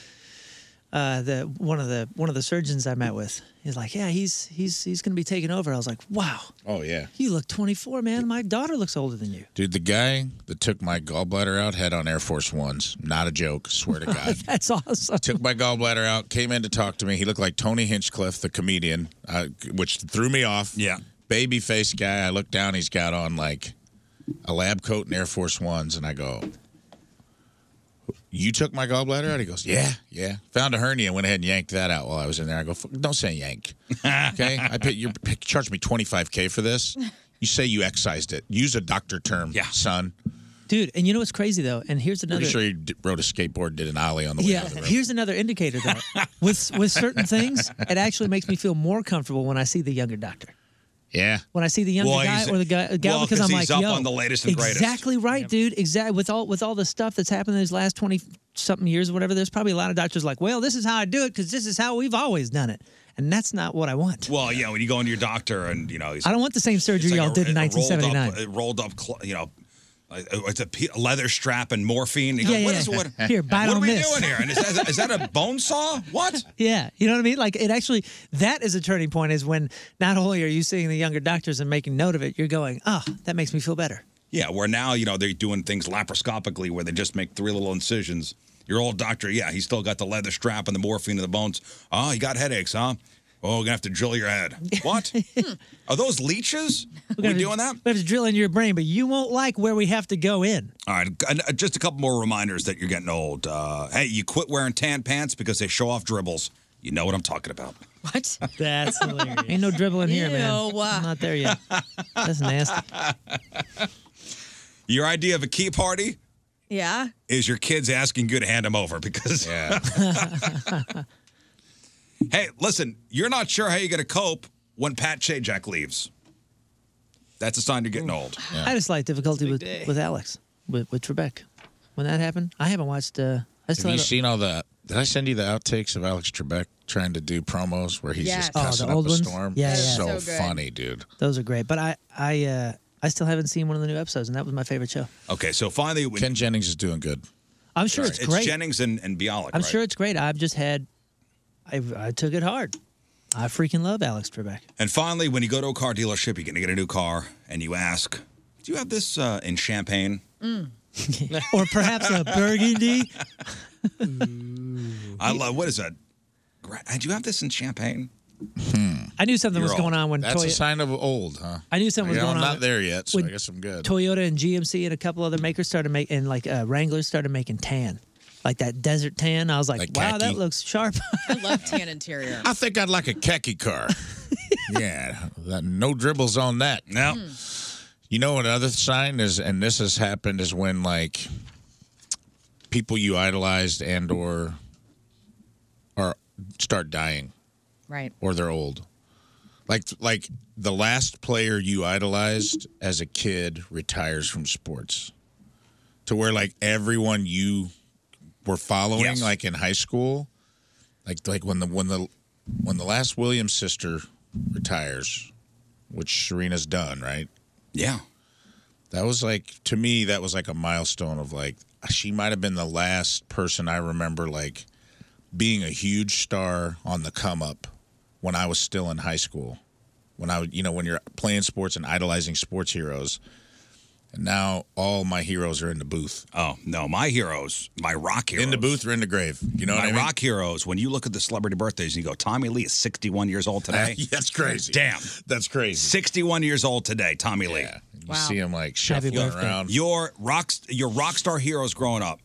uh, the one of the one of the surgeons I met with. He's like, yeah, he's he's he's going to be taking over. I was like, wow, Oh yeah, you look 24, man. My daughter looks older than you. dude. The guy that took my gallbladder out had on Air Force Ones. Not a joke. Swear to God. [LAUGHS] That's awesome. took my gallbladder out, came in to talk to me. He looked like Tony Hinchcliffe, the comedian, uh, which threw me off. Yeah. Baby face guy. I look down, he's got on like a lab coat and Air Force Ones, and I go, You took my gallbladder out? He goes, Yeah, yeah. Found a hernia, went ahead and yanked that out while I was in there. I go, "Fuck, Don't say [LAUGHS] yank. okay. I pay, you charge me 25K for this. You say you excised it. Use a doctor term, son. Dude, and you know what's crazy though? And here's another. Pretty sure you d- rode a skateboard, did an ollie on the way out yeah, of the room. here's another indicator though. with with certain things, it actually makes me feel more comfortable when I see the younger doctor. Yeah. When I see the younger Well, guy he's- or the guy, gal, well, because 'cause I'm he's like, up yo, on the latest and greatest. exactly right, dude. Exactly with all with all the stuff that's happened in these last twenty something years or whatever. There's probably a lot of doctors like, well, this is how I do it because this is how we've always done it, and that's not what I [LAUGHS] want. Well, yeah, when you go into your doctor and you know he's I don't want the same surgery y'all did in it rolled up- 1979. it Rolled up, cl- you know. like, uh, It's a pe- a leather strap and morphine. You go, Yeah, what yeah, is- yeah. what- Here, bite what on are we this. doing here? And is that, is that a bone saw? What? [LAUGHS] Yeah, you know what I mean. Like it actually, that is a turning point. Is when not only are you seeing the younger doctors and making note of it, you're going, oh, that makes me feel better. Yeah, where now, you know, they're doing things laparoscopically where they just make three little incisions. Your old doctor, yeah, he's still got the leather strap and the morphine and the bones. Oh, you got headaches, huh? Oh, we're going to have to drill [LAUGHS] your head. What? Are those leeches? Are we Hmm. gonna- doing that? We have to drill in your brain, but you won't like where we have to go in. All right, and, uh, just a couple more reminders that you're getting old. Uh, hey, you quit wearing tan pants because they show off dribbles. You know what I'm talking about. [LAUGHS] What? That's hilarious. Ain't no dribbling here, man. Ew. I'm not there yet. That's nasty. Your idea of a key party Yeah. [LAUGHS] is your kids asking you to hand them over because. [LAUGHS] Hey, listen, you're not sure how you're going to cope when Pat Sajak leaves. That's a sign you're getting old. I had a slight difficulty with, day. with Alex, with, with Trebek. When that happened, I haven't watched. Uh, I Have still you haven't- seen all the? Did I send you the outtakes of Alex Trebek trying to do promos where he's Yes. just Oh, the cussing old up a ones? storm? Yeah, It's yeah. so, So good. funny, dude. Those are great, but I I uh, I still haven't seen one of the new episodes, and that was my favorite show. Okay, so finally, we, Ken Jennings is doing good. I'm sure it's great. Jennings and, and Bialik. I'm right? sure it's great. I've just had, I I took it hard. I freaking love Alex [LAUGHS] Trebek. [LAUGHS] And finally, when you go to a car dealership, you're going to get a new car, and you ask, "Do you have this uh, in champagne?" or perhaps a burgundy. I love. What is that? Gra- Do you have this in champagne? I knew something was going on when That's Toyo- a sign of old, huh? I knew something was Yeah, going I'm on not with- there yet, so I with guess I'm [LAUGHS] good. Toyota and GMC and a couple other makers started making, and like uh, Wranglers started making tan, like that desert tan. I was like, Like wow, khaki. that looks sharp. I love tan interior. I think I'd like a khaki car. yeah, that, no dribbles on that. No. You know another sign is, and this has happened, is when like people you idolized and or are start dying Right. or they're old. Like like the last player you idolized as a kid retires from sports. To where like everyone you were following Yes. like in high school like like when the when the when the last Williams sister retires, which Serena's done, right? Yeah. That was like to me that was like a milestone of like she might have been the last person I remember like being a huge star on the come up when I was still in high school. When I would- you know when you're playing sports and idolizing sports heroes. And now all my heroes are in the booth. Oh no, my heroes, my rock heroes, in the booth or in the grave. You know my what I mean? rock heroes. When you look at the celebrity birthdays and you go, Tommy Lee is 61 years old today. [LAUGHS] That's crazy. Damn, that's crazy. 61 years old today, Tommy Lee. You see him like shuffling around. Your rock, your rock star heroes growing up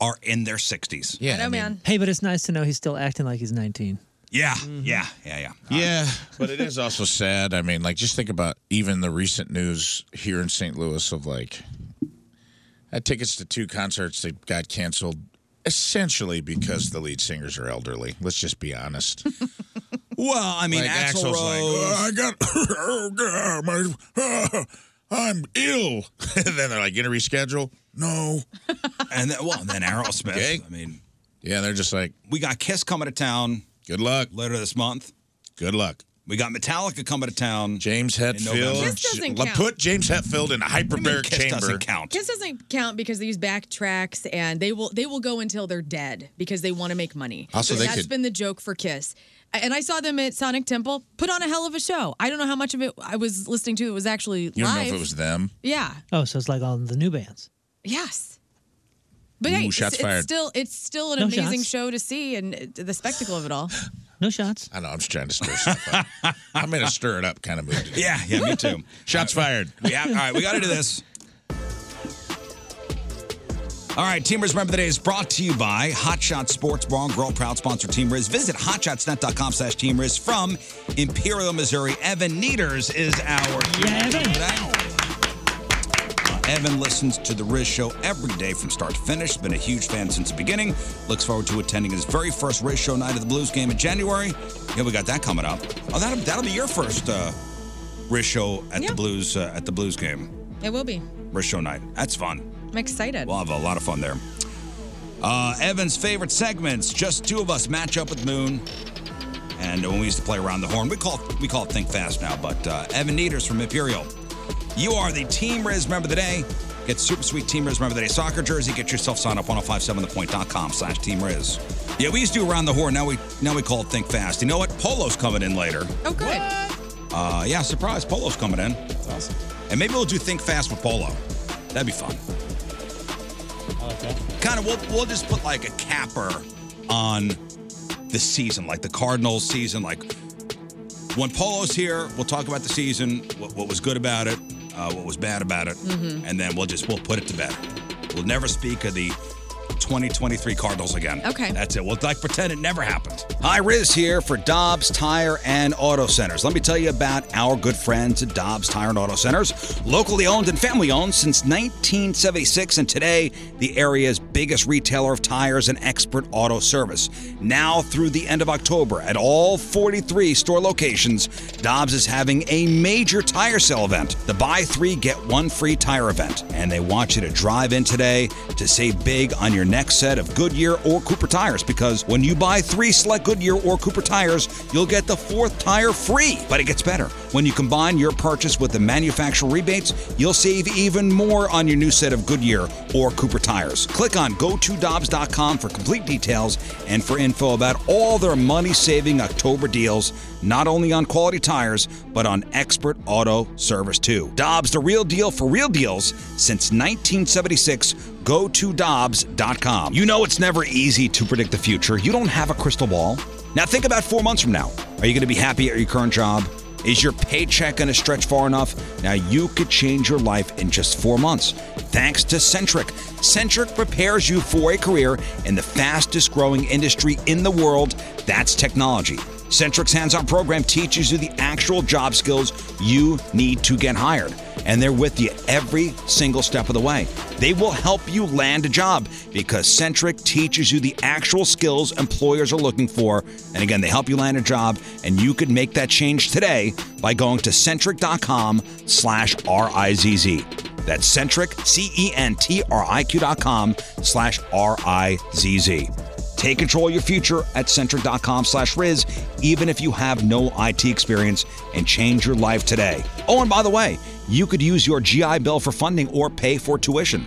are in their 60s. Hey, but it's nice to know he's still acting like he's 19. Yeah, yeah, yeah, yeah. Yeah, but it is also sad. I mean, like, just think about even the recent news here in St. Louis of like, had tickets to two concerts that got canceled essentially because the lead singers are elderly. Let's just be honest. Well, I mean, Like, Axl's Axl like, Rose. "Oh, I got, [COUGHS] oh, God, my, oh, I'm ill. [LAUGHS] and then they're like, gonna reschedule? No. and then, well, then Aerosmith. I mean, yeah, they're just like, we got Kiss coming to town. Good luck later this month. Good luck. We got Metallica coming to town. James Hetfield. Kiss doesn't count. Put James Hetfield in a hyperbaric Kiss chamber. doesn't count. Kiss doesn't count because they use backtracks and they will they will go until they're dead because they want to make money. Also, they has could- been the joke for Kiss. And I saw them at Sonic Temple put on a hell of a show. I don't know how much of it I was listening to. It was actually You don't know live. if it was them. Yeah. Oh, so it's like all the new bands. Yes. But Ooh, hey, it's- shots it's, fired. still it's still an No amazing shots. show to see and uh, the spectacle of it all. No shots. I know. I'm just trying to stir stuff [LAUGHS] up. I'm in a stir it up kind of mood. Today. Yeah, yeah, me too. [LAUGHS] Shots fired. We have, all right, we got to do this. All right, Teamers Remember the Day is brought to you by Hot Shot Sports Bar and Grill, proud sponsor of Team Riz. Visit hotshotsnet.com slash Team Riz from Imperial, Missouri. Evan Neaters is our yeah, Evan listens to The Riz Show every day from start to finish. Has been a huge fan since the beginning. Looks forward to attending his very first Riz Show night of the Blues game in January. Yeah, we got that coming up. Oh, that'll, that'll be your first uh, Riz Show at Yeah. the Blues uh, at the Blues game. It will be. Riz Show night. That's fun. I'm excited. We'll have a lot of fun there. Uh, Evan's favorite segments: just two of us match up with Moon. And when we used to play around the horn, we call we call it Think Fast now. But uh, Evan Neaters from Imperial, you are the Team Riz member of the day. Get super sweet Team Riz member of the day soccer jersey. Get yourself signed up 1057thepoint.com slash Team Riz. Yeah, we used to do around the horn. Now we now we call it Think Fast. You know what? Polo's coming in later. Oh, good. Uh, yeah, surprise. Polo's coming in. That's awesome. And maybe we'll do Think Fast with Polo. That'd be fun. I like that. Kind of, we'll, we'll just put like a capper on the season, like the Cardinals season. Like when Polo's here, we'll talk about the season, what, what was good about it, uh, what was bad about it, Mhm. Mm-hmm. and then we'll just we'll put it to bed. We'll never speak of the 2023 Cardinals again. Okay. That's it. We'll like pretend it never happened. Hi, Riz here for Dobbs Tire and Auto Centers. Let me tell you about our good friends at Dobbs Tire and Auto Centers, locally owned and family owned since 1976, and today the area's biggest retailer of tires and expert auto service. Now through the end of October, at all 43 store locations, Dobbs is having a major tire sale event, the Buy Three Get One Free Tire event, and they want you to drive in today to save big on your next set of Goodyear or Cooper tires because when you buy three select Goodyear or Cooper tires, you'll get the fourth tire free. But it gets better. When you combine your purchase with the manufacturer rebates, you'll save even more on your new set of Goodyear or Cooper tires. Click on go to Dobbs.com for complete details and for info about all their money saving October deals, not only on quality tires, but on expert auto service too. Dobbs, the real deal for real deals since 1976 go to Dobbs.com. You know it's never easy to predict the future. You don't have a crystal ball. Now think about four months from now. Are you going to be happy at your current job? Is your paycheck going to stretch far enough? Now you could change your life in just four months. Thanks to Centric. Centric prepares you for a career in the fastest growing industry in the world that's technology. Centric's hands on program teaches you the actual job skills you need to get hired. And they're with you every single step of the way. They will help you land a job because Centric teaches you the actual skills employers are looking for. And again, they help you land a job, and you could make that change today by going to centric.com slash R I Z Z. That's centric, C E N T R I Q dot com slash R I Z Z. Take control of your future at centric.com slash Riz, even if you have no IT experience, and change your life today. Oh, and by the way, you could use your GI Bill for funding or pay for tuition.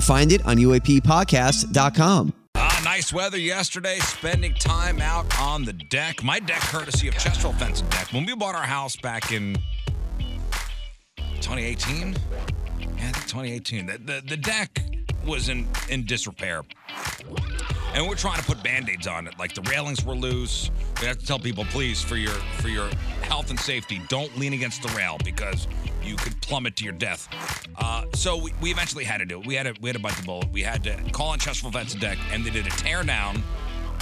find it on UAPpodcast.com. Ah, nice weather yesterday, spending time out on the deck. My deck, courtesy of Chesterfield Fence and Deck. When we bought our house back in 2018, yeah, I think 2018, the, the, the deck was in, in disrepair. And we're trying to put band-aids on it. Like the railings were loose. We have to tell people, please, for your for your health and safety, don't lean against the rail because you could plummet to your death. Uh, so we, we eventually had to do it. We had to we had to bite the bullet. We had to call on Chesterfield Vets and Deck, and they did a tear down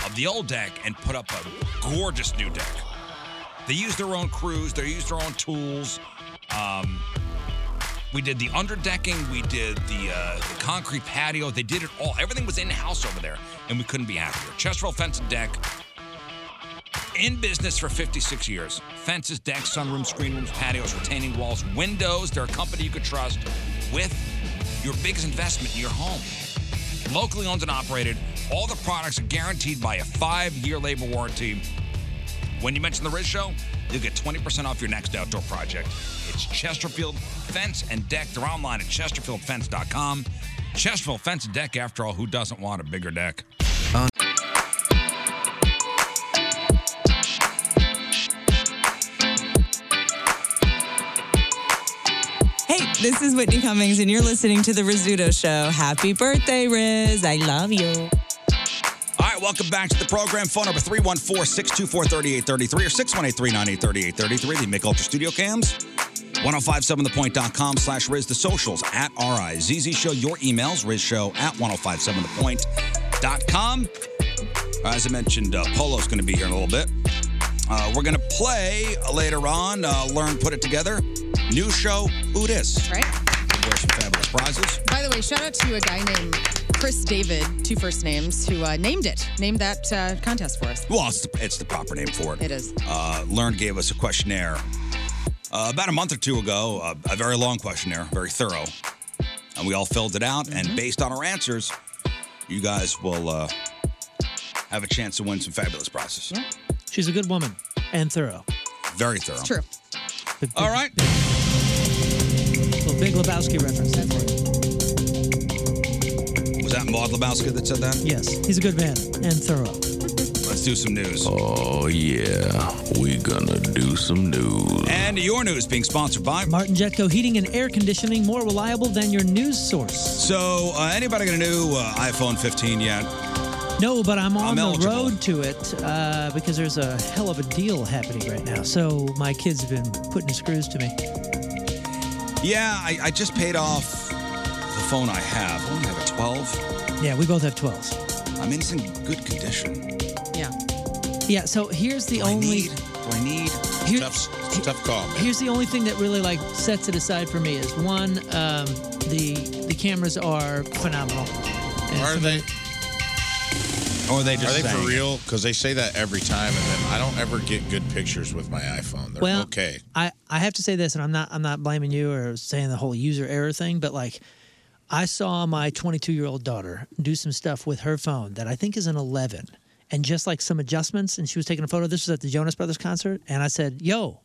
of the old deck and put up a gorgeous new deck. They used their own crews. They used their own tools. Um, we did the underdecking. We did the, uh, the concrete patio. They did it all. Everything was in house over there, and we couldn't be happier. Chesterfield Fence and Deck, in business for 56 years. Fences, decks, sunrooms, screen rooms, patios, retaining walls, windows. They're a company you could trust with your biggest investment in your home. Locally owned and operated, all the products are guaranteed by a five year labor warranty. When you mention the Riz Show, you'll get 20% off your next outdoor project. It's Chesterfield Fence and Deck. They're online at chesterfieldfence.com. Chesterfield Fence and Deck, after all, who doesn't want a bigger deck? Hey, this is Whitney Cummings, and you're listening to The Rizzuto Show. Happy birthday, Riz. I love you. All right, welcome back to the program. Phone number 314 624 3833 or 618 398 3833. The Mick Ultra Studio Cams. 1057thepoint.com slash Riz the socials at RIZZ Show. Your emails, Riz Show at 1057thepoint.com. As I mentioned, uh, Polo's going to be here in a little bit. Uh, we're going to play uh, later on, uh, learn, put it together. New show, Who Dis? Right. There's some fabulous prizes. By the way, shout out to a guy named Chris David, two first names, who uh, named it, named that uh, contest for us. Well, it's the, it's the proper name for it. It is. Uh, Learn gave us a questionnaire uh, about a month or two ago, uh, a very long questionnaire, very thorough. And we all filled it out. And based on our answers, you guys will uh, have a chance to win some fabulous prizes. She's a good woman and thorough. Very thorough. It's true. All right. Little Big Lebowski reference. Was that Maud Lebowski that said that? Yes, he's a good man and thorough. Let's do some news. Oh, yeah. We're gonna do some news. And your news being sponsored by. Martin Jetco Heating and Air Conditioning more reliable than your news source. So, uh, anybody got a new uh, iPhone 15 yet? No, but I'm on I'm the eligible. road to it uh, because there's a hell of a deal happening right now. So my kids have been putting screws to me. Yeah, I, I just paid off the phone I have. I only have a 12. Yeah, we both have 12s. I mean, it's in good condition. Yeah. Yeah. So here's the only. Do I need? tough, tough call. Man. Here's the only thing that really like sets it aside for me is one, um, the the cameras are phenomenal. And Are so they? Or are they just Are they saying for it? real? Because they say that every time, and then I don't ever get good pictures with my iPhone. They're Well, okay. I, I have to say this, and I'm not I'm not blaming you or saying the whole user error thing, but like I saw my 22 year old daughter do some stuff with her phone that I think is an 11, and just like some adjustments, and she was taking a photo. This was at the Jonas Brothers concert, and I said, "Yo,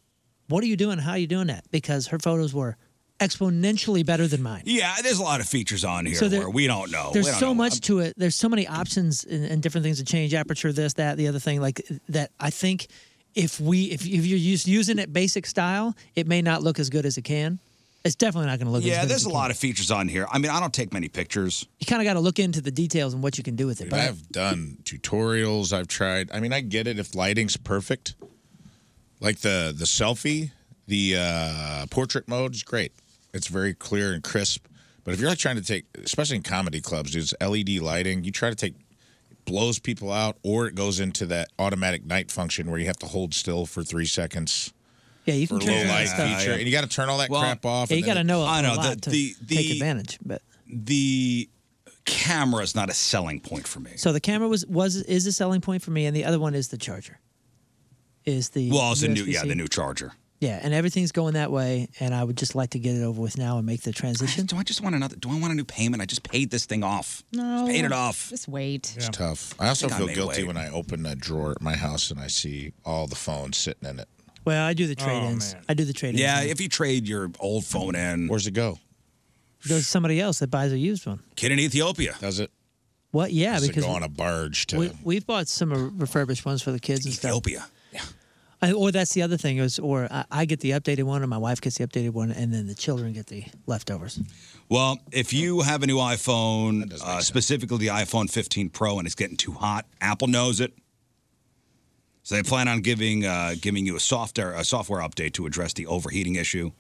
what are you doing? How are you doing that?" Because her photos were exponentially better than mine. Yeah, there's a lot of features on here So there- where we don't know. There's we don't so know. much to it. There's so many options and, and different things to change aperture, this, that, the other thing. Like that, I think if we if, if you're just using it basic style, it may not look as good as it can. It's definitely not going to look. as yeah, good there's as a it lot of features on here. I mean, I don't take many pictures. Can. You kind of got to look into the details and what you can do with it. Dude, I've done tutorials. I've tried. I mean, I get it if lighting's perfect, like the the selfie, the uh, portrait mode is great. It's very clear and crisp. But if you're like trying to take, especially in comedy clubs, dude, it's LED lighting. You try to take it blows people out, or it goes into that automatic night function where you have to hold still for three seconds. Yeah, you for can turn low that light stuff. feature, and you got to turn all that Well, crap off. Yeah, and you then got to know. I I know, know a lot the- to the- take the- advantage, but The camera is not a selling point for me. so the camera was was is a selling point for me, and the other one is the charger. Is the Well, it's a new yeah, USB-C. the new charger. Yeah, and everything's going that way, and I would just like to get it over with now and make the transition. Do I just want another? Do I want a new payment? I just paid this thing off. No, Just paid it off. Just wait. It's tough. I also think I feel may guilty wait. when I open a drawer at my house and I see all the phones sitting in it. Well, I do the trade-ins. I do the trade-ins. Yeah, if you trade your old phone in, where's it go? goes to somebody else that buys a used one. Kid in Ethiopia. Does it? What? Yeah, Does it because go on a barge to- we, we've bought some uh, refurbished ones for the kids and Ethiopia. stuff. I, or that's the other thing is, or I, I get the updated one, and my wife gets the updated one, and then the children get the leftovers. Well, if you have a new iPhone, uh, specifically the iPhone 15 Pro, and it's getting too hot, Apple knows it. So they plan on giving uh, giving you a software a software update to address the overheating issue.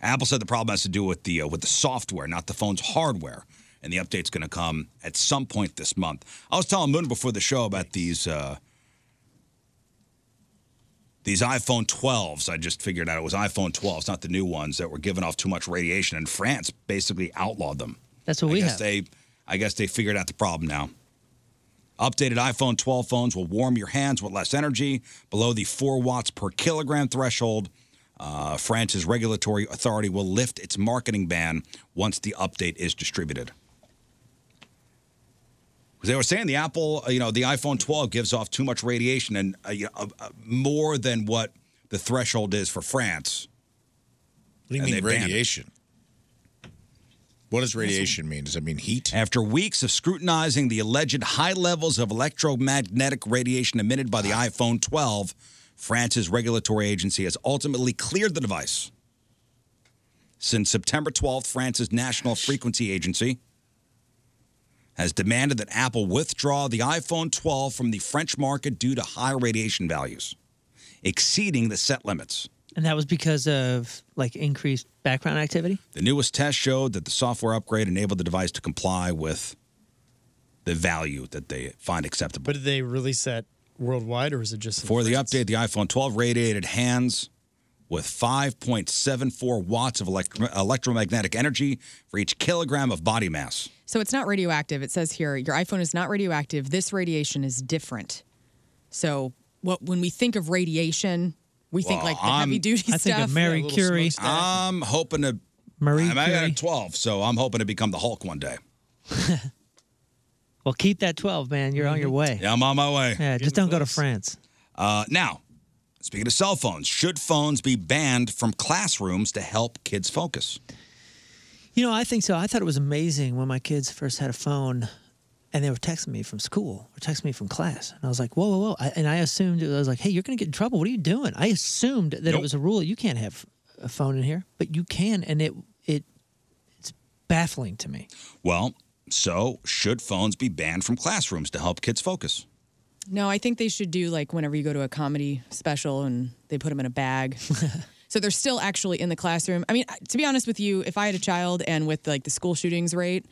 Apple said the problem has to do with the uh, with the software, not the phone's hardware, and the update's going to come at some point this month. I was telling Moon before the show about these uh, these iPhone 12s. I just figured out it was iPhone 12s, not the new ones that were giving off too much radiation, and France basically outlawed them. That's what I we guess have. They, I guess they figured out the problem now. Updated iPhone 12 phones will warm your hands with less energy, below the four watts per kilogram threshold. Uh, France's regulatory authority will lift its marketing ban once the update is distributed. 'Cause They were saying the Apple, uh, you know, the iPhone 12 gives off too much radiation and uh, you know, uh, uh, more than what the threshold is for France. What do you And mean they banned it. radiation? What does radiation mean? Does it mean heat? After weeks of scrutinizing the alleged high levels of electromagnetic radiation emitted by the Ah. iPhone 12, France's regulatory agency has ultimately cleared the device. Since September 12th, France's National Frequency Agency has demanded that Apple withdraw the iPhone 12 from the French market due to high radiation values, exceeding the set limits. And that was because of like increased background activity. The newest test showed that the software upgrade enabled the device to comply with the value that they find acceptable. But did they release that worldwide, or is it just For the update, the iPhone 12 radiated hands with 5.74 watts of electro- electromagnetic energy for each kilogram of body mass. So it's not radioactive. It says here your iPhone is not radioactive. This radiation is different. So what when we think of radiation, we think like the heavy duty stuff. I'm hoping to. Marie I'm at a 12, so I'm hoping to become the Hulk one day. Well, keep that 12, man. You're on your way. Yeah, I'm on my way. Yeah, just don't go to France. Uh, now, speaking of cell phones, should phones be banned from classrooms to help kids focus? You know, I think so. I thought it was amazing when my kids first had a phone and they were texting me from school or texting me from class. And I was like, whoa, whoa, whoa. I, and I assumed, I was like, hey, you're going to get in trouble. What are you doing? I assumed that it was a rule. You can't have a phone in here, but you can. And it, it, it's baffling to me. Well, so should phones be banned from classrooms to help kids focus? No, I think they should do like whenever you go to a comedy special and they put them in [LAUGHS] a bag. so they're still actually in the classroom. I mean, to be honest with you, if I had a child and with like the school shootings rate,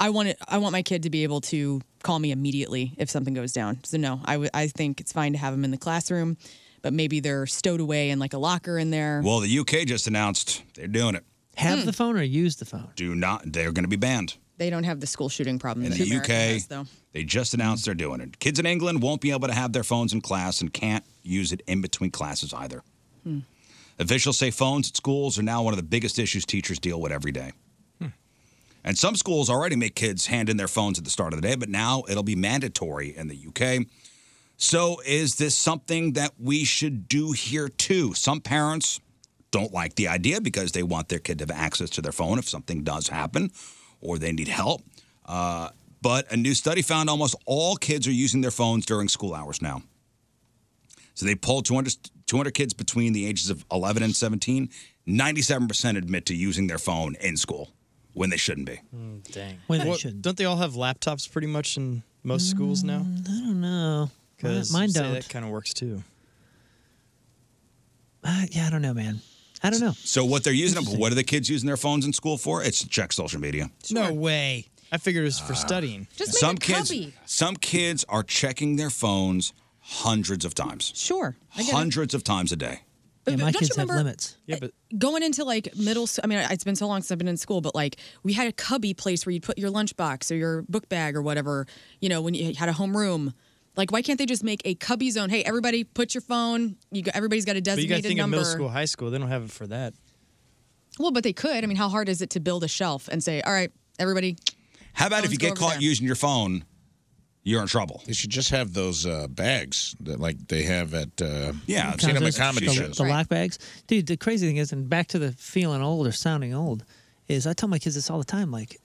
I want it, I want my kid to be able to call me immediately if something goes down. So no, I would- I think it's fine to have them in the classroom, but maybe they're stowed away in like a locker in there. Well, the UK just announced they're doing it. Have Hmm. the phone or use the phone? Do not. They're going to be banned They don't have the school shooting problem in that the America has, UK. though. They just announced they're doing it. Kids in England won't be able to have their phones in class and can't use it in between classes either. Hmm. Officials say phones at schools are now one of the biggest issues teachers deal with every day. Hmm. And some schools already make kids hand in their phones at the start of the day, but now it'll be mandatory in the UK. So, is this something that we should do here too? Some parents don't like the idea because they want their kid to have access to their phone if something does happen or they need help. Uh, but a new study found almost all kids are using their phones during school hours now. So they polled 200, 200 kids between the ages of 11 and 17. 97% admit to using their phone in school when they shouldn't be. dang. When they Don't they all have laptops pretty much in most schools now? I don't know. Mine, Because Mm, mine say don't. that kind of works too. Uh, yeah, I don't know, man. I don't know. So what they're using them, what are the kids using their phones in school for? It's to check social media. No way. Ah. I figured it was for studying. some kids, some kids are checking their phones hundreds of times. Sure, I get it. hundreds of times a day. Yeah, my don't kids you have remember- limits. Yeah, but going into like middle school, I mean, it's been so long since I've been in school, but like we had a cubby place where you'd put your lunchbox or your book bag or whatever, you know, when you had a homeroom. Like, why can't they just make a cubby zone? Hey, everybody, put your phone. You got, everybody's But got a you designated got to think of number. middle school, high school. They don't have it for that. Well, but they could. I mean, how hard is it to build a shelf and say, all right, everybody? How about if Phones you go get over caught there. using your phone, you're in trouble. They should just have those uh, bags that like they have at uh, Yeah, I've seen them at Concerts, comedy the, shows. The lock bags, dude. The crazy thing is, and back to the feeling old or sounding old, is I tell my kids this all the time. Like,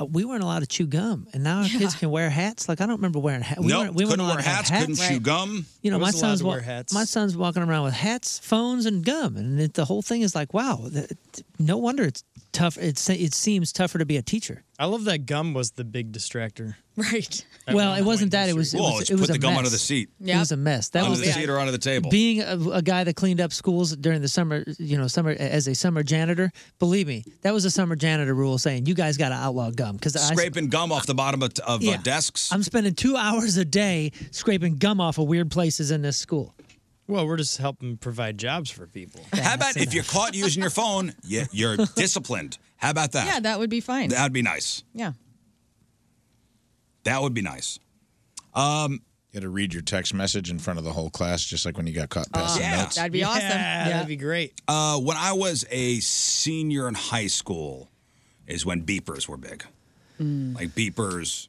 uh, we weren't allowed to chew gum, and now our kids can wear hats. Like, I don't remember wearing hats. We Nope, weren't, we weren't couldn't allowed wear to have hats, hats. couldn't chew Right. gum. You know, I my was allowed son's to wear wa- hats. my son's walking around with hats, phones, and gum, and it, the whole thing is like, wow. th- no wonder it's tough. It's it seems tougher to be a teacher. I love that gum was the big distractor. Right. well, it wasn't that. It was. It Whoa, was, it's it was put a the gum mess. under the seat. It was a mess. That under was the the- seat or under the table. Being a, a guy that cleaned up schools during the summer, you know, summer as a summer janitor, believe me, that was a summer janitor rule saying you guys got to outlaw gum because I. Scraping gum off the bottom of, of uh, Yeah. desks. I'm spending two hours a day scraping gum off of weird places in this school. Well, we're just helping provide jobs for people. How about if you're caught using your phone, you, [LAUGHS] you're disciplined. How about that? Yeah, that would be fine. That'd be nice. yeah. That would be nice. Um, you had to read your text message in front of the whole class, just like when you got caught passing notes. That'd be Yeah, awesome. Yeah. That'd be great. Uh, when I was a senior in high school, is when beepers were big. Mm. Like beepers,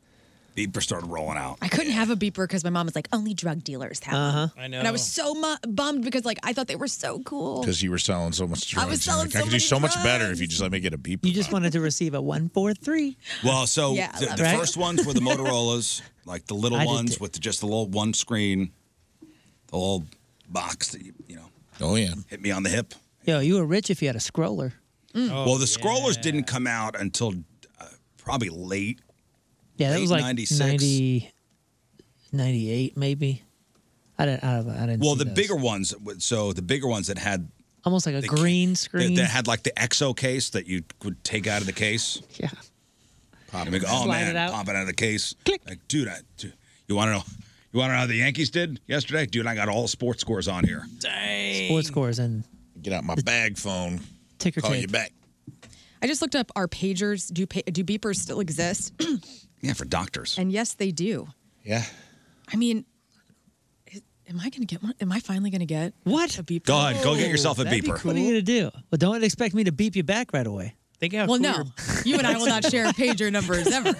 beepers started rolling out. I couldn't have a beeper because my mom was like, only drug dealers have them. Uh-huh. I And I know. was so mu- bummed because like I thought they were so cool. Because you were selling so much drugs. I was You're selling like, so I could do many so much better if you just let me get a beep. You just wanted to receive a one four three. Well, so Yeah, I the, love the it. first [LAUGHS] ones were the Motorola's, like the little I did ones with just the little one screen, the little box that you, you know. Oh yeah. Hit me on the hip. Yo, you were rich if you had a scroller. Oh, well, the scrollers didn't come out until uh, probably late. Yeah, that late was like 96. 90, 98 maybe. I didn't. I, I didn't. Well, see the those. bigger ones. So the bigger ones that had almost like a green that, screen. that had like the exo case that you could take out of the case. Yeah. Pop it. Oh Slide man, it out. pop it out of the case. Like, dude, I, dude, you want to know? You want to know how the Yankees did yesterday, dude? I got all sports scores on here. Sports scores and get out my bag phone. Ticker Call tape. you back. I just looked up our pagers. Do pa- do beepers still exist? Yeah, for doctors. and yes, they do. Yeah. I mean, is- am I going to get one? Am I finally going to get what a beeper? Go ahead, go get yourself a That'd be beeper. cool. What are you gonna do? Well, don't expect me to beep you back right away. Think how well, no, you and I will not [LAUGHS] share pager numbers ever.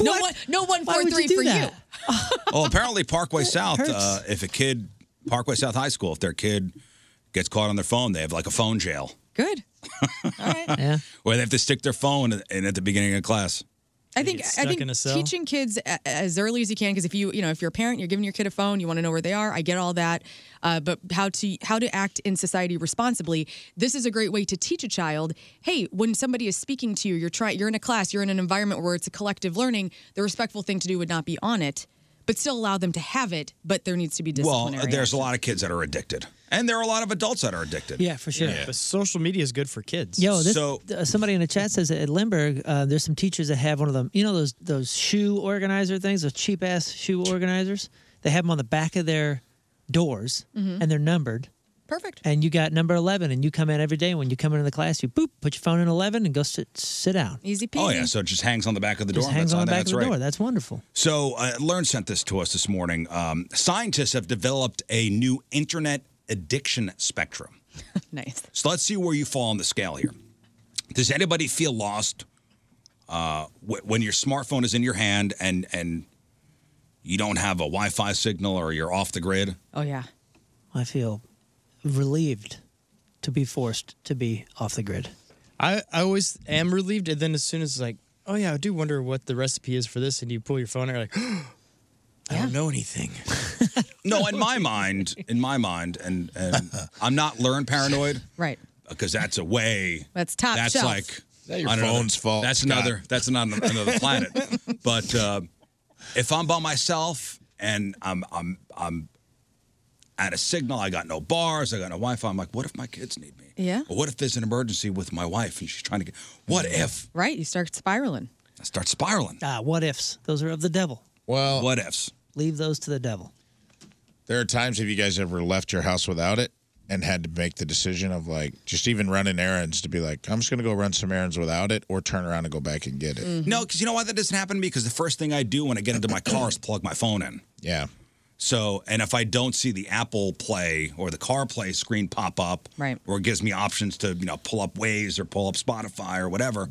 No one, no one Why four would you three do for that? Well, Oh, [LAUGHS] apparently Parkway South, hurts. uh, if a kid, Parkway South High School, if their kid gets caught on their phone, they have like a phone jail. Good. Yeah. Where they have to stick their phone in- in at the beginning of class. I think I stuck think in a cell? teaching kids a- as early as you can because if you you know if you're a parent you're giving your kid a phone you want to know where they are I get all that uh, but how to how to act in society responsibly this is a great way to teach a child hey when somebody is speaking to you you're trying you're in a class you're in an environment where it's a collective learning the respectful thing to do would not be on it but still allow them to have it but there needs to be Well, disciplinary there's a lot of kids that are addicted, and there are a lot of adults that are addicted. Yeah, for sure. But social media is good for kids. Yo, this, So- uh, somebody in the chat says at Lindbergh, uh, there's some teachers that have one of them. You know those those shoe organizer things, those cheap ass shoe organizers. They have them on the back of their doors, Mhm. and they're numbered. Perfect. And you got number eleven, and you come in every day. When you come into the class, you boop, put your phone in eleven, and go sit sit down. easy peasy Oh yeah, so it just hangs on the back of the door. Just hangs That's- on the back that's of the right. door. That's wonderful. So, uh, Learn sent this to us this morning. Um, scientists have developed a new internet addiction spectrum. [LAUGHS] nice So, let's see where you fall on the scale here. Does anybody feel lost uh, wh- when your smartphone is in your hand and and you don't have a Wi-Fi signal or you're off the grid? oh yeah I feel relieved to be forced to be off the grid. I, I always am relieved, and then as soon as like, oh yeah, I do wonder what the recipe is for this, and you pull your phone out, you're like, [GASPS] I don't know anything. No, in my mind, in my mind, and, [LAUGHS] and I'm not learn paranoid right because that's a way that's top that's shelf like That your I don't know, phone's fault, That's Scott. another. That's another another planet. But uh, if I'm by myself and I'm I'm I'm at a signal, I got no bars, I got no Wi-Fi. I'm like, what if my kids need me? yeah Or what if there's an emergency with my wife and she's trying to get? What if right you start spiraling I start spiraling? Ah, what ifs? Those are of the devil. Well, what ifs? Leave those to the devil. There are times have you guys ever left your house without it and had to make the decision of like just even running errands to be like I'm just gonna go run some errands without it or turn around and go back and get it. No, because you know why that doesn't happen to me? Because the first thing I do when I get into my car is plug my phone in. Yeah. So, and if I don't see the Apple Play or the CarPlay screen pop up, Right. or it gives me options to, you know, pull up Waze or pull up Spotify or whatever,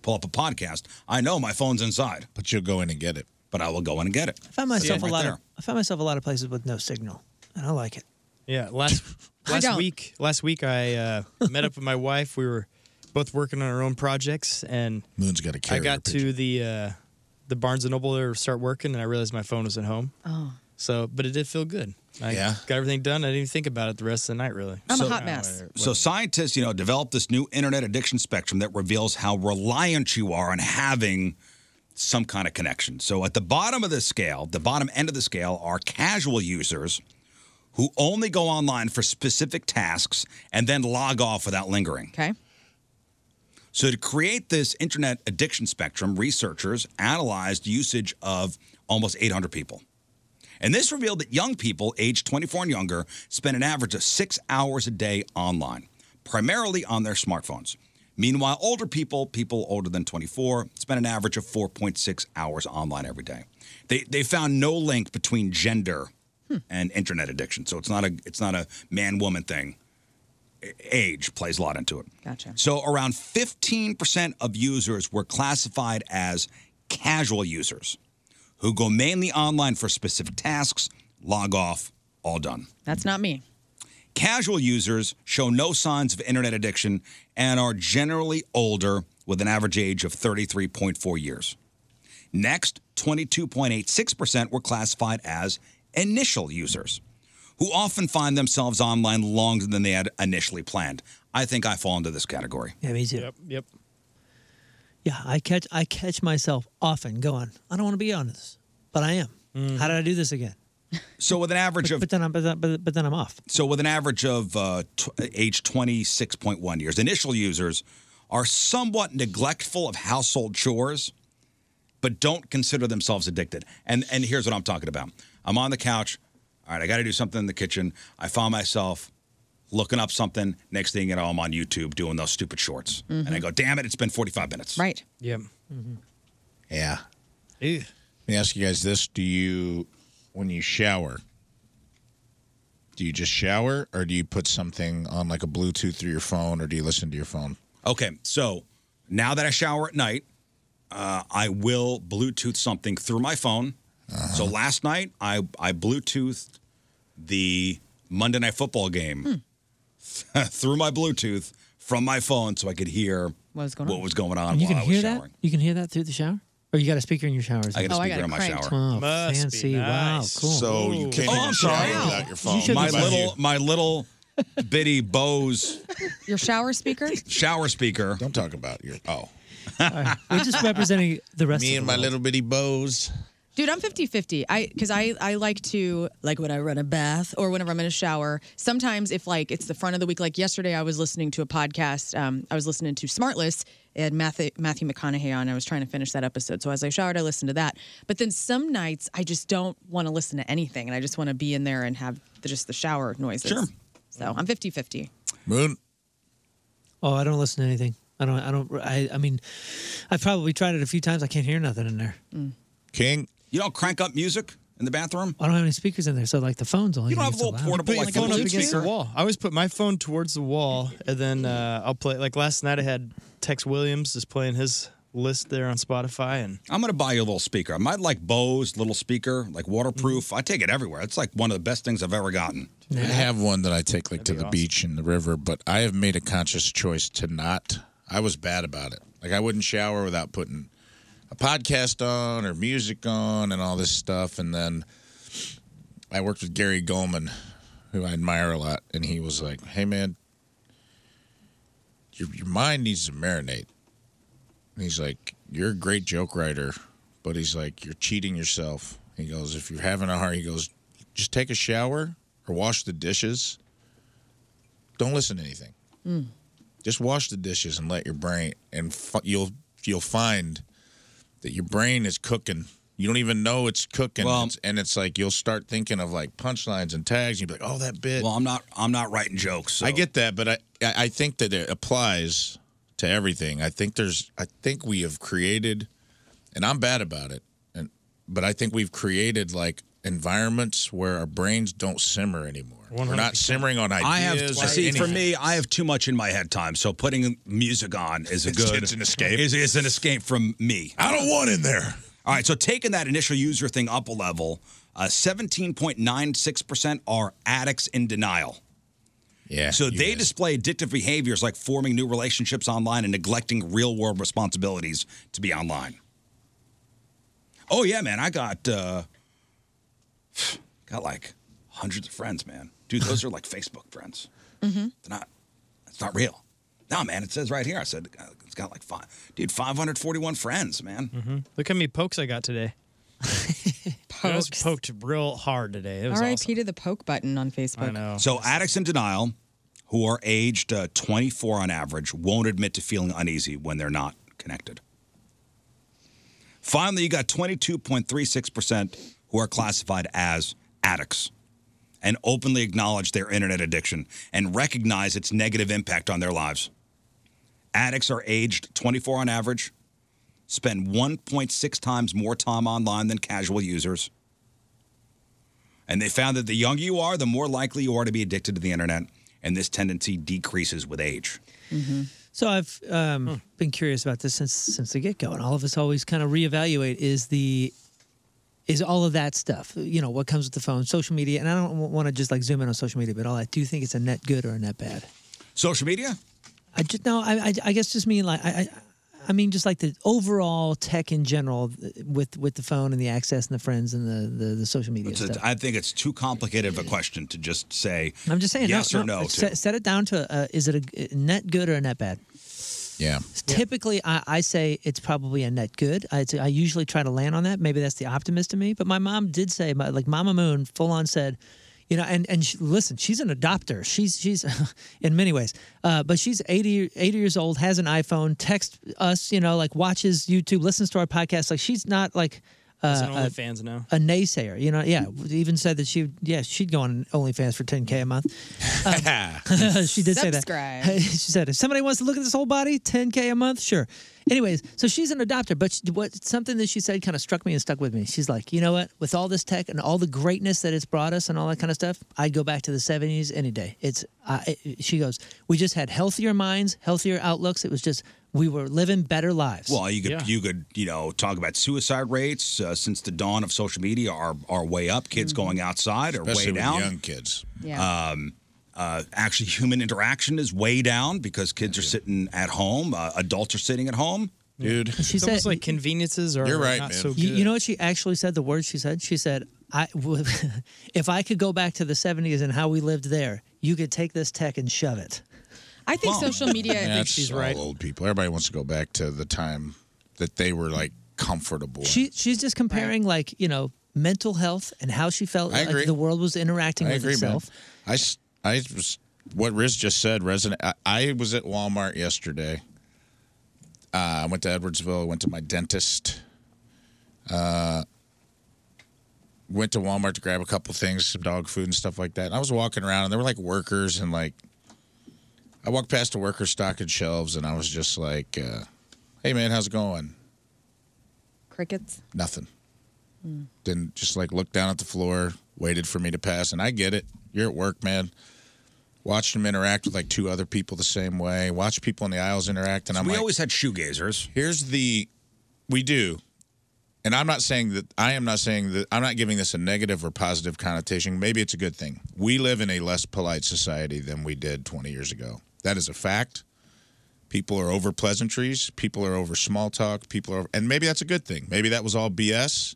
pull up a podcast, I know my phone's inside. But you'll go in and get it. But I will go in and get it. I found myself a lot there. of I found myself a lot of places with no signal, and I like it. Yeah, [LAUGHS] last I last don't. week, last week I uh, met up with my wife. We were both working on our own projects, and Moon's got a I carrier got to the uh, the Barnes and Noble to start working, and I realized my phone was at home. oh So, but it did feel good. I Yeah. got everything done. I didn't even think about it the rest of the night. Really, uh, I'm a hot mess. So scientists, you know, developed this new internet addiction spectrum that reveals how reliant you are on having some kind of connection. So at the bottom of the scale, the bottom end of the scale are casual users who only go online for specific tasks and then log off without lingering. Okay. So to create this internet addiction spectrum, researchers analyzed usage of almost 800 people. And this revealed that young people aged 24 and younger spend an average of six hours a day online, primarily on their smartphones. Meanwhile, older people, people older than 24, spend an average of 4.6 hours online every day. They, they found no link between gender and internet addiction. So it's not a, it's not a man woman thing. A- Age plays a lot into it. Gotcha. So around 15% of users were classified as casual users who go mainly online for specific tasks, log off, all done. That's not me. Casual users show no signs of internet addiction and are generally older with an average age of 33.4 years. Next, 22.86% were classified as initial users who often find themselves online longer than they had initially planned. I think I fall into this category. Yeah, me too. Yep, yep. Yeah, I catch I catch myself often going, I don't want to be on this, but I am. How did I do this again? Mm-hmm. So with an average but, of but then I'm but, then- but, but then I'm off. So, with an average of uh, t- age 26.1 years, initial users are somewhat neglectful of household chores, but don't consider themselves addicted. And and here's what I'm talking about. I'm on the couch. All right, I got to do something in the kitchen. I found myself looking up something. Next thing you know, I'm on YouTube doing those stupid shorts, and I Mm-hmm. Mhm. go, "Damn it! It's been 45 minutes." Right. Yep. Yeah. Let me ask you guys this: Do you, when you shower, do you just shower, or do you put something on like a Bluetooth through your phone, or do you listen to your phone? Okay, so now that I shower at night, uh, I will Bluetooth something through my phone. Uh-huh. So last night, I I Bluetoothed Hmm. [LAUGHS] the Monday Night Football game through my Bluetooth from my phone so I could hear What was going what on? was going on you while can I was hear showering. that. You can hear that through the shower, or you got a speaker in your shower. I got a Oh, I speaker got in my cranked. shower. Oh, Must be fancy! nice. Wow, cool. So you can't oh, even I'm shower sorry. without your phone. My What about little, [LAUGHS] my little bitty Bose Your shower speaker? shower speaker. Don't talk about your oh. [LAUGHS] We're just representing the rest. Me of and the my world. little bitty bows. Dude, I'm 50-50. I cuz I I like to like when I run a bath or whenever I'm in a shower. Sometimes if like it's the front of the week like yesterday I was listening to a podcast. Um I was listening to Smartless and Matthew, Matthew McConaughey on. I was trying to finish that episode. So as I showered, I listened to that. But then some nights I just don't want to listen to anything and I just want to be in there and have the, just the shower noises. Sure. So I'm 50-50. Moon. Oh, I don't listen to anything. I don't. I don't. I. I mean, I've probably tried it a few times. I can't hear nothing in there. King. You don't crank up music in the bathroom? I don't have any speakers in there, so like the phone's only. You don't gonna have be a little so loud. portable, Put your phone up against the wall. I always put my phone towards the wall, and then uh, I'll play. Like last night, I had Tex Williams is playing his list there on Spotify, and I'm gonna buy you a little speaker. I might like Bose little speaker, like waterproof. I take it everywhere. It's like one of the best things I've ever gotten. I have one that I take like to the beach and the river, but I have made a conscious choice to not. I was bad about it. Like I wouldn't shower without putting a podcast on or music on and all this stuff. And then I worked with Gary Goldman, who I admire a lot, and he was like, "Hey man, your your mind needs to marinate." And he's like, "You're a great joke writer, but he's like, you're cheating yourself." He goes, "If you're having a hard," he goes, "Just take a shower." or wash the dishes, don't listen to anything. Mm. Just wash the dishes and let your brain and f- you'll you'll find that your brain is cooking. You don't even know it's cooking, Well- It's- and it's like you'll start thinking of like punchlines and tags. And you'll be like, "Oh, that bit." Well, I'm not. I'm not writing jokes. so- I get that, but I I I think that it applies to everything. I think there's I think we have created, and I'm bad about it, and but I think we've created like environments where our brains don't simmer anymore. we are not simmering on ideas. I have or see for anything. me. I have too much in my head time, so putting music on is a It's- good. it's an escape. Is, is an escape from me. I don't want in there. All right, so taking that initial user thing up a level, uh, seventeen point nine six percent are addicts in denial. Yeah. So they display addictive behaviors like forming new relationships online and neglecting real world responsibilities to be online. Oh yeah, man, I got uh, [SIGHS] got like hundreds of friends, man. Dude, those are like Facebook friends. Mm-hmm. They're not. It's not real. No, man. It says right here. I said uh, it's got like five, dude, five hundred forty-one friends, man. look how many pokes I got [LAUGHS] today. I was poked real hard today. It was RIP awesome. to the poke button on Facebook. So addicts in denial, who are aged uh, twenty-four on average, won't admit to feeling uneasy when they're not connected. Finally, you got twenty-two point three six percent who are classified as addicts and openly acknowledge their internet addiction and recognize its negative impact on their lives. Addicts are aged 24 on average, spend 1.6 times more time online than casual users. And they found that the younger you are, the more likely you are to be addicted to the internet, and this tendency decreases with age. So I've um, Hmm. been curious about this since since the get go, and all of us always kind of reevaluate is the is all of that stuff. You know what comes with the phone, social media, and I don't want to just like zoom in on social media, but all I do think it's a net good or a net bad. Social media? I just no, I I, I guess just mean like I. I I mean, just like the overall tech in general, th- with with the phone and the access and the friends and the the, the social media It's stuff. a- I think it's too complicated of a question to just say I'm just saying yes no, or no. to. set, set it down to uh, is it a, a net good or a net bad? Yeah. Typically, I, I say it's probably a net good. I, I usually try to land on that. Maybe that's the optimist in me. But my mom did say, my, like Mama Moon, full on said, you know, and and she, listen, she's an adopter. She's she's [LAUGHS] in many ways, uh, but she's 80, 80 years old, has an iPhone, texts us, you know, like watches YouTube, listens to our podcast. Like she's not like. It's on uh, a- OnlyFans now. a naysayer. You know, yeah, even said that she, yeah, she'd go on OnlyFans for 10K a month. [LAUGHS] Um, [LAUGHS] she did say Subscribe. that. she said, if somebody wants to look at this whole body, 10K a month, sure. Anyways, so she's an adopter, but she, what something that she said kind of struck me and stuck with me. She's like, you know what? With all this tech and all the greatness that it's brought us and all that kind of stuff, I'd go back to the 70s any day. It's, uh, it, she goes, we just had healthier minds, healthier outlooks. It was just, we were living better lives. Well, you could you could you know talk about suicide rates uh, since the dawn Mm-hmm. of social media are are way up. Kids going outside are Especially way with down. young kids. Yeah. Um, Uh, actually, human interaction is way down because kids are sitting at home, uh, adults are sitting at home. Dude, She it's almost like conveniences are not so good. You, you know what she actually said? The words she said? She said, I [LAUGHS] would, if I could go back to the 70s and how we lived there, you could take this tech and shove it. I think social [LAUGHS] media. That's all Old people. Everybody wants to go back to the time that they were like comfortable. She, she's just comparing, like, you know, mental health and how she felt I like agree. the world was interacting I with agree, itself. man. I, s- I was what Riz just said. Resident. I, I was at Walmart yesterday. Uh, I went to Edwardsville. I went to my dentist. Uh, went to Walmart to grab a couple things, some dog food and stuff like that. And I was walking around, and there were like workers and like. I walked past a worker stocking shelves, and I was just like, uh, "Hey, man, how's it going?" Crickets. Nothing. Mm. Then just like looked down at the floor, waited for me to pass, and I get it. You're at work, man. Watching them interact with like two other people the same way. Watch people in the aisles interact, and I'm we like, always had shoegazers. Here's the, we do, and I'm not saying that I am not saying that I'm not giving this a negative or positive connotation. Maybe it's a good thing. We live in a less polite society than we did 20 years ago. That is a fact. People are over pleasantries. People are over small talk. People are, and maybe that's a good thing. Maybe that was all BS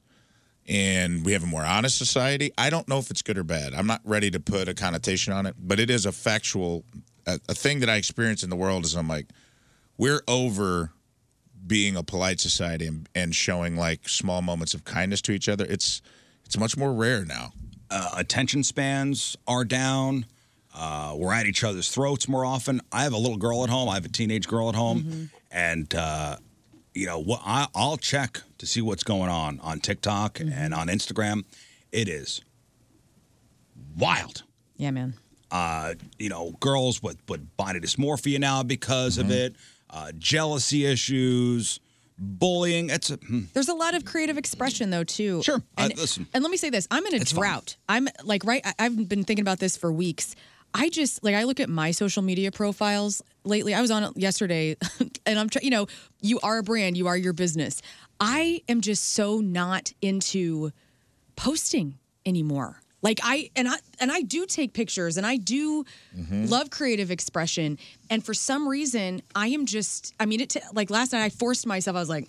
and we have a more honest society. I don't know if it's good or bad. I'm not ready to put a connotation on it, but it is a factual a, a thing that I experience in the world is I'm like we're over being a polite society and, and showing like small moments of kindness to each other. It's it's much more rare now. Uh, attention spans are down. Uh, we're at each other's throats more often. I have a little girl at home. I have a teenage girl at home, Mm-hmm. and uh, you know what? I, I'll check to see what's going on on TikTok Mm-hmm. and on Instagram. It is wild. Yeah, man. uh, you know, girls with, with body dysmorphia now because Mm-hmm. of it, uh, jealousy issues, bullying. It's a, hmm. There's a lot of creative expression though too. Sure. Uh, And, listen. and let me say this: I'm in a drought. I'm like right. I, I've been thinking about this for weeks. I just like I look at my social media profiles lately. I was on it yesterday, [LAUGHS] and I'm trying. You know, you are a brand. You are your business. I am just so not into posting anymore. Like I and I and I do take pictures and I do love creative expression. And for some reason, I am just. I mean, it t- like last night I forced myself. I was like,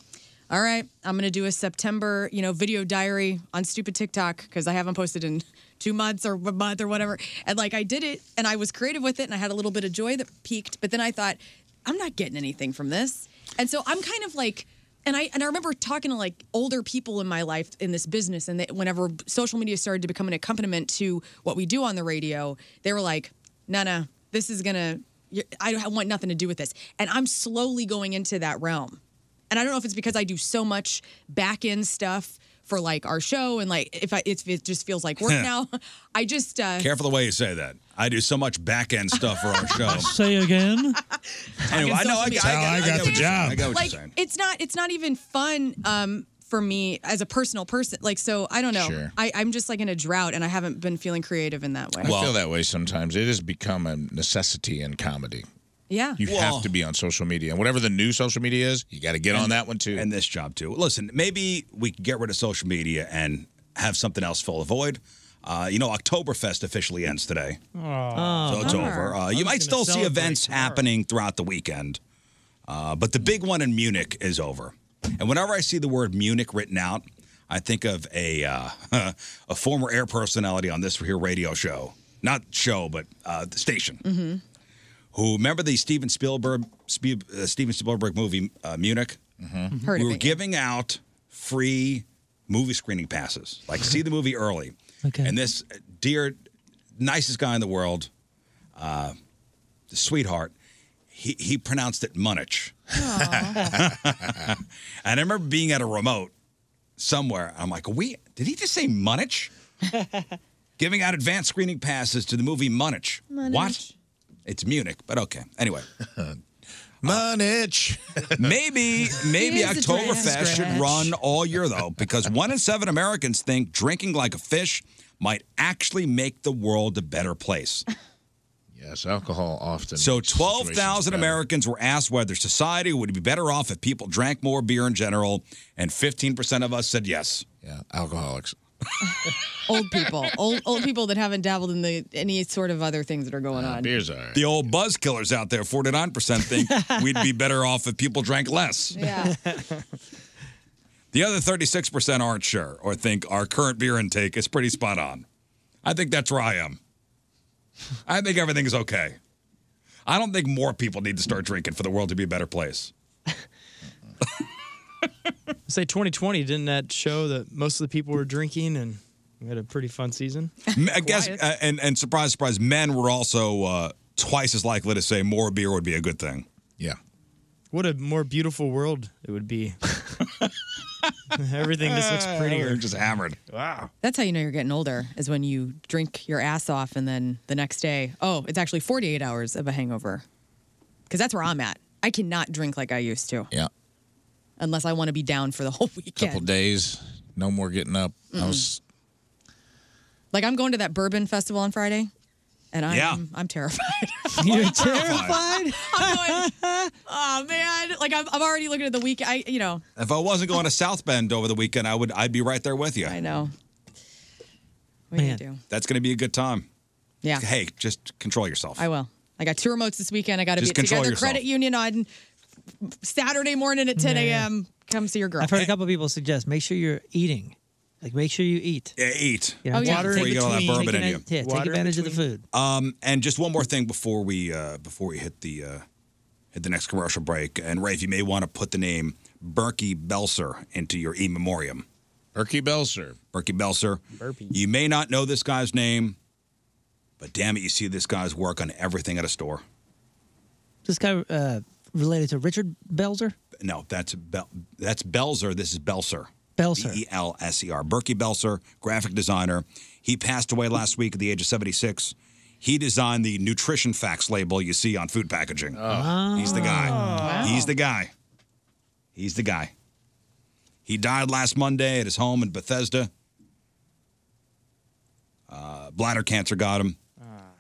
all right, I'm gonna do a September, you know, video diary on stupid TikTok because I haven't posted in two months or a month or whatever. And like I did it, and I was creative with it, and I had a little bit of joy that peaked. But then I thought, I'm not getting anything from this, and so I'm kind of like. And I and I remember talking to like older people in my life in this business, and they, whenever social media started to become an accompaniment to what we do on the radio, they were like, "No, no, this is gonna. You're, I don't I want nothing to do with this." And I'm slowly going into that realm and I don't know if it's because I do so much back end stuff for like our show and like if I it's, it just feels like work now. [LAUGHS] I just uh, careful the way you say that. I do so much back end stuff for [LAUGHS] our show. [LAUGHS] [LAUGHS] Say again. anyway, I know I, That's how I got the job. I got what like you're saying. it's not it's not even fun um, for me as a personal person. Like so I don't know. Sure. I, I'm just like in a drought and I haven't been feeling creative in that way. I feel that way sometimes. It has become a necessity in comedy. yeah. You have to be on social media, and whatever the new social media is, you got to get on that one too. And this job too. Listen, maybe we can get rid of social media and have something else fill the void. Uh, you know, Oktoberfest officially ends today. Oh, so it's over. Uh, Oh, I you was might gonna still see celebrate events happening throughout the weekend, uh, but the big one in Munich is over. And whenever I see the word Munich written out, I think of a uh, [LAUGHS] a former air personality on this here radio show, not show, but uh, the station. Mm-hmm. Who remember the Steven Spielberg Spe- uh, Steven Spielberg movie uh, Munich? Mhm. Heard of we were it, yeah. giving out free movie screening passes, like see the movie early. Okay. And this dear, nicest guy in the world, uh, sweetheart, he, he pronounced it Munich. [LAUGHS] and I remember being at a remote somewhere. I'm like, we did he just say Munich? Giving out advanced screening passes to the movie Munich. What? Munich. It's Munich, but okay. Anyway. Munich. [LAUGHS] maybe maybe Here's the Oktoberfest should trash. run all year though, because one in seven Americans think drinking like a fish might actually make the world a better place. Yes, alcohol often. So makes situations 12,000 better. Americans were asked whether society would be better off if people drank more beer in general, and 15% of us said yes. Yeah, alcoholics. [LAUGHS] old people, old old people that haven't dabbled in the any sort of other things that are Uh, going on. Beer's all right. The old buzz killers out there, 49% think we'd be better off if people drank less. [LAUGHS] Yeah. The other 36% aren't sure or think our current beer intake is pretty spot on. I think that's where I am. I think everything's okay. I don't think more people need to start drinking for the world to be a [LAUGHS] better place. Say 2020, didn't that show that most of the people were drinking and we had a pretty fun season? M- I guess, uh, and, and surprise, surprise, men were also uh, twice as likely to say more beer would be a [LAUGHS] good thing. Yeah. What a more beautiful world it would [LAUGHS] be. Everything just looks prettier. We're just hammered. Wow. That's how you know you're getting older is when you drink your ass off and then the next day, oh, it's actually 48 hours of a hangover. Because that's where I'm at. I cannot drink like I used to. Yeah. Unless I want to be down for the whole [LAUGHS] weekend. Couple days, no more getting up. Mm-hmm. I was Mm-hmm. Like I'm going to that bourbon festival on Friday and I'm I'm terrified. [LAUGHS] You're terrified? [LAUGHS] I'm going, oh man. Like I'm, I'm already looking at the week I you know, If I wasn't going to South Bend over the weekend, I would I'd be right there with you. I know. what do you do? That's going to be a good time. Yeah. Hey, just control yourself. I will. I got two remotes this weekend. I got to be Just at control Together yourself. Credit Union on Saturday morning at 10 Yeah, yeah. a.m. Come see your girl. I've heard a couple people suggest make sure you're eating. Like make sure you eat. Yeah, eat. Oh, You know, take- Before take you get all that between- bourbon in take you. advan- Yeah, take advantage of the food. Um, and just one more thing before we uh, before we hit the uh, hit the next commercial break. And Rafe, you may want to put the name Berkey Belser into your e memoriam. Berkey Belser. Berkey Belser. Burpee. You may not know this guy's name, but damn it, you see this guy's work on everything at a store. This guy uh, related to Richard Belzer? No, that's Bel- that's Belzer. This is Belser. Belser. B E L S E R. Berkey Belser, graphic designer. He passed away last week at the age of 76. He designed the nutrition facts label you see on food packaging. Oh. He's the guy. He's the guy. He's the guy. He died last Monday at his home in Bethesda. Uh, bladder cancer got him.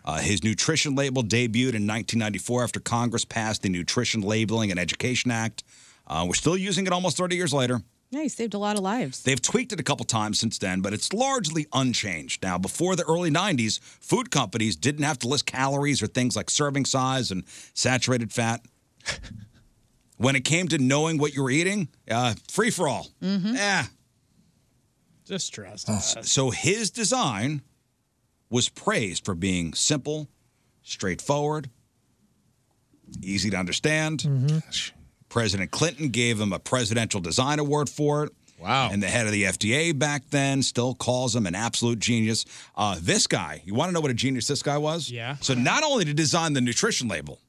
Uh, his nutrition label debuted in 1994 after Congress passed the Nutrition Labeling and Education Act. Uh, we're still using it almost 30 years later. Yeah, you saved a lot of lives. They've tweaked it a couple times since then, but it's largely unchanged. Now, before the early 90s, food companies didn't have to list calories or things like serving size and saturated fat. [LAUGHS] when it came to knowing what you were eating, uh, free for all. Mm-hmm. Yeah. Just trust S- So his design was praised for being simple, straightforward, easy to understand. President Clinton gave him a Presidential Design Award for it. Wow. And the head of the FDA back then still calls him an absolute genius. Uh, this guy, you want to know what a genius this guy was? Yeah. So not only did he design the nutrition label,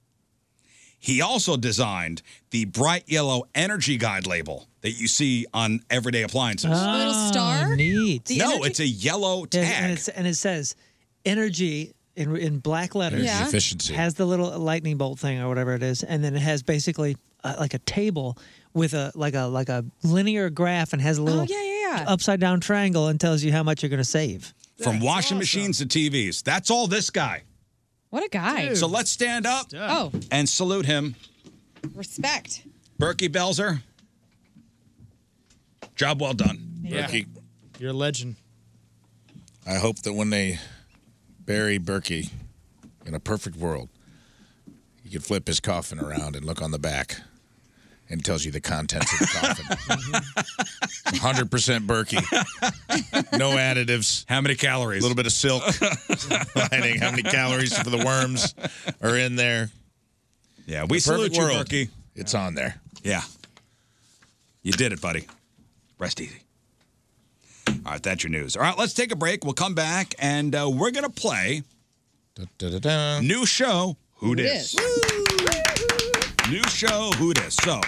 he also designed the bright yellow energy guide label that you see on everyday appliances. Oh, Little star? neat. The No, energy- it's a yellow Yeah, tag. And, it's, and it says energy in, in black letters. Energy Yeah. efficiency. Has the little lightning bolt thing or whatever it is, and then it has basically uh, like a table with a like a like a linear graph and Oh, has a little upside down triangle and tells you how much you're going to save. From washing machines to TVs. That's all this guy. What a guy. So let's stand up Oh, and salute him. respect. Berkey Belzer. Job well done. Yeah. Berkey. You're a legend. I hope that when they bury Berkey in a perfect world, you could flip his coffin around and look on the back and it tells you the contents of the coffin. [LAUGHS] 100% Berkey. No additives. How many calories? A little bit of silk [LAUGHS] lining. How many calories for the worms are in there? Yeah, we perfect salute you, world, Berkey. It's on there. Yeah. You did it, buddy. Rest easy. All right, that's your news. All right, let's take a break. We'll come back and uh, we're going to play new show, Who Dis? New show, Who Dis? So,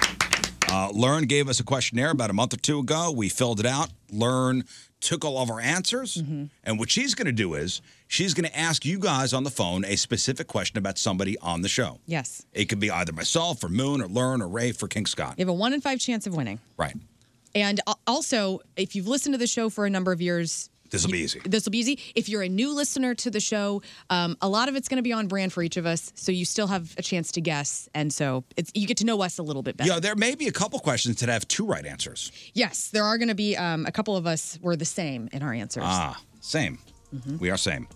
uh, Learn gave us a questionnaire about a month or two ago. We filled it out. Learn took all of our answers. And what she's going to do is she's going to ask you guys on the phone a specific question about somebody on the show. Yes. It could be either myself or Moon or Learn or Ray for King Scott. You have a one in five chance of winning. Right. And al- also, if you've listened to the show for a number of years, This will be easy. This will be easy. If you're a new listener to the show, um, a lot of it's going to be on brand for each of us, so you still have a chance to guess, and so it's you get to know us a little bit better. Yeah, there may be a couple questions that have two right answers. Yes, there are going to be um, a couple of us were the same in our answers. Ah, same. We are same.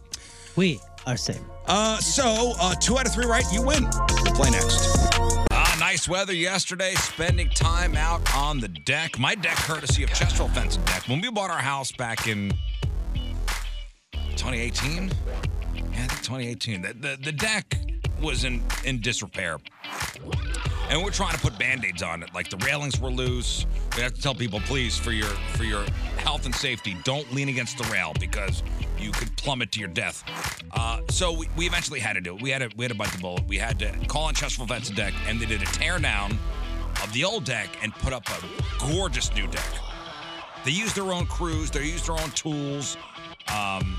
We are same. Uh, so uh, two out of three right, you win. We'll play next. Ah, nice weather yesterday. Spending time out on the deck. My deck, courtesy of Chesterfield Fence and Deck. When we bought our house back in 2018, yeah, I think 2018. The, the, the deck was in in disrepair, and we're trying to put band-aids on it. Like the railings were loose. We have to tell people, please, for your for your health and safety, don't lean against the rail because you could plummet to your death. Uh, so we, we eventually had to do it. We had to we had to bite the bullet. We had to call on Chesterfield Vets and Deck, and they did a tear down of the old deck and put up a gorgeous new deck. They used their own crews. They used their own tools. Um,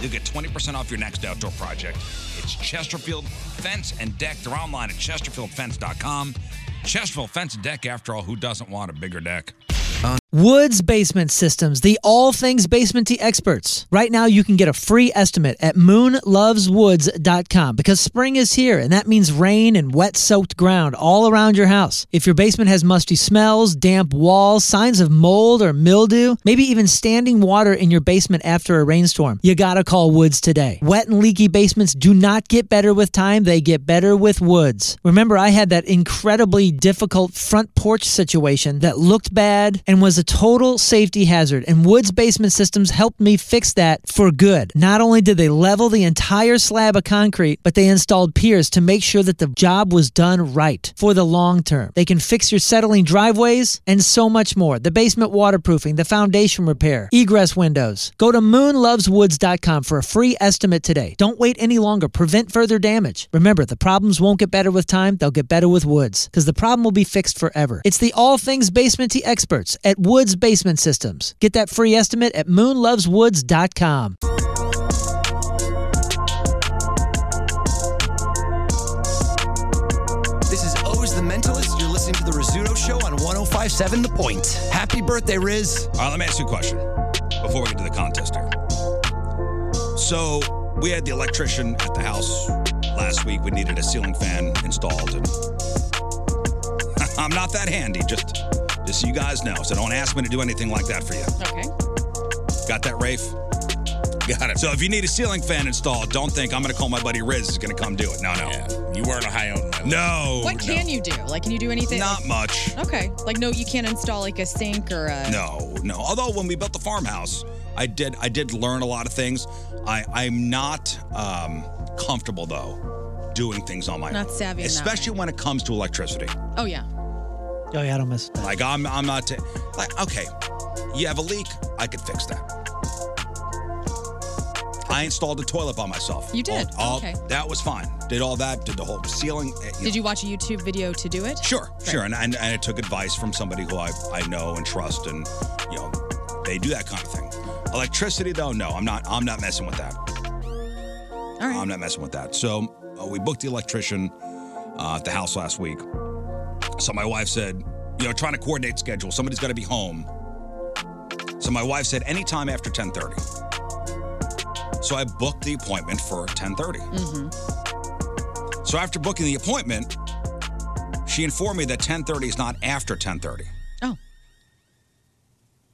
you'll get 20% off your next outdoor project. It's Chesterfield Fence and Deck. They're online at chesterfieldfence.com. Chesterfield Fence and Deck, after all, who doesn't want a bigger deck? Woods Basement Systems, the all things basement experts. Right now, you can get a free estimate at moonloveswoods.com because spring is here and that means rain and wet soaked ground all around your house. If your basement has musty smells, damp walls, signs of mold or mildew, maybe even standing water in your basement after a rainstorm, you gotta call Woods today. Wet and leaky basements do not get better with time, they get better with Woods. Remember, I had that incredibly difficult front porch situation that looked bad and was a total safety hazard, and Woods Basement Systems helped me fix that for good. Not only did they level the entire slab of concrete, but they installed piers to make sure that the job was done right for the long term. They can fix your settling driveways and so much more. The basement waterproofing, the foundation repair, egress windows. Go to moonloveswoods.com for a free estimate today. Don't wait any longer. Prevent further damage. Remember, the problems won't get better with time, they'll get better with Woods because the problem will be fixed forever. It's the all things basementy experts at Woods Basement Systems. Get that free estimate at moonloveswoods.com. This is O's the Mentalist. You're listening to the Rizzuto Show on 1057 The Point. Happy birthday, Riz. All right, let me ask you a question before we get to the contest here. So we had the electrician at the house last week. We needed a ceiling fan installed, and [LAUGHS] I'm not that handy. Just, just so you guys know. So don't ask me to do anything like that for you. Okay. Got that, Rafe? Got it. So if you need a ceiling fan installed, don't think I'm going to call my buddy Riz. He's going to come do it. No, no. You weren't a high on No. what Oh, no. can you do? Like, can you do anything? Not Like- much. Okay. Like, no, you can't install like a sink or a. No, no. Although when we built the farmhouse, I did I did learn a lot of things. I I'm not um, comfortable though doing things on my Not own, savvy in that especially when it comes to electricity. Oh yeah. Oh, yeah, I don't miss Like I'm I'm not ta- like okay, you have a leak, I could fix that. I installed a toilet by myself. You did? All, all- Okay. That was fine. Did all that. Did the whole ceiling. eh, Did you watch a YouTube video to do it? Sure, sure. And, and, and I took advice from somebody who I, I know and trust, and you know, they do that kind of thing. Electricity, though, no, I'm not. I'm not messing with that. All right. I'm not messing with that. So uh, we booked the electrician uh, at the house last week. So my wife said, you know, trying to coordinate schedule. Somebody's got to be home. So my wife said, anytime after 10:30. So I booked the appointment for 10:30. Mm-hmm. So after booking the appointment, she informed me that 10:30 is not after 10:30. Oh.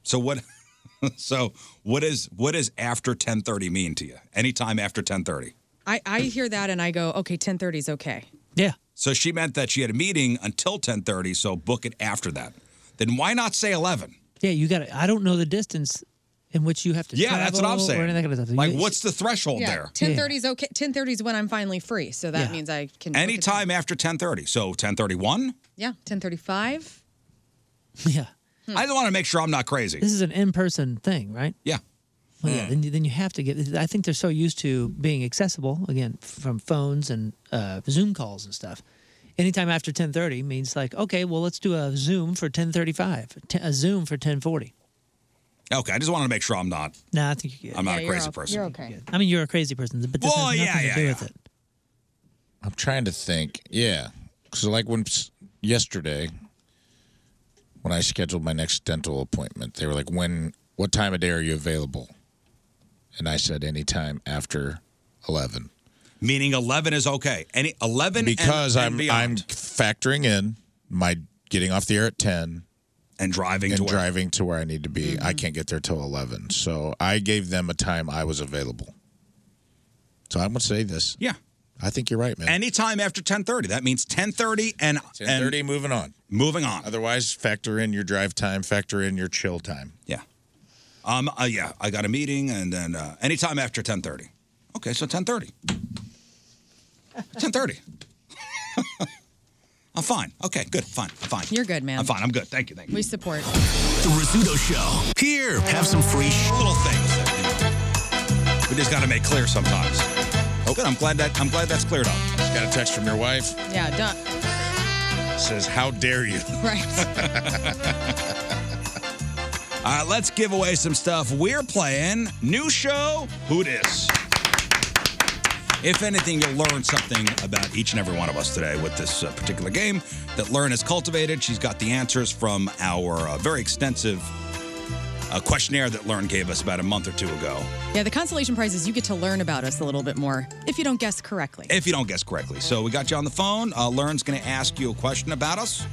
So what [LAUGHS] so what is what does after 10:30 mean to you? Anytime after 10:30. I I hear that and I go, okay, 10:30 is okay. Yeah. So she meant that she had a meeting until 10:30, so book it after that. Then why not say 11? Yeah, you got to. I don't know the distance in which you have to Yeah, that's what I'm travel saying. Or anything like, that. Like You- what's the threshold yeah. there? 10:30 is okay. 10:30 is when I'm finally free, so that Yeah. means I can. book it. Anytime after 10:30. So 10:31? Yeah. 10:35. Yeah. Hmm. I just want to make sure I'm not crazy. This is an in person thing, right? Yeah. Mm. Well, yeah, then, then you have to get. I think they're so used to being accessible again from phones and uh, Zoom calls and stuff. Anytime after ten thirty means like, okay, well, let's do a Zoom for ten thirty five, a Zoom for ten forty. Okay, I just wanted to make sure I'm not. No, I think you're good. I'm not a crazy person. okay. I mean, you're a crazy person, but this Well, has nothing yeah, to yeah, do yeah. with it. I'm trying to think. Yeah. So, like when s- yesterday, when I scheduled my next dental appointment, they were like, "When? What time of day are you available?" And I said, "Anytime after 11." Meaning eleven is okay. Any eleven because and, and I'm I'm factoring in my getting off the air at ten and driving and to where- Mm-hmm. driving to where I need to be. I can't get there till eleven, so I gave them a time I was available. So I'm gonna say this. Yeah. I think you're right, man. Anytime after ten thirty. That means ten thirty and Ten thirty, moving on. Moving on. Otherwise, factor in your drive time, factor in your chill time. Yeah. Um. Uh, yeah. I got a meeting, and then uh, anytime after ten thirty. Okay, so ten thirty. Ten thirty. [LAUGHS] I'm fine. Okay, good. Fine. I'm fine. You're good, man. I'm fine. I'm good. Thank you. Thank you. We support. The Rizzuto Show. Here, have some free sh- little things. That, you know, we just got to make clear sometimes. Okay, I'm glad that I'm glad that's cleared up. Oh. Got a text from your wife. Yeah, done. Says, "How dare you?" Right. [LAUGHS] All right, let's give away some stuff. We're playing new show. Who dis? If anything, you'll learn something about each and every one of us today with this uh, particular game that Lauren has cultivated. She's got the answers from our uh, very extensive uh, questionnaire that Lauren gave us about a month or two ago. Yeah, the consolation prize is you get to learn about us a little bit more if you don't guess correctly. If you don't guess correctly. So we got you on the phone. Uh, Lauren's going to ask you a question about us.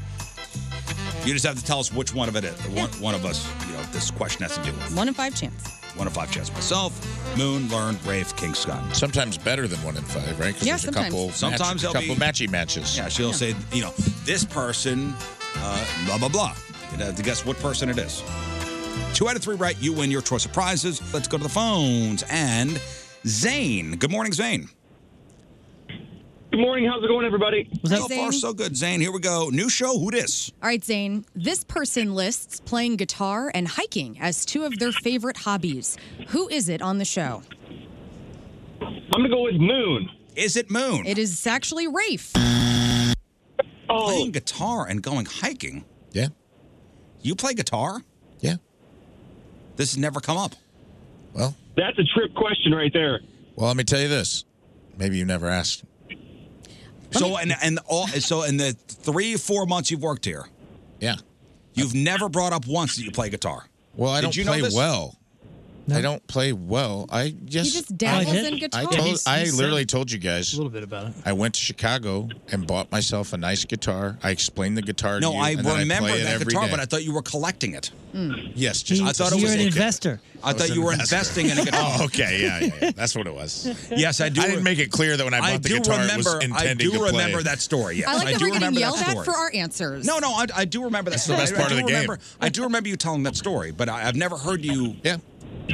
You just have to tell us which one of it is. One, one of us, you know, this question has to do with. One in five chance. One in five chance myself, Moon, Learn, Rafe, King Scott. Sometimes better than one in five, right? 'Cause Yeah, there's a sometimes. couple match- sometimes a there'll couple be- matchy matches. Yeah, she'll say, you know, this person, uh, blah, blah, blah. You'd have to guess what person it is. Two out of three right, you win your choice of prizes. Let's go to the phones and Zane. Good morning, Zane. Good morning. How's it going, everybody? so far, so good, Zane. Here we go. New show, who dis? All right, Zane. This person lists playing guitar and hiking as two of their favorite hobbies. Who is it on the show? I'm gonna go with Moon. Is it Moon? It is actually Rafe. Oh. Playing guitar and going hiking. Yeah. You play guitar? Yeah. This has never come up. Well, that's a trip question right there. Well, let me tell you this. Maybe you never asked. So and and all so in the three four months you've worked here, yeah, you've never brought up once that you play guitar. Well, I Did don't you know play this? well. I don't play well. I just just dabbles I, in guitar. I, Yeah, told, he's- I he's literally said told you guys a little bit about it. I went to Chicago and bought myself a nice guitar. I explained the guitar. No, to you, I and then remember play it that every guitar, day. but I thought you were collecting it. Hmm. yes, just I thought it was okay. I was thought an you were investor. investing in a guitar. [LAUGHS] oh, okay, yeah, yeah, yeah, that's what it was. Yes, I do. I didn't make it clear that when I bought the do guitar, it was remember, I intending do to play. remember that story. Yes, I like that do we're getting remember yelled that at story. for our answers. No, no, I, I do remember that the story. best I- part I of do the game. remember- I do remember you telling that story, but I, I've never heard you. Yeah,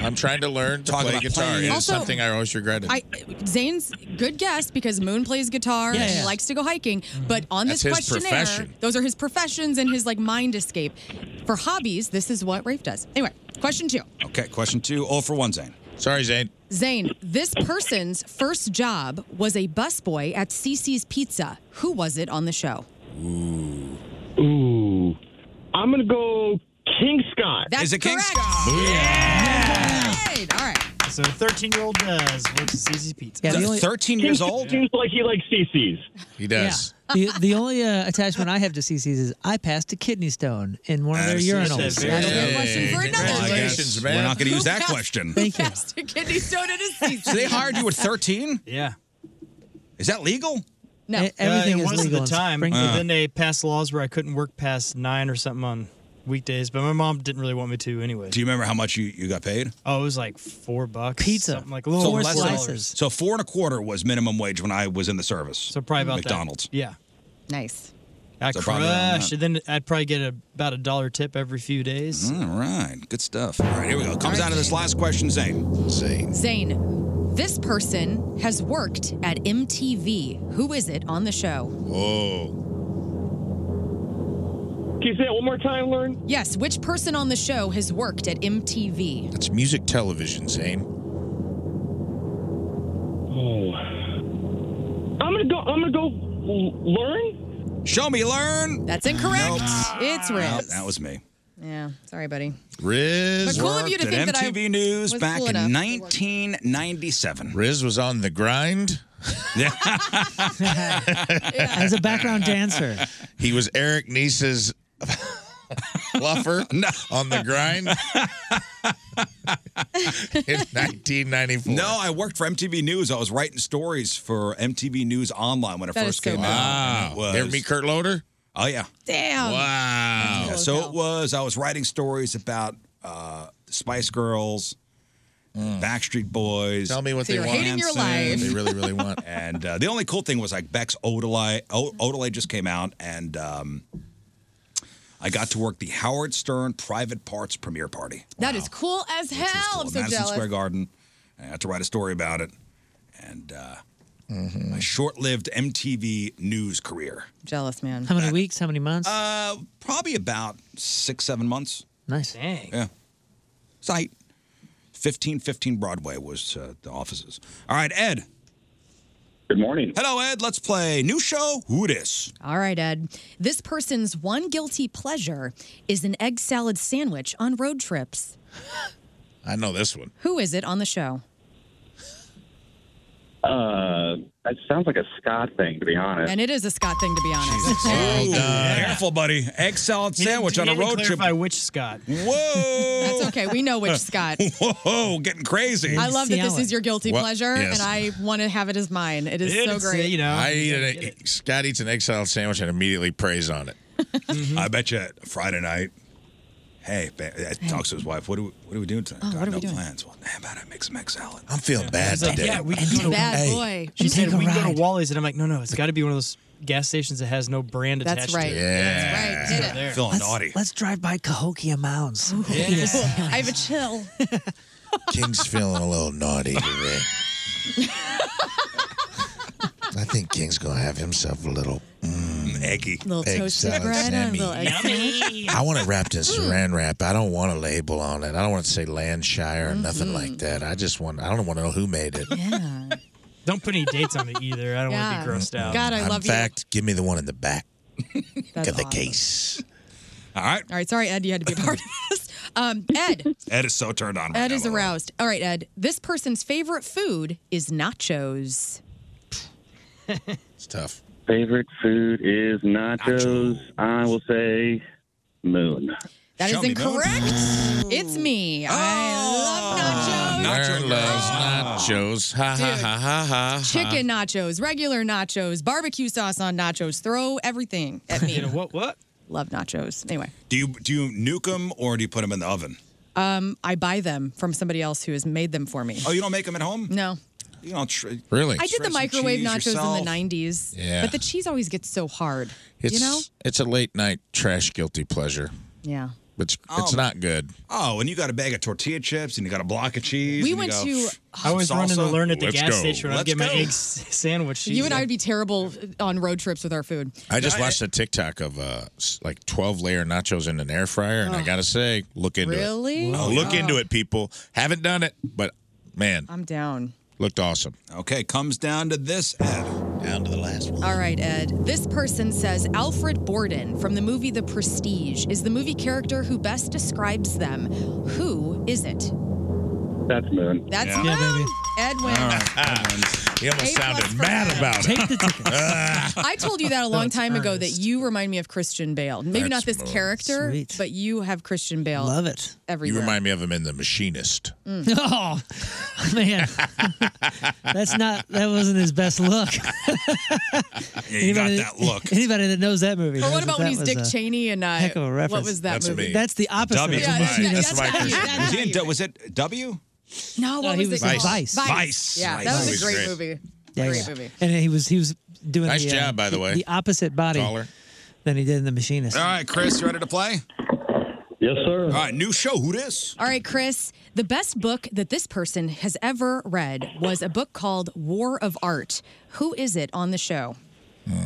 I'm trying to learn to Talk play about guitar. playing. It is Also- something I always regretted. I, Zane's good guess because Moon plays guitar Yeah, and yeah. he likes to go hiking. Mm-hmm. But on this That's his questionnaire, profession. those are his professions and his like mind escape. For hobbies, this is what Rafe does. Anyway, question two. Okay, question two. All for one, Zane. Sorry, Zane. Zane, this person's first job was a busboy at CC's Pizza. Who was it on the show? Ooh. Ooh. I'm gonna go King Scott. That's correct. All right. So, a 13 year old does works at CZ Pizza. Yeah, the only- 13 years old? Seems like he likes CC's. He Yeah. the, the only uh, attachment I have to CC's is I passed a kidney stone in one of their urinals. question for another Congratulations, We're man. not going to use Who that passed- question. Thank you. Passed a kidney stone at a [LAUGHS] CC's. So they hired you at 13? Yeah. Is that legal? No. E- everything Uh, it is was legal at in the time. But Springfield. then they passed laws where I couldn't work past nine or something on weekdays. But my mom didn't really want me to anyway. Do you remember how much you, you got paid? Oh, it was like four bucks. Pizza. Something like a little so, over less four than- dollars. so four and a quarter was minimum wage when I was in the service. So Probably about that. McDonald's. Yeah. Nice. I So probably around crushed. And then I'd probably get a, about a dollar tip every few days. All right. Good stuff. All right, here we go. Comes down to this last question, Zane. Zane. Zane, this person has worked at MTV. Who is it on the show? Oh. Can you say it one more time, Lauren? Yes, which person on the show has worked at MTV? It's music television, Zane. Oh. I'm gonna go. I'm gonna go. Learn. Show me learn. That's incorrect. It's Riz. Nope, that was me. Yeah, sorry, buddy. Riz But cool of you to worked think at that I MTV News was back cool in enough. 1997. Riz was on the grind. As a background dancer. He was Eric Neese's fluffer on the [LAUGHS] grind in 1994. No, I worked for MTV News. I was writing stories for MTV News Online when it That is first so came cool. out. Wow. You ever meet Kurt Loder? Oh, yeah. Damn. Wow. so it was, I was writing stories about uh, Spice Girls, Backstreet Boys. Tell me Mm. what So they you're want. hating your Hanson, what they life. really, [LAUGHS] really want. and uh, the only cool thing was like Bex Odele. O- Odele just came out, and um, I got to work the Howard Stern Private Parts premiere party. That is cool as hell. I'm at so Madison jealous. Square Garden. And I had to write a story about it. And uh, Mm-hmm. my short lived MTV news career. Jealous, man. How many weeks? How many months? Uh, probably about six, seven months. Nice. Dang. Yeah. Site. 1515 Broadway was uh, the offices. All right, Ed. Good morning. Hello, Ed. Let's play new show. Who dis? All right, Ed. This person's one guilty pleasure is an egg salad sandwich on road trips. I know this one. Who is it on the show? Uh, that sounds like a Scott thing, to be Uh, honest. And it is a Scott thing, to be honest. [LAUGHS] Ooh, Oh, Uh, Careful, buddy. Egg salad sandwich on a road trip. By which Scott? Whoa. That's okay. We know which [LAUGHS] Scott. [LAUGHS] Whoa, getting crazy. I love that this is your guilty What? pleasure, Yes. and I want to have it as mine. It is uh, so great. I eat an, Scott eats an egg salad sandwich and immediately preys on it. Mm-hmm. I bet you Friday night. Hey, ba- uh, talks to his wife. What are we, what are we doing tonight? Oh, God, what are no we doing? [LAUGHS] plans. Well, how about I make some egg salad? I'm feeling bad like, today. yeah, we can go to bad hey. boy. She You said take a we can go to Wally's, and I'm like, no, no, it's got to be one of those gas stations that has no brand That's attached right. to it. That's right. Hit it. There. Feeling Let's- naughty. Let's drive by Cahokia Mounds. [LAUGHS] I have a chill. [LAUGHS] King's feeling a little naughty today. I think King's gonna have himself a little mm, eggy, Little toasted bread and a little egg sandwich. I want it wrapped in saran wrap. I don't want a label on it. I don't want to say Landshire or nothing like that. I just want. I don't want to know who made it. Don't put any dates on it either. I [LAUGHS] don't Yeah. want to be grossed out. God, I in love you. fact, give me the one in the [LAUGHS] back That's of the awesome. case. All right. All right, sorry, Ed, you had to be a part of this. Um, [LAUGHS] Ed, Ed is so turned on. Ed is aroused. All right, Ed, this person's favorite food is nachos. It's tough. Favorite food is nachos. I will say moon. That is incorrect. It's me. Ah. I love nachos. Nacho Ah. loves nachos. Ha ha Dude. ha ha ha. Chicken nachos, regular nachos, barbecue sauce on nachos. Throw everything at [LAUGHS] [LAUGHS] me. what? What? Love nachos. Anyway, Do you do you nuke them or do you put them in the oven? um, I buy them from somebody else who has made them for me. Oh, you don't make them at home? No. You don't tr- Really? I did the microwave nachos in the 90s, Yeah. but the cheese always gets so hard. It's you know? it's a late night trash guilty pleasure. Yeah. It's Oh. it's not good. Oh, and you got a bag of tortilla chips and you got a block of cheese. We and you went go, to- I always Salsa? run into learn at the Let's gas go. station when I Let's get my go. egg s- [LAUGHS] sandwich. You and I would be terrible on road trips with our food. I just watched a TikTok of uh, s- like twelve layer nachos in an air fryer, and I Ugh. gotta say, look into Really? it. Whoa. look Oh. into it, people. Haven't done it, but man, I'm down. looked awesome. Okay, comes down to this, Ed. Down to the last one. All right, Ed. This person says Alfred Borden from the movie The Prestige is the movie character who best describes them. Who is it? That's moon. That's Yeah. Yeah, Moon. baby. Ed wins. [LAUGHS] he A plus almost sounded for mad Ed. about it. [LAUGHS] Take the I told you that a No, long it's time ago that you remind me of Christian Bale. Maybe That's not this Moon. character, but you have Christian Bale. Love it. you Everywhere. remind me of him in The Machinist. Mm. Oh, man. [LAUGHS] That's not, that wasn't his best look. Yeah, you got that [LAUGHS] look. Anybody that knows that movie. Or what about when he's he's Dick Cheney and uh, heck of a reference. what was that That's movie? me. That's the opposite W. of Yeah, that's- Machine. that's my Christian. Was, he in, Du- was it W? No, what No, was, he was it? Vice. called? Vice. Vice. Yeah, Vice. that was Vice. a great, Great. movie. Yeah, great yeah. movie. And he was he was doing Nice the, uh, job, by the way. the opposite body Taller. than he did in the machinist. All right, Chris, you ready to play? Yes, sir. All right, new show. Who dis? All right, Chris. The best book that this person has ever read was a book called War of Art. Who is it on the show? I'm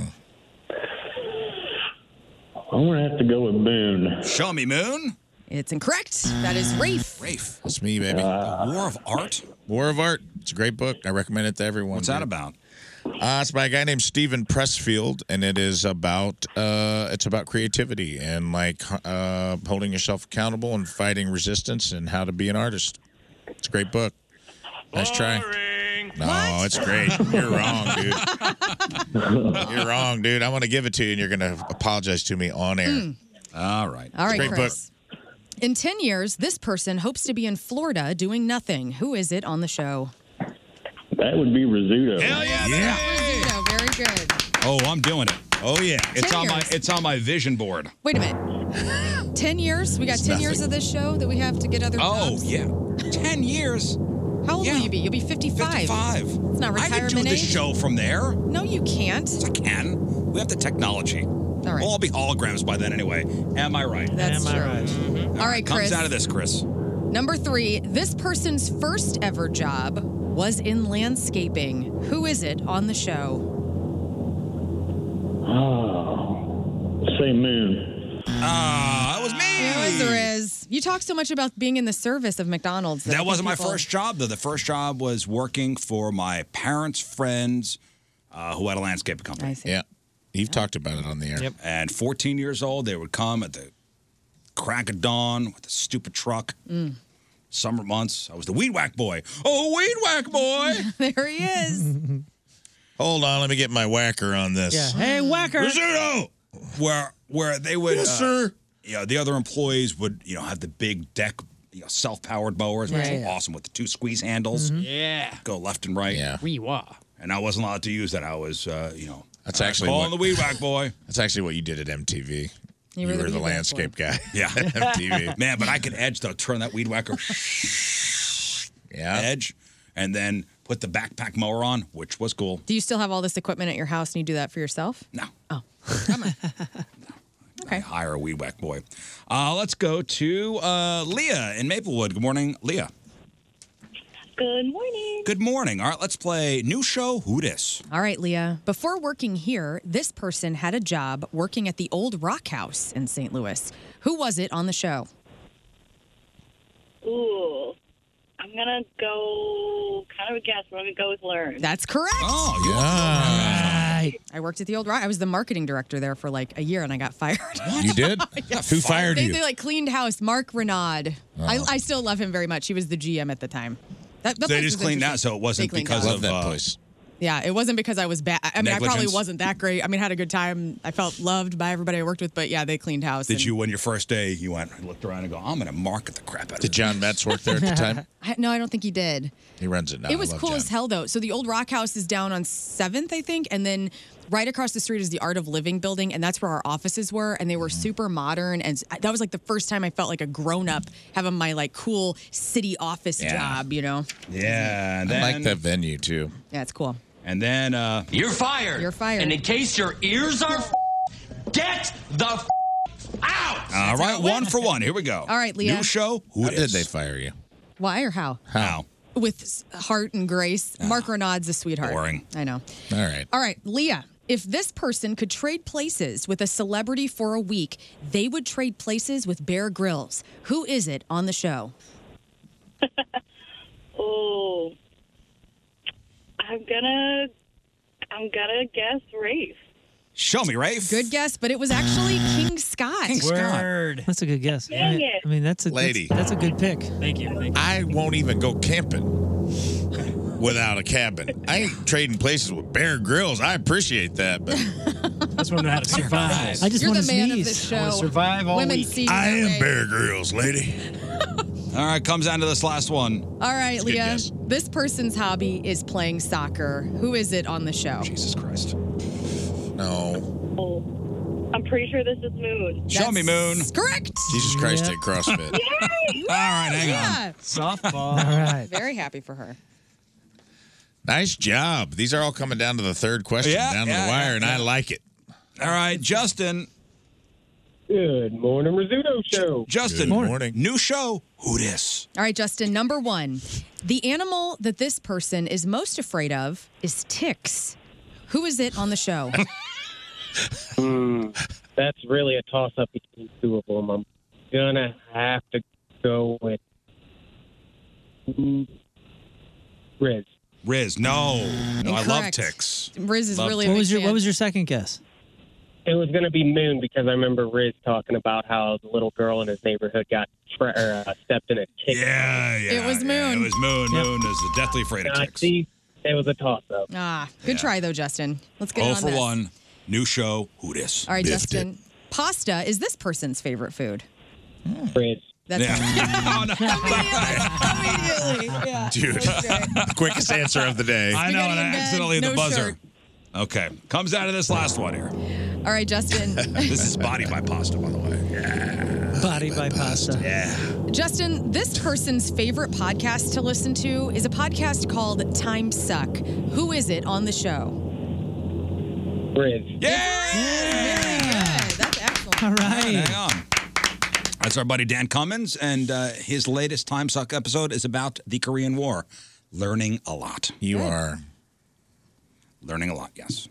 gonna have to go with Moon. Show me Moon. It's incorrect. That is Mm. Rafe. Rafe. It's me, baby. the War of Art. War of Art. It's a great book. I recommend it to everyone. What's that about? Uh, it's by a guy named Stephen Pressfield, and it is about uh, it's about creativity and like uh, holding yourself accountable and fighting resistance and how to be an artist. It's a great book. Nice try. No, it's great. You're wrong, dude. you're wrong, dude. I'm going to give it to you, and you're going to apologize to me on air. Mm. All right. All right, Great Chris. In 10 years, this person hopes to be in Florida doing nothing. Who is it on the show? That would be Rizzuto. Hell yeah! Yeah, very good. Oh, I'm doing it. Oh yeah, it's Ten on my years. it's on my vision board. Wait a minute. [LAUGHS] 10 years? We got It's 10 years nothing. of this show that we have to get other Oh jobs? yeah. 10 years? How old will you be? You'll be 55. 55. It's not I could retirement do the age. show from there. No, you can't. I can. We have the technology. All right. We'll all be holograms by then anyway. Am I right? That's Am I true. right? Mhm. All right, Chris. Comes out of this, Chris. Number three, this person's first ever job was in landscaping. Who is it on the show? Oh, say Moon. Ah, that was me. It was Riz. You talk so much about being in the service of McDonald's. I That think wasn't my people- first job, though. The first job was working for my parents' friends uh, who had a landscaping company. Yeah. You've talked about it on the air. Yep. And 14 years old, they would come at the crack of dawn with a stupid truck. Mm. Summer months. I was the weed whack boy. Oh, weed whack boy. [LAUGHS] there he is. Hold on, let me get my whacker on this. whacker. Rizzuto! Where where they would Yes, uh, sir. You know, the other employees would, you know, have the big deck, you know, self-powered mowers, which Right. were awesome with the two squeeze handles. Mm-hmm. Mhm. Yeah. Go left and right. Yeah. We wah. And I wasn't allowed to use that. I was, uh, you know, That's actually calling what- the weed whack boy. [LAUGHS] That's actually what you did at MTV. You were the weed whack landscape boy. guy. [LAUGHS] Yeah, at MTV. Man, but I could edge though. Turn that weed whacker. [LAUGHS] yeah. Edge, and then put the backpack mower on, which was cool. Do you still have all this equipment at your house and you do that for yourself? No. Oh. I hire a weed whack boy. Uh, let's go to uh, Leah in Maplewood. Good morning, Leah. Good morning. Good morning. All right, let's play new show. Who dis? All right, Leah. Before working here, this person had a job working at the old rock house in St. Louis. Who was it on the show? Ooh. I'm gonna go kind of a guess, but I'm gonna go with Learn. That's correct. Oh, yeah. I worked at the old rock. I was the marketing director there for like a year and I got fired. You [LAUGHS] did? Who fired they, you? they like cleaned house. Mark Renaud. I, Oh. I still love him very much. He was the GM at the time. That, that they place just was cleaned out, interesting. so it wasn't They cleaned because out. of uh, that place. Yeah, it wasn't because I was bad. I mean, I probably Negligence? wasn't that great. I mean, I had a good time. I felt loved by everybody I worked with, but yeah, they cleaned house. Did and- you, on your first day, you went and looked around and go, "I'm going to market the crap out of." Did John Metz work there at the time? [LAUGHS] I, no, I don't think he did. He runs it now. I it was love cool John. as hell though. So the old rock house is down on Seventh, I think, and then right across the street is the Art of Living building, and that's where our offices were, and they were Mm-hmm. super modern, and s- that was like the first time I felt like a grown up having my like cool city office Yeah. job, you know? Yeah, and then, I like that venue too. Yeah, it's cool. And then uh, You're fired. You're fired. And in case your ears are f- get the f- out. [LAUGHS] All right, one for one. Here we go. All right, Leah. New show. Who How did dis? they fire you? Why or how? How? With s- heart and grace, Ah. Mark Renaud's a sweetheart. Boring. I know. All right. All right, Leah, if this person could trade places with a celebrity for a week, they would trade places with Bear Grylls. Who is it on the show? Oh, I'm gonna, I'm gonna guess Rafe. Show me, Rafe. Good guess, but it was actually King Scott. King Word. That's a good guess. Dang I, it. I mean, that's a that's- Lady. That's, a good pick. Thank you. I won't even go camping without a cabin. I ain't trading places with Bear Grylls. I appreciate that, but That's when I know how to survive. I just You're want the to man of sneeze. this I wanna show. survive all Women week. see you I that way. am Bear Grylls, [LAUGHS] lady. All right, comes down to this last one. All right, That's a good Leah. guess. This person's hobby is playing soccer. Who is it on the show? Jesus Christ. No. I'm pretty sure this is Moon. Show me, Moon. Correct. Jesus Christ did [LAUGHS] CrossFit. All right, hang Yeah. Softball. All right. Very happy for her. Nice job. These are all coming down to the third question, Yeah, down to yeah, the wire, yeah, and yeah. I like it. All right, Justin. Good morning, Rizzuto Show. Justin, Good morning. New show. Who dis? All right, Justin, number one. The animal that this [LAUGHS] person is most afraid of is ticks. Who is it on the show? Hmm, that's really a toss up between two of them. I'm gonna have to go with Mm, Riz. Riz, no. No, I love Hmm. Incorrect. ticks. Riz is really a What big was your fan. What was your second guess? It was going to be Moon because I remember Riz talking about how the little girl in his neighborhood got tra- or, uh, stepped in a kick. [LAUGHS] Yeah, yeah. It was yeah, it Moon. was Moon. Yep. Moon is deathly afraid of I ticks. see. It was a toss up. Ah, good try though, Justin. Let's get Oh on for this. 1. New show. Who dis? All right, Justin. Pasta is this person's favorite food. Riz. That's yeah. Immediately. Yeah. [LAUGHS] Dude, quickest answer of the day. I know, and I in bed, accidentally hit no the buzzer. shirt. Okay. Comes out of this last one [LAUGHS] here. All right, Justin. this is Body by Pasta, by the way. Body by pasta. Yeah. Justin, this person's favorite podcast to listen to is a podcast called Time Suck. Who is it on the show? Riz. All right. Hang on. That's our buddy Dan Cummins, and uh, his latest Time Suck episode is about the Korean War. Learning a lot. You are. Learning a lot, yes.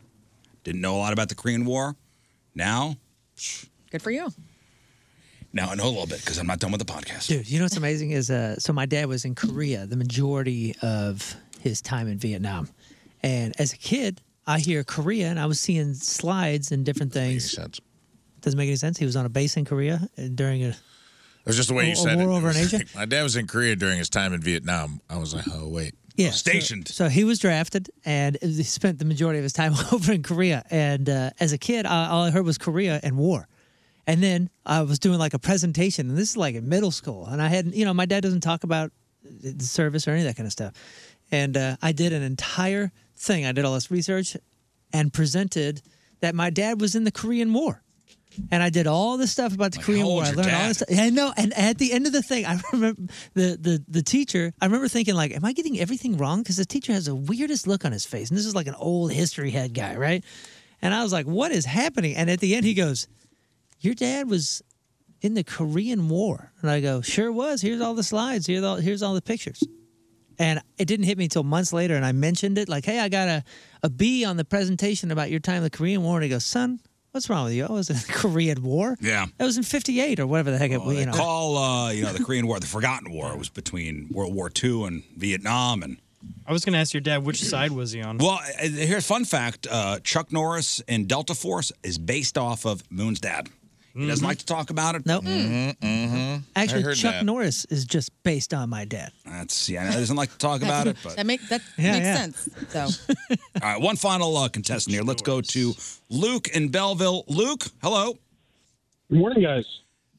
Didn't know a lot about the Korean War. Now, Good for you. now I know a little bit because I'm not done with the podcast. Dude, you know what's amazing is uh, so my dad was in Korea the majority of his time in Vietnam, and as a kid, I hear Korea and I was seeing slides and different things. Doesn't make any sense. He was on a base in Korea uh, during a. It was just the way a, you a said war it. over It in was Asia. like, [LAUGHS] my dad was in Korea during his time in Vietnam. I was like, oh wait, Yeah, so- stationed. So, he was drafted, and he spent the majority of his time [LAUGHS] over in Korea. And uh, as a kid, I, all I heard was Korea and war. And then I was doing like a presentation, and this is like in middle school, and I hadn't, you know, my dad doesn't talk about the service or any of that kind of stuff. And uh, I did an entire thing. I did all this research and presented that my dad was in the Korean War. And I did all this stuff about the Korean War. I your learned all this stuff. I know. And at the end of the thing, [LAUGHS] I remember the, the, the teacher, I remember thinking, like, am I getting everything wrong? Because the teacher has the weirdest look on his face. And this is like an old history head guy, right? And I was like, what is happening? And at the end, he goes, your dad was in the Korean War. And I go, sure was. Here's all the slides. Here's all, here's all the pictures. And it didn't hit me until months later. And I mentioned it like, hey, I got a, a B on the presentation about your time in the Korean War. And he goes, son, what's wrong with you? I was in the [LAUGHS] Korean War. Yeah. That was in 58 or whatever the heck it was. They You know. call uh, you know the Korean War the Forgotten War. It was between World War II and Vietnam, and I was going to ask your dad which side was he on. well, uh, here's a fun fact: uh, Chuck Norris in Delta Force is based off of Moon's dad. He doesn't like to talk about it. Mm-hmm. Nope. Mm-hmm. Actually, Chuck Norris is just based on my dad. That's yeah. He doesn't like to talk about it. [LAUGHS] But That make that Yeah, makes yeah. sense. So all right, one final uh, contestant here. Let's go to Luke in Belleville. Luke, hello. Good morning, guys.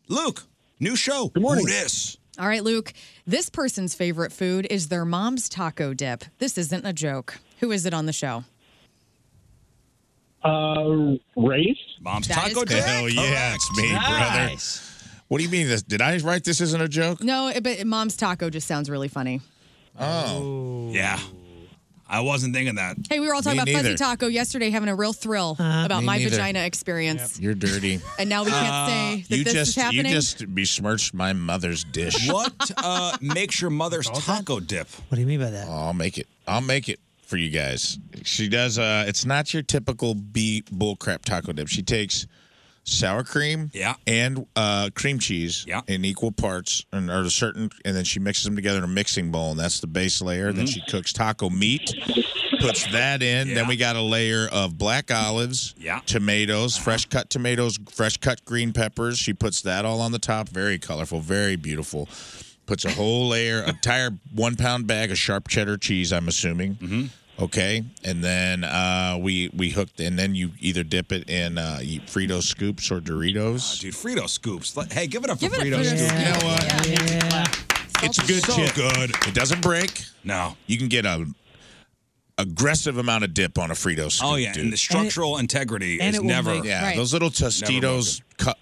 Luke, new show. Good morning. Who dis? all right, Luke. This person's favorite food is their mom's taco dip. This isn't a joke. Who is it on the show? Uh, race. Mom's That is taco dip? Hell correct. yeah, it's me, brother. What do you mean? This, did I write this? Isn't a joke? No, it- but mom's taco just sounds really funny. Oh, yeah. I wasn't thinking that. Hey, we were all talking Me about fuzzy neither. taco yesterday, having a real thrill Uh-huh. about me my neither. vagina experience. You're dirty. [LAUGHS] And now we can't Uh, say that you this just is happening. you just besmirched my mother's dish. What [LAUGHS] uh, makes your mother's taco dip? [LAUGHS] What do you mean by that? Oh, I'll make it. I'll make it for you guys. She does. Uh, it's not your typical bee bullcrap taco dip. She takes sour cream, yeah, and uh, cream cheese, yeah. in equal parts, and or a certain, and then she mixes them together in a mixing bowl, and that's the base layer. Then she cooks taco meat. Puts that in. Then we got a layer of black olives, yeah. Uh-huh. tomatoes, fresh cut tomatoes, fresh cut green peppers. She puts that all on the top. Very colorful, very beautiful puts a whole layer, a entire one pound bag of sharp cheddar cheese. I'm assuming. Okay, and then uh, we we hooked, and then you either dip it in uh, you- Frito scoops or Doritos. Ah, Dude, Frito scoops. Let- Hey, give it up Give for it up Frito for scoops. Frito You know what? it's good. So chip. good. It doesn't break. No, you can get a aggressive amount of dip on a Frito scoop. Oh yeah, dude. and the structural integrity And is it will never. make- Yeah, Right. those little Tostitos cut.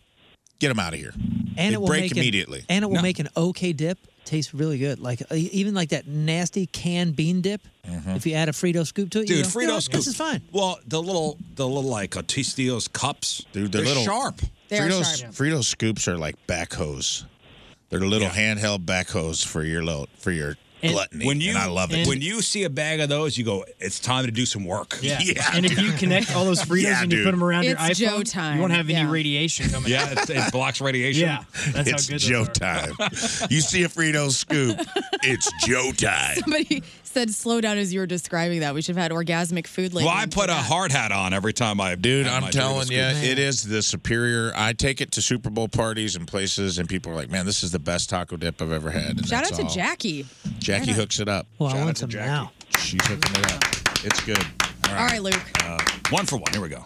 Get them out of here. and they it will break make an- immediately. and it will make an okay dip taste really good. Like uh, even like that nasty canned bean dip. Mm-hmm. If you add a Frito scoop to it, you Dude, go, Frito "You know what? scoops. This is fine. Well, the little, the little like uh, Tostitos cups. Dude, they're little- sharp. Frito's, Frito scoops are like backhoes. They're the little handheld backhoes for your load for your gluttony. When you and I love it. When you see a bag of those, you go, "It's time to do some work." [LAUGHS] Yeah. And if you connect all those Fritos Yeah, and you put dude. them around your It's iPhone, Joe time. you won't have any Yeah. radiation coming. [LAUGHS] yeah, it's, it blocks radiation. Yeah, that's how it's good those Joe are. time. you see a Frito scoop, it's Joe [LAUGHS] time. Somebody said slow down as you were describing that. We should have had orgasmic food later. well, I put a hard hat on every time I dude. I'm telling you, it is the superior. I take it to Super Bowl parties and places, and people are like, "Man, this is the best taco dip I've ever had." And Shout out that's to all. Jackie. Jackie hooks it up. Well, I Shout want out to some Jackie. now. She's hooking it up. It's good. All right, Luke. Uh, one for one. Here we go.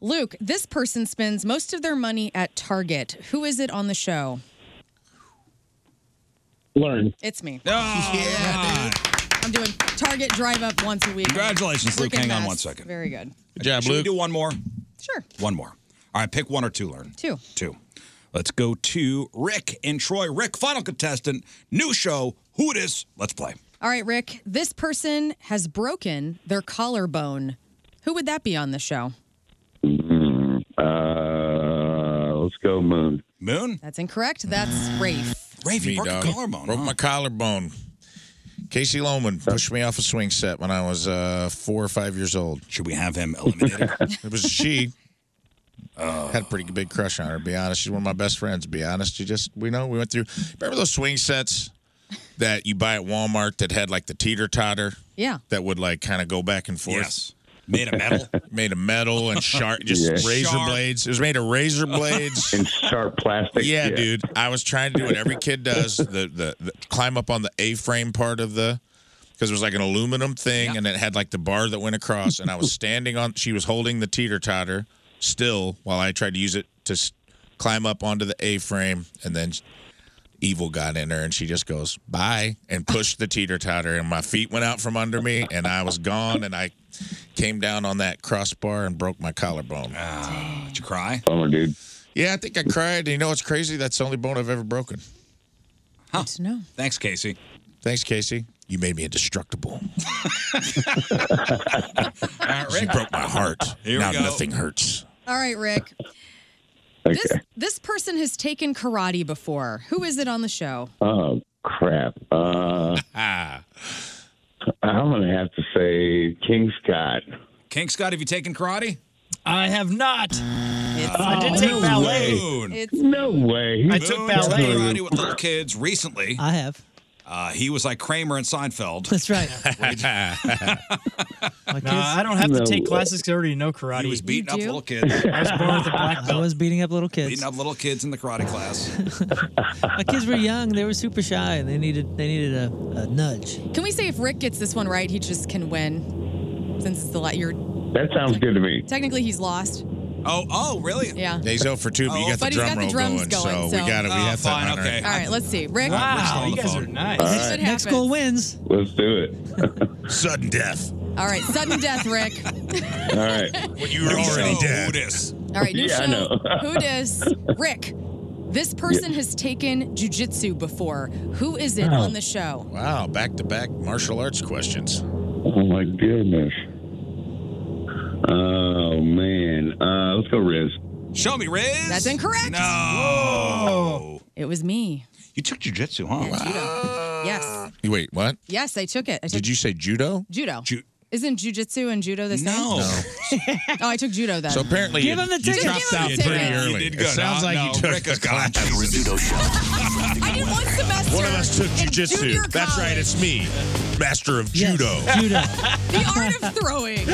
Luke, this person spends most of their money at Target. Who is it on the show? Learn. It's me. Ah. yeah, I'm doing Target drive up once a week. Congratulations, Luke. Freaking Hang on mess. one second. Very good. Good job, Should we do one more? Sure. One more. All right, pick one or two, learn. Two. Two. Let's go to Rick in Troy. Rick, final contestant, new show. Who it is? Let's play. All right, Rick. This person has broken their collarbone. Who would that be on the show? Uh, let's go, Moon. Moon? That's incorrect. That's Rafe. Rafe, Me, dog. Broke my collarbone. Casey Lohman pushed me off a swing set when I was uh, four or five years old. Should we have him eliminated? [LAUGHS] [LAUGHS] Oh. it was she. Had a pretty big crush on her. to Be honest, she's one of my best friends. to Be honest, you just we know we went through. Remember those swing sets that you buy at Walmart that had like the teeter totter Yeah. that would like kind of go back and forth. Yes. Made of metal? [LAUGHS] made of metal and sharp, just Yeah. razor Sharp. blades. It was made of razor [LAUGHS] blades and sharp plastic. Yeah, dude. I was trying to do what every kid does: the the, the climb up on the A-frame part of the. Because it was like an aluminum thing, and it had like the bar that went across, and I was standing on. She was holding the teeter totter still while I tried to use it to s- climb up onto the A-frame, and then evil got in her, and she just goes bye and pushed the teeter totter, and my feet went out from under me, and I was gone, and I came down on that crossbar and broke my collarbone. Ah, did you cry? Bummer, dude. Yeah, I think I cried. And you know what's crazy? That's the only bone I've ever broken. Huh. to know. Thanks, Casey. Thanks, Casey. You made me [LAUGHS] [LAUGHS] indestructible. She broke my heart. Here we now go. nothing hurts. All right, Rick. This this person has taken karate before. Who is it on the show? Oh crap. [LAUGHS] Uh, I'm gonna have to say King Scott. King Scott, have you taken karate? I have not. I Oh, did take ballet. no way. I took Moon ballet. took karate with little kids recently. I have. Uh, he was like Kramer and Seinfeld. That's [LAUGHS] right. No, I don't have to take classes because I already know karate. He was beating up [LAUGHS] little kids. [LAUGHS] I was born with a black I was beating up little kids. beating up little kids in the karate class. [LAUGHS] My kids were young; they were super shy, and they needed they needed a, a nudge. Can we say if Rick gets this one right, he just can win? Since it's the lot you're That sounds good to me. technically he's lost. Oh, oh, really? Yeah. Oh, He's 0 for 2, but you But got the he's drum got the roll drums going, going, so, so- we got it. We Oh, have fine, that on All right, let's see. Rick. Wow, you guys are nice. All What right, happens? Next goal wins. let's do [LAUGHS] it. Sudden death. All right, sudden death, Rick. All right. When you were already dead. All right, new Yeah, I show. know. [LAUGHS] Who dis? Rick. This person has taken jujitsu before. Who is it Oh. Wow. on the show? Wow, back to back martial arts questions. Oh my goodness. Oh man. Uh, let's go, Riz. Show me, Riz. Oh. That's incorrect. No. It was me. You took jujitsu, huh? Yes. You Wait, what? Yes, I took it. I took Did you say judo? judo. Isn't jujitsu and judo the same? No. [LAUGHS] oh, I took judo then. So apparently you, you Just dropped give him out the pretty ticket. early. did It good, sounds huh? like No, you took Rick a has class. gone to Rizzuto show. I did one semester. One of us took in junior jujitsu. That's right, it's me, master of judo. [LAUGHS] Judo. The art of [LAUGHS] throwing.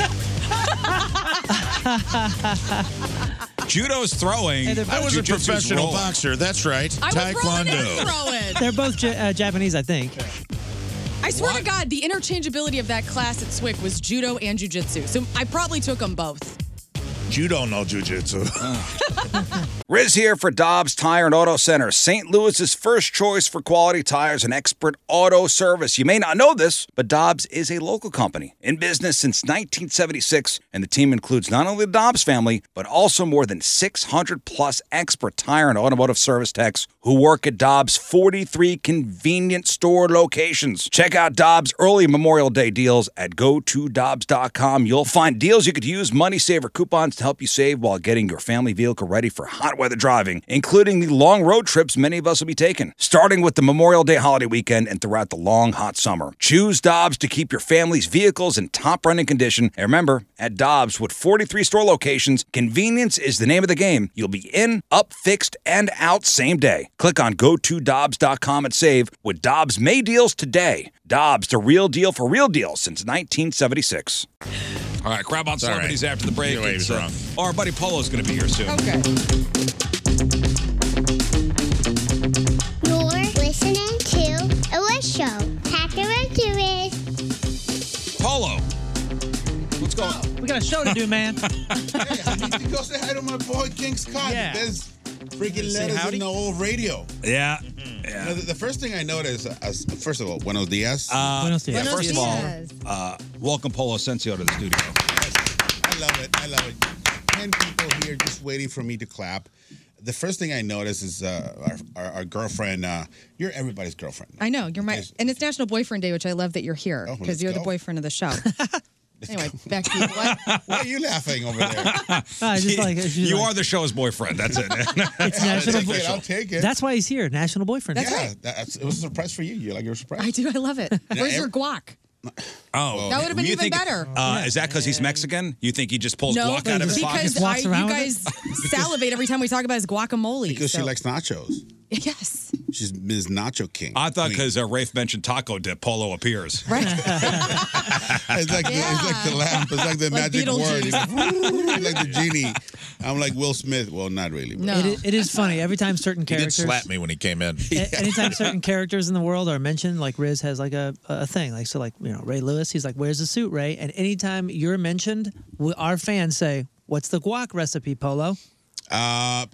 Judo's throwing. I was a Jujitsu's professional rolling. boxer. That's right. I was rolling and Taekwondo. throwing. They're both ja- uh, Japanese, I think. I swear to God, the interchangeability of that class at SWIC was judo and jujitsu. So I probably took them both. Judo no jujitsu. [LAUGHS] Riz here for Dobbs Tire and Auto Center, St. Louis's first choice for quality tires and expert auto service. You may not know this, but Dobbs is a local company in business since 1976, and the team includes not only the Dobbs family, but also more than 600 plus expert tire and automotive service techs who work at Dobbs' 43 convenient store locations. Check out Dobbs' early Memorial Day deals at gotodobbs.com. You'll find deals you could use, money saver coupons to help you save while getting your family vehicle ready for hot weather driving, including the long road trips many of us will be taking, starting with the Memorial Day holiday weekend and throughout the long hot summer. Choose Dobbs to keep your family's vehicles in top running condition. And remember, at Dobbs with 43 store locations, convenience is the name of the game. You'll be in, up, fixed, and out same day. Click on gotodobbs.com and save with Dobbs May deals today. Dobbs, the real deal for real deals since 1976. All right, crab on It's all right. celebrities after the break. Either way, he was It's, uh, wrong. Our buddy Polo's going to be here soon. Okay. You're listening to a wish show. Hacker Polo, what's going on? Oh, We got a show to do, [LAUGHS] man. Go say hi to my boy King's Cotton. Yeah. There's freaking Say letters howdy. in the old radio. Yeah. You know, the, the first thing I noticed, uh, s- first of all, buenos dias. Uh, yeah, Buenos first of all, dias. uh, welcome Polo Sensio to the studio. I love it. I love it. Ten people here just waiting for me to clap. The first thing I noticed is uh, our, our, our girlfriend. Uh, you're everybody's girlfriend. I know you're my, and it's National Boyfriend Day, which I love that you're here because Oh, let's you're the go. boyfriend of the [LAUGHS] show. anyway, back to you. Why are you laughing over there? [LAUGHS] just like- it's just you like- are the show's boyfriend. [LAUGHS] That's it. It's national. take it, I'll take it. That's why he's here. National boyfriend. yeah, that's, it was a surprise for you. You like your surprise. I do. I love it. Where's your guac? [LAUGHS] Oh, That would've been you even think- better. Uh, Is that because he's Mexican? You think he just pulls no, guac out of his pocket? because I, you guys [LAUGHS] salivate every time we talk about his guacamole. Because she so- likes nachos. [LAUGHS] Yes. She's Ms. Nacho King. I thought because uh, Rafe mentioned taco dip, Polo appears. it's like the, it's like the lamp. It's like the Like magic word. Beetlejuice. It's like [LAUGHS] the genie. I'm like Will Smith. Well, not really. It, but- i- it is funny every [LAUGHS] time certain characters. me when he came in. [LAUGHS] A- [LAUGHS] Anytime certain characters in the world are mentioned, like Riz has like a, a thing, like so, like you know Ray Lewis, he's like, "Where's the suit, Ray?" And anytime you're mentioned, we, our fans say, "What's the guac recipe, Polo?" Uh,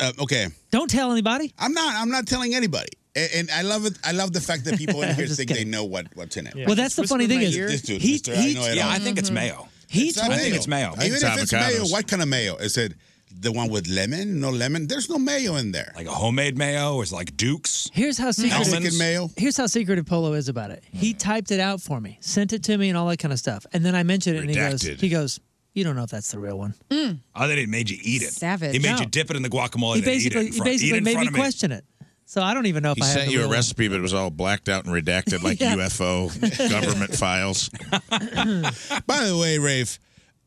uh, okay. Don't tell anybody. I'm not. I'm not telling anybody. And, and I love it. I love the fact [LAUGHS] that people in here think they know what, what's in it. Well, that's the funny thing is, this dude, he- Mr. he- I know it Yeah, all. I think it's Mhm. mayo. He not told- I think it's mayo. I Even think if it's it's mayo, avocados. what kind of mayo? Is it the one with lemon? No lemon. There's no mayo in there. Like a homemade mayo is like Duke's. Here's how secretive Mexican mayo. Here's how secretive Polo is about it. He Hmm. typed it out for me, sent it to me, and all that kind of stuff. And then I mentioned it, and he Redacted. goes, "He goes, you don't know if that's the real one." Mm. I thought he made you eat it. Savage. He made No. you dip it in the guacamole he and then eat it basically, in he front, eat basically it in made front me of me. question it. So I don't even know if He I have sent the you a real one. recipe, but it was all blacked out and redacted, like [LAUGHS] Yeah. UFO government files. [LAUGHS] By the way, Rafe,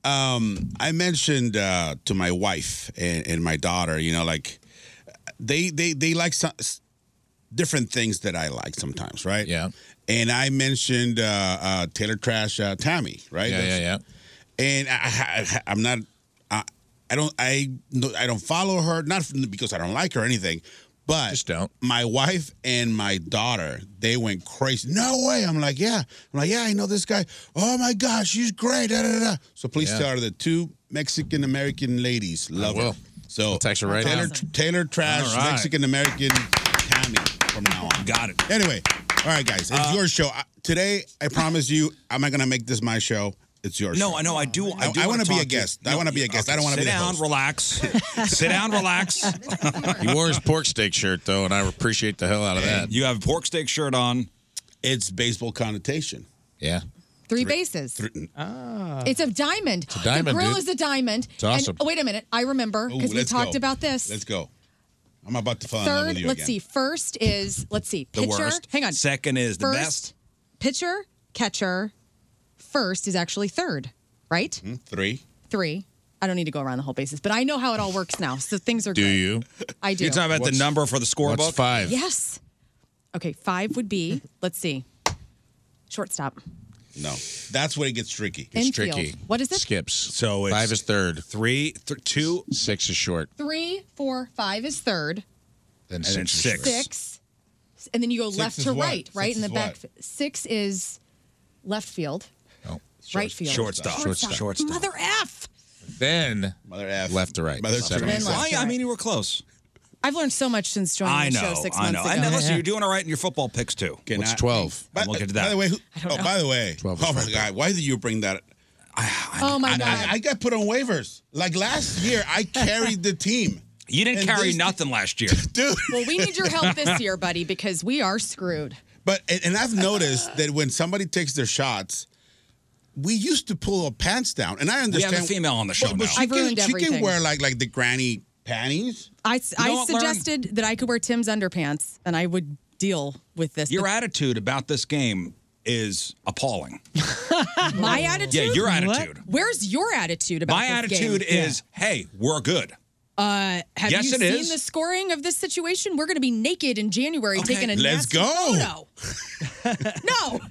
um, I mentioned uh, to my wife and, and my daughter, you know, like they they they like some, s- different things that I like sometimes, right? Yeah. And I mentioned uh, uh, Taylor Trash uh, Tammy, right? Yeah, yeah, yeah. And I, I, I'm not. I, I don't. I no, I don't follow her. Not f- because I don't like her or anything. But Just don't. my wife and my daughter, they went [LAUGHS] crazy. No way. I'm like, yeah. I'm like, yeah, I know this guy. Oh my gosh, she's great. Da, da, da, da. So please Yeah. tell her the two Mexican American ladies love her. will. So text her right Taylor, now. Taylor Trash, All right. Mexican American Tammy from now on. Got it. Anyway, all right, guys, it's your show. I, today, I promise you, I'm not going to make this my show. It's your show. No, I know. I do. I, I, do want to be talk a guest. I No, want to be a guest. okay, I don't want to be Sit the down, host. relax. [LAUGHS] sit [LAUGHS] down, relax. He wore his pork steak shirt though, and I appreciate the hell out of that. You have a pork steak shirt on. It's baseball connotation. Yeah. [LAUGHS] Three bases. It's a diamond. a diamond, The grill dude. is a diamond. It's awesome. And, oh, wait a minute. I remember Ooh, because we let's talked go. about this. Let's go. I'm about to fall in love Third, with you let's again. see. First is let's see. The Pitcher. worst. Hang on. Second is the First, best. Pitcher, catcher. First is actually third, right? Mm-hmm. Hmm, Three. Three. I don't need to go around the whole bases, but I know how it all works now. So things are Do good. you? I do. You're talking about the number for the scorebook? what's five? Yes. Okay, five would Mm-hmm. be. Let's see. Shortstop. No, that's where it gets tricky. It's Infield. tricky. What is it? Skips. So it's five is third. Three, th- two, six is short. Three, four, five is third. Then and then six. Six. And then you go Six left is to what? right, right Six in the is back. what? Six is left field. right field. Shortstop. Shortstop. Shortstop. Mother F. Then mother F. left to right. Mother Seven. Then left Well, to I mean, right. you were close. I've learned so much since joining I the know. show six I know. months And ago. now, listen, you're doing all right in your football picks too. What's I- 12? And we'll get to that. By the way, who, don't oh, know. by the way, oh my God, why did you bring that? oh my I, god. I, I got put on waivers. Like last year, I carried the team. [LAUGHS] You didn't And carry this- [LAUGHS] nothing last year. Dude. Well, we need your help [LAUGHS] this year, buddy, because we are screwed. But and, and I've noticed that when somebody takes their shots, we used to pull our pants down, and I We have understand. a female on the show But, but now. she I've can, ruined she can everything. wear like like the granny panties. I, You know I what, Lauren? suggested that I could wear Tim's underpants and I [LAUGHS] would deal with this. Your but attitude about this game is appalling. my attitude. Yeah, your attitude. Where's your attitude about My this attitude game? is, hey, we're good. [LAUGHS] Uh, have Yes, you it seen is. the scoring of this situation? We're going to be naked in January taking a let's nasty go. photo.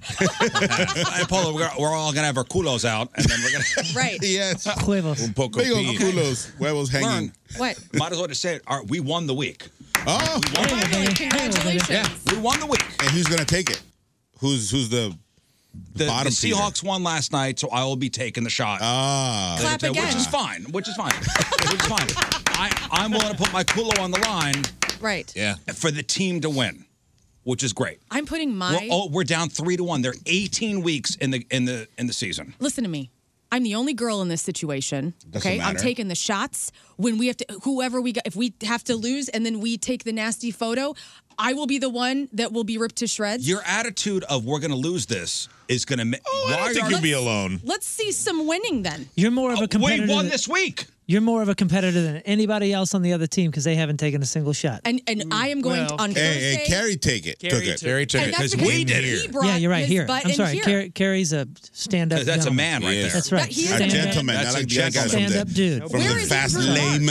Hey, Polo, we're, we're all gonna have our culos out, and then we're gonna [LAUGHS] [LAUGHS] right. yes. Huevos. un poco Big old pee. culos. Huevos hanging. What? Might as well just say it. All right, we won the week. Oh, we won the week. Congratulations. Yeah, we won the week. And who's gonna take it? Who's who's the The, the bottom feeder? Seahawks won last night, so I will be taking the shot. Ah, later Clap today, Uh, which again. is fine. [LAUGHS] Which is fine. which is fine. I, I'm willing to put my culo on the line. Right. Yeah. For the team to win, which is great. I'm putting my. We're, all, we're down three to one. They're 18 weeks in the in the in the season. Listen to me. I'm the only girl in this situation. Doesn't okay, I'm matter. taking the shots when we have to. Whoever we got, if we have to lose and then we take the nasty photo, I will be the one that will be ripped to shreds. Your attitude of we're going to lose this is going to. Ma- oh, I don't think you'll be alone. Let's see some winning then. You're more of Uh, a competitor. won than- this week. You're more of a competitor than anybody else on the other team because they haven't taken a single shot. And and I am going to, on Thursday. take it. Carrie Took it. took Carrie it. took And it that's because because we did he it. brought Yeah, you're right, his here. butt I'm in sorry, here. Carrie- Carrie's a stand-up. That's a gentleman. man right Yeah. there. That's right. That- he is a man. gentleman. I That's a like the other guy from Stand the, up dude. from Where the is fast Bruno lame.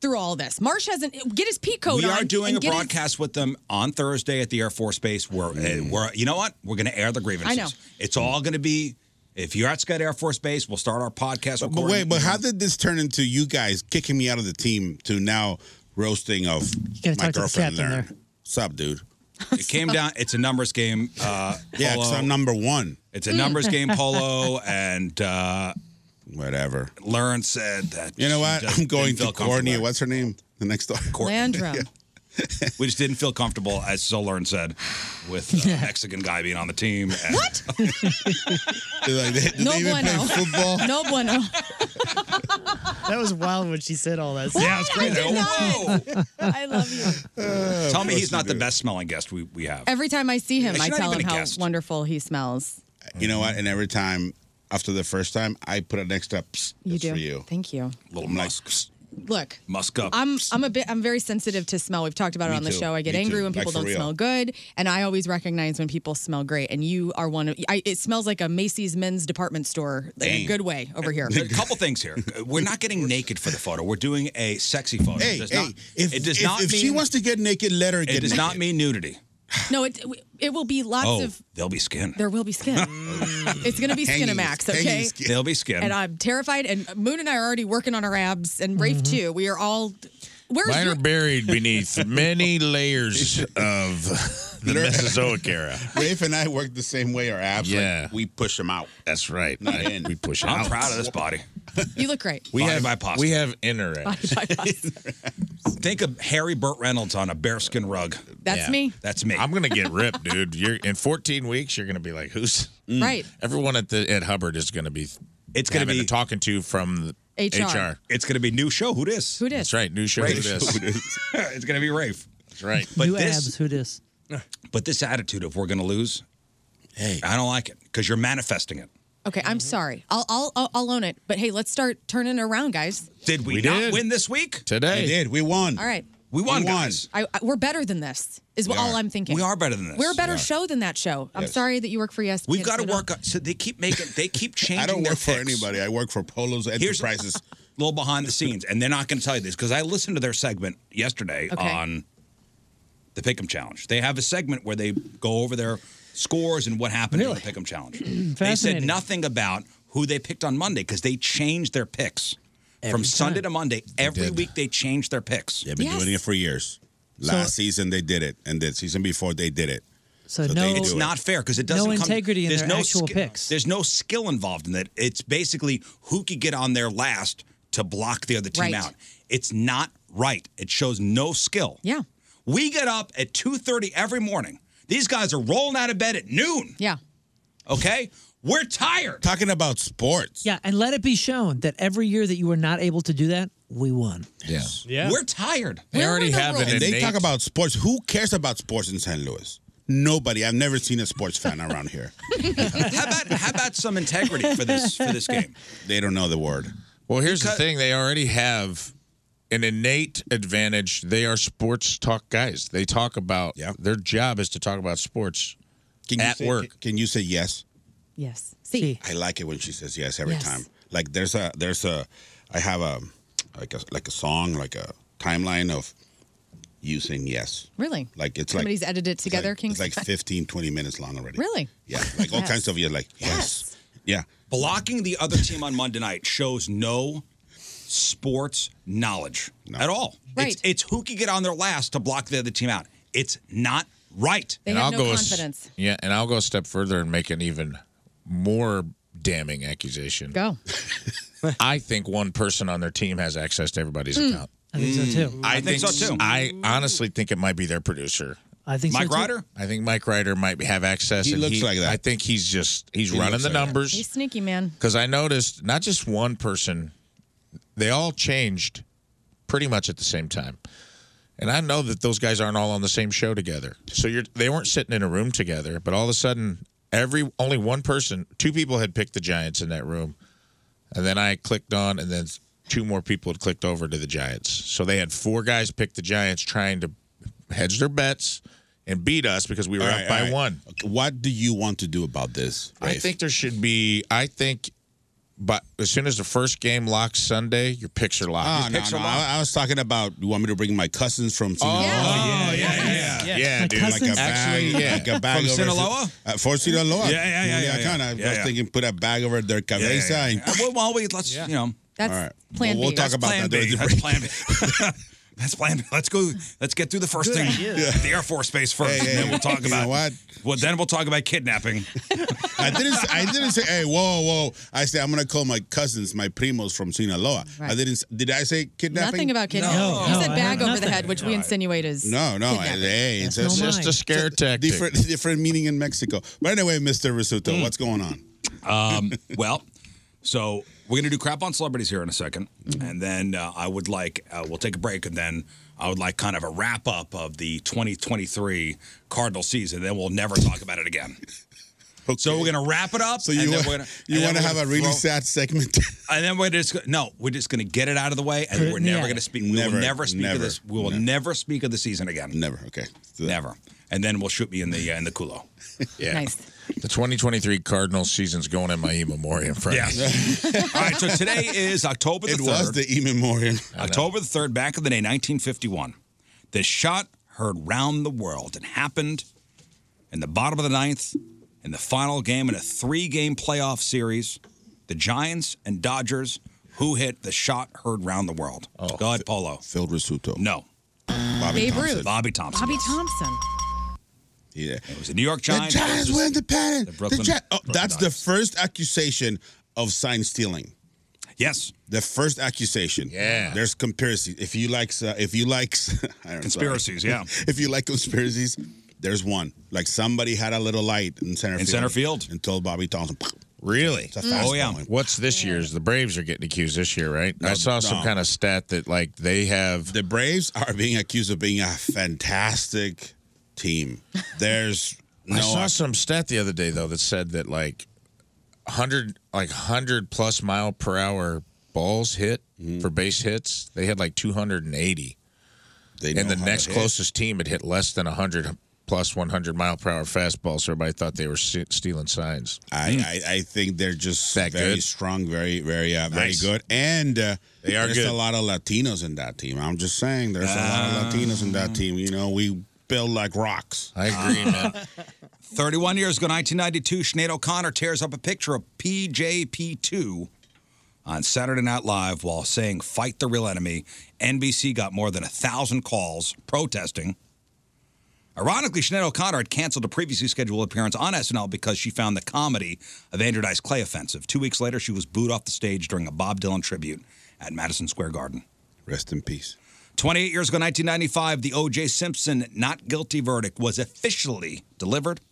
Through all this, Marsh hasn't get his peacoat we on. are and doing a get his- broadcast with them on Thursday at the Air Force Base. We're, uh, Mm. we're you know what? We're going to air the grievances. know. It's all going to be. If you're at Scott Air Force Base, we'll start our podcast. But recording. wait, but how did this turn into you guys kicking me out of the team to now roasting of gotta my talk to the girlfriend captain there? there. What's up, dude? It came down. It's a numbers game. Uh, Uh, [LAUGHS] Yeah, 'cause I'm number one. It's a [LAUGHS] numbers game, Polo, and uh, whatever. Lauren said that. [LAUGHS] You know she what? just I'm going didn't feel to Courtney. comfortable. What's her name? The next door. Landrum. We just didn't feel comfortable, as so Lauren said, with uh, Mexican guy being on the team. [LAUGHS] What? No bueno. [LAUGHS] [LAUGHS] No bueno. that was wild when she said all that. Yeah, it's crazy. I [LAUGHS] did not. I [LAUGHS] love you. Uh, Tell me he's not the best smelling guest we, we have. Every time I see him, It's I not tell even him a how guest. wonderful he smells. You know what? And every time after the first time, I put an extra psst You just do. for you. Thank you. Little musk. Look, musk up. I'm I'm a bit I'm very sensitive to smell. We've talked about it Me on the too. show. I get Me angry too. when people Like, for don't real. smell good, and I always recognize when people smell great. And you are one of I, it smells like a Macy's men's department store like, in a [LAUGHS] Dang. good way over here. There are a couple things here. We're not getting naked for the photo. We're doing a sexy photo. Hey, it does hey, not, if- it does if- not if mean, she wants to get naked, let her It get does not naked. mean nudity. No, it it will be lots oh, of there'll be skin. there will be skin. it's gonna be Hanging- Skinamax, hanging okay? skin. There'll be skin. And I'm terrified. And Moon and I are already working on our abs, and Rafe too. We are all. Where's Mine your [LAUGHS] are buried beneath many layers of the Mesozoic era. Rafe and I work the same way. Our abs, yeah, we push them out. That's right. Not in. We push I'm out. proud of this body. You look great. We have by pasta. We have inner abs. [LAUGHS] Think of Harry Burt Reynolds on a bearskin rug. That's Yeah. me. That's me. I'm gonna get [LAUGHS] ripped, dude. You're in 14 weeks. You're gonna be like, who's Mm. Right. Everyone at the at Hubbard is gonna be. It's gonna having be- a talking to from the HR. HR. It's gonna be new show. Who dis? Who dis? That's right. New show. Rafe. Who dis? Who dis? [LAUGHS] it's gonna be Rafe. That's right. But New this, abs. Who dis? but this attitude of we're gonna lose. Hey, I don't like it because you're manifesting it. Okay, I'm sorry. I'll, I'll I'll I'll own it. But hey, let's start turning it around, guys. Did we, not win this week? Today. We did. We won. All right. We won, We won. guys. I, I, we're better than this. Is We all are. I'm thinking. We are better than this. We're a better We are. show than that show. I'm Yes. sorry that you work for E ESPN. We've got It's to been a- work. On, so they keep making, [LAUGHS] they keep changing. I don't their work for picks. anybody. I work for Polo's [LAUGHS] Enterprises. [LAUGHS] a little behind the scenes, and they're not going to tell you this because I listened to their segment yesterday Okay. on the Pick'em Challenge. They have a segment where they go over their scores and what happened in the Pick'em [CLEARS THROAT] Challenge. they said Fascinating. nothing about who they picked on Monday because they changed their picks from Sunday to Monday. Every week they changed their picks. They've been doing it for years. Last season they did it, and the season before they did it. So they do it's it. not fair because it No doesn't come- integrity in there's their no actual skill- There's no skill involved in that. It's basically who could get on there last to block the other team Right. out. It's not right. It shows no skill. Yeah. We get up at 2:30 every morning. These guys are rolling out of bed at noon. Yeah. Okay? We're tired. Talking about sports. Yeah, and let it be shown that every year that you were not able to do that, we won. Yeah. Yeah. We're tired. They Where already were the have an rules? And they talk innate- about sports. Who cares about sports in San Luis? Nobody. I've never seen a sports fan around here. how about how about some integrity for this for this game? They don't know the word. Well, here's the thing: they already have an innate advantage. They are sports talk guys. They talk about their job is to talk about sports Can you at say- work. Can, you say yes? Yes. See. I like it when she says yes every Yes. time. Like there's a there's a I have a like a like a song like a timeline of you saying yes. Really? Like it's Somebody's like edited it together, King. it's like 15 20 minutes long already. Really? Yeah, like all Yes. kinds of you like yes. Yeah. Blocking the other team on Monday night shows no sports knowledge at all. Right. It's, it's who can get on there last to block the other team out. It's not right. They have no a s- confidence. yeah, and I'll go a step further and make an even more damning accusation. Go. [LAUGHS] I think one person on their team has access to everybody's Mm. account. I think so, too. I, I think so, too. I honestly think it might be their producer. I think so, Mike too. Ryder? I think Mike Ryder might have access. He and looks like that. I think he's just he's He running looks the like that. numbers. He's sneaky, man. Because I noticed not just one person, they all changed pretty much at the same time. And I know that those guys aren't all on the same show together. So you're they weren't sitting in a room together, but all of a sudden every only one person, two people had picked the Giants in that room. And then I clicked on and then two more people had clicked over to the Giants. So they had four guys pick the Giants trying to hedge their bets and beat us because we were All up right, by all right. one. What do you want to do about this? I think there should be. I think, but as soon as the first game locks Sunday, your picks are locked. Oh, no, no. I, I was talking about. You want me to bring my cousins Oh, from? Sinaloa? Oh, yeah, yeah, yeah, yeah, dude. Like a bag, Actually, yeah. like a bag From over Sinaloa? Uh, for Sinaloa. Yeah, yeah, yeah, yeah, Culiacan. yeah. I Yeah, was yeah. thinking, put a bag over their Yeah, cabeza. yeah, yeah. And, Uh, Well, while we let's you know That's plan Well, we'll B. talk about plan that during the B. That's plan B. [LAUGHS] That's plan B. Let's go. Let's get through the first Good thing. idea. The Air Force Base first. Hey, hey, and then we'll talk you know about what? Well, then we'll talk about kidnapping. I didn't. s- I didn't say, "Hey, whoa, whoa." I said, "I'm gonna call my cousins, my primos from Sinaloa." I Right. didn't. s- Did I say kidnapping? Nothing about kidnapping. you said bag over the head, which we insinuate is. No, no. kidnapping. Hey, it's, That's no it's mine. scare tactic. Different, different meaning in Mexico. But anyway, Mr. Risuto, what's going on? [LAUGHS] Hmm. Um, well, so we're gonna do crap on celebrities here in a 2nd and then uh, I would like uh, we'll take a break, and then I would like kind of a wrap up of the 2023 Cardinal season. Then we'll never talk about [LAUGHS] it again. So we're gonna wrap it up. So you and then wa- we're gonna- you and then want to we're have a gonna really throw- sad segment? And then we're just no, we're just going to get it out of the way, and we're never Yeah. going to speak. We Never, will never speak never, of this. We will never. speak of the season again. Never. Okay. Never. And then we'll shoot me in the uh, in the culo. [LAUGHS] yeah. Nice. The 2023 Cardinals season's going in my e memoriam Friday. [LAUGHS] All right. So today is October the It third. was the e [LAUGHS] memoriam. October the third, back in the day, 1951. This shot heard round the world. It happened in the bottom of the ninth, in the final game in a three-game playoff series. The Giants and Dodgers. Who hit the shot heard round the world? Oh, Go ahead, Polo. Phil Risuto. No. Bobby Babe Ruth. Bobby Thompson. Bobby Thompson. Yeah. It was the New York Giants. The Giants versus- win the pennant. The The Brooklyn- Gi- oh, Brooklyn that's the first accusation of sign stealing. Yes. The first accusation. Yeah. There's conspiracies. If you like, uh, if you like, [LAUGHS] I don't- Conspiracies, sorry. yeah. [LAUGHS] if you like conspiracies, there's one. Like somebody had a little light in center In field. center field. And told Bobby Thompson. Really? It's a fast Oh, yeah. bowling. What's this year's? The Braves are getting accused this year, right? I saw some no. kind of stat that like they have the Braves are being accused of being a fantastic team. There's no. [LAUGHS] I saw some stat the other day though that said that like hundred like hundred plus mile per hour balls hit Mm-hmm. for base hits. They had like two hundred and eighty. They and know the how next to hit. closest team had hit less than hundred plus one hundred mile per hour fastballs. So everybody thought they were se- stealing signs. I, I, I think they're just very good? strong, very, very, uh, very Nice. good. And uh, They are there's good. a lot of Latinos in that team. I'm just saying, there's a lot Ah. of Latinos in that team. You know, we build like rocks. I agree, man. 31 years ago, 1992, Sinead O'Connor tears up a picture of PJP2 on Saturday Night Live while saying, Fight the real enemy. NBC got more than a thousand calls protesting. Ironically, Sinead O'Connor had canceled a previously scheduled appearance on SNL because she found the comedy of Andrew Dice Clay offensive. Two weeks later, she was booed off the stage during a Bob Dylan tribute at Madison Square Garden. Rest in peace. 28 years ago, 1995, the O.J. Simpson not guilty verdict was officially delivered.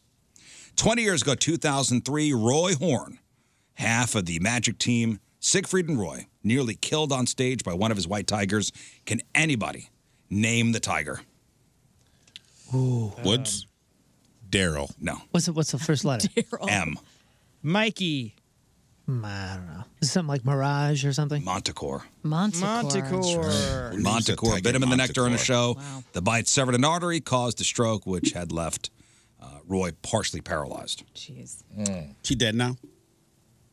20 years ago, 2003, Roy Horn, half of the Magic team, Siegfried and Roy, nearly killed on stage by one of his white tigers. Can anybody name the tiger? Ooh. Woods? Daryl. No. What's the, what's the first letter? M. Mikey. Mm, I don't know. Is it something like Mirage or something? Montecore. Montecore. Montecore. Montecore bit him in the neck during a show. The bite severed an artery, caused a stroke, which had left uh, Roy partially paralyzed. Jeez. Mm. She dead now?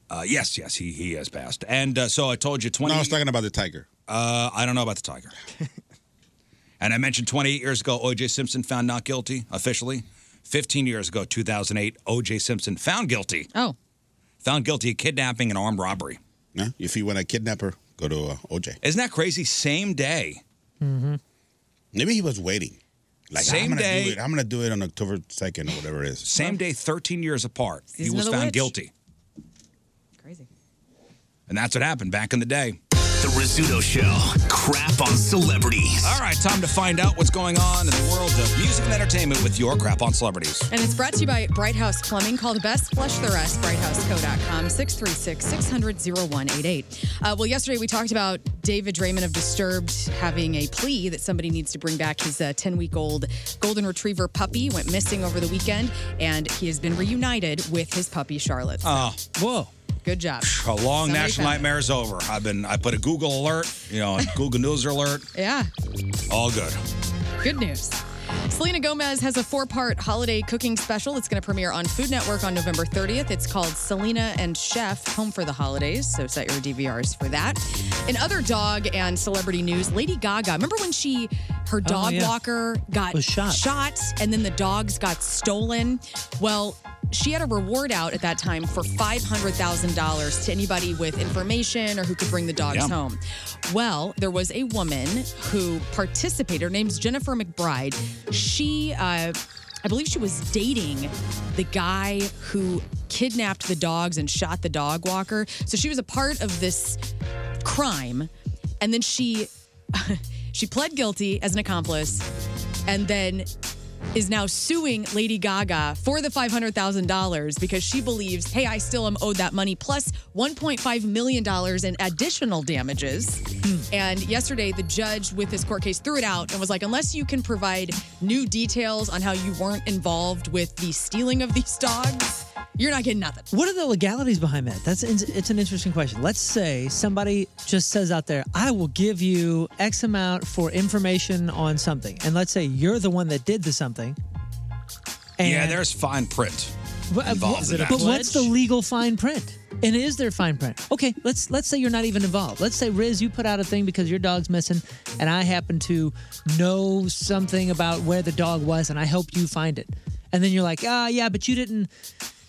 Uh, yes, yes, he he has passed. And uh, so I told you twenty. No, I was talking about the tiger. Uh, I don't know about the [LAUGHS] tiger. and I mentioned 28 years ago, O.J. Simpson found not guilty officially. 15 years ago, 2008, O.J. Simpson found guilty. Oh. Found guilty of kidnapping and armed robbery. Yeah, if you want to kidnap her, go to uh, OJ. Isn't that crazy? Same day. Mm-hmm. Maybe he was waiting. Like Same I'm gonna day- Do it. I'm gonna do it on October second or whatever it is. Same day, 13 years apart. Season he was of the found witch. guilty. Crazy. And that's what happened back in the day. The Rizzuto Show. Crap on celebrities. All right, time to find out what's going on in the world of music and entertainment with your crap on celebrities. And it's brought to you by Bright House Plumbing. Call the best, flush the rest. BrightHouseCo.com, 636 600 0188. Uh, Well, yesterday we talked about David Draymond of Disturbed having a plea that somebody needs to bring back his 10 week old Golden Retriever puppy. Went missing over the weekend, and he has been reunited with his puppy, Charlotte. So, Oh, whoa. good job. A long Somebody national found it. nightmare is over. I've been, I put a Google alert, you know, a Google News alert. Yeah. All good. Good news. Selena Gomez has a four part holiday cooking special that's going to premiere on Food Network on November 30th. It's called Selena and Chef Home for the Holidays, so set your DVRs for that. In other dog and celebrity news, Lady Gaga, remember when she, her Oh, dog yeah. walker got Was shot. shot and then the dogs got stolen? Well, she had a reward out at that time for $500,000 to anybody with information or who could bring the dogs Yeah. home. Well, there was a woman who participated. Her name's Jennifer McBride. She, uh, I believe she was dating the guy who kidnapped the dogs and shot the dog walker. So she was a part of this crime. And then she [LAUGHS] she pled guilty as an accomplice and then is now suing Lady Gaga for the $500,000 because she believes, hey, I still am owed that money, plus $1.5 million in additional damages. And yesterday, the judge with this court case threw it out and was like, unless you can provide new details on how you weren't involved with the stealing of these dogs, you're not getting nothing. What are the legalities behind that? That's it's an interesting question. Let's say somebody just says out there, "I will give you X amount for information on something," and let's say you're the one that did the something. yeah, there's fine print. But, involved in that. but what's the legal fine print? And is there fine print? Okay, let's let's say you're not even involved. Let's say Riz, you put out a thing because your dog's missing, and I happen to know something about where the dog was, and I helped you find it. And then you're like, ah, yeah, but you didn't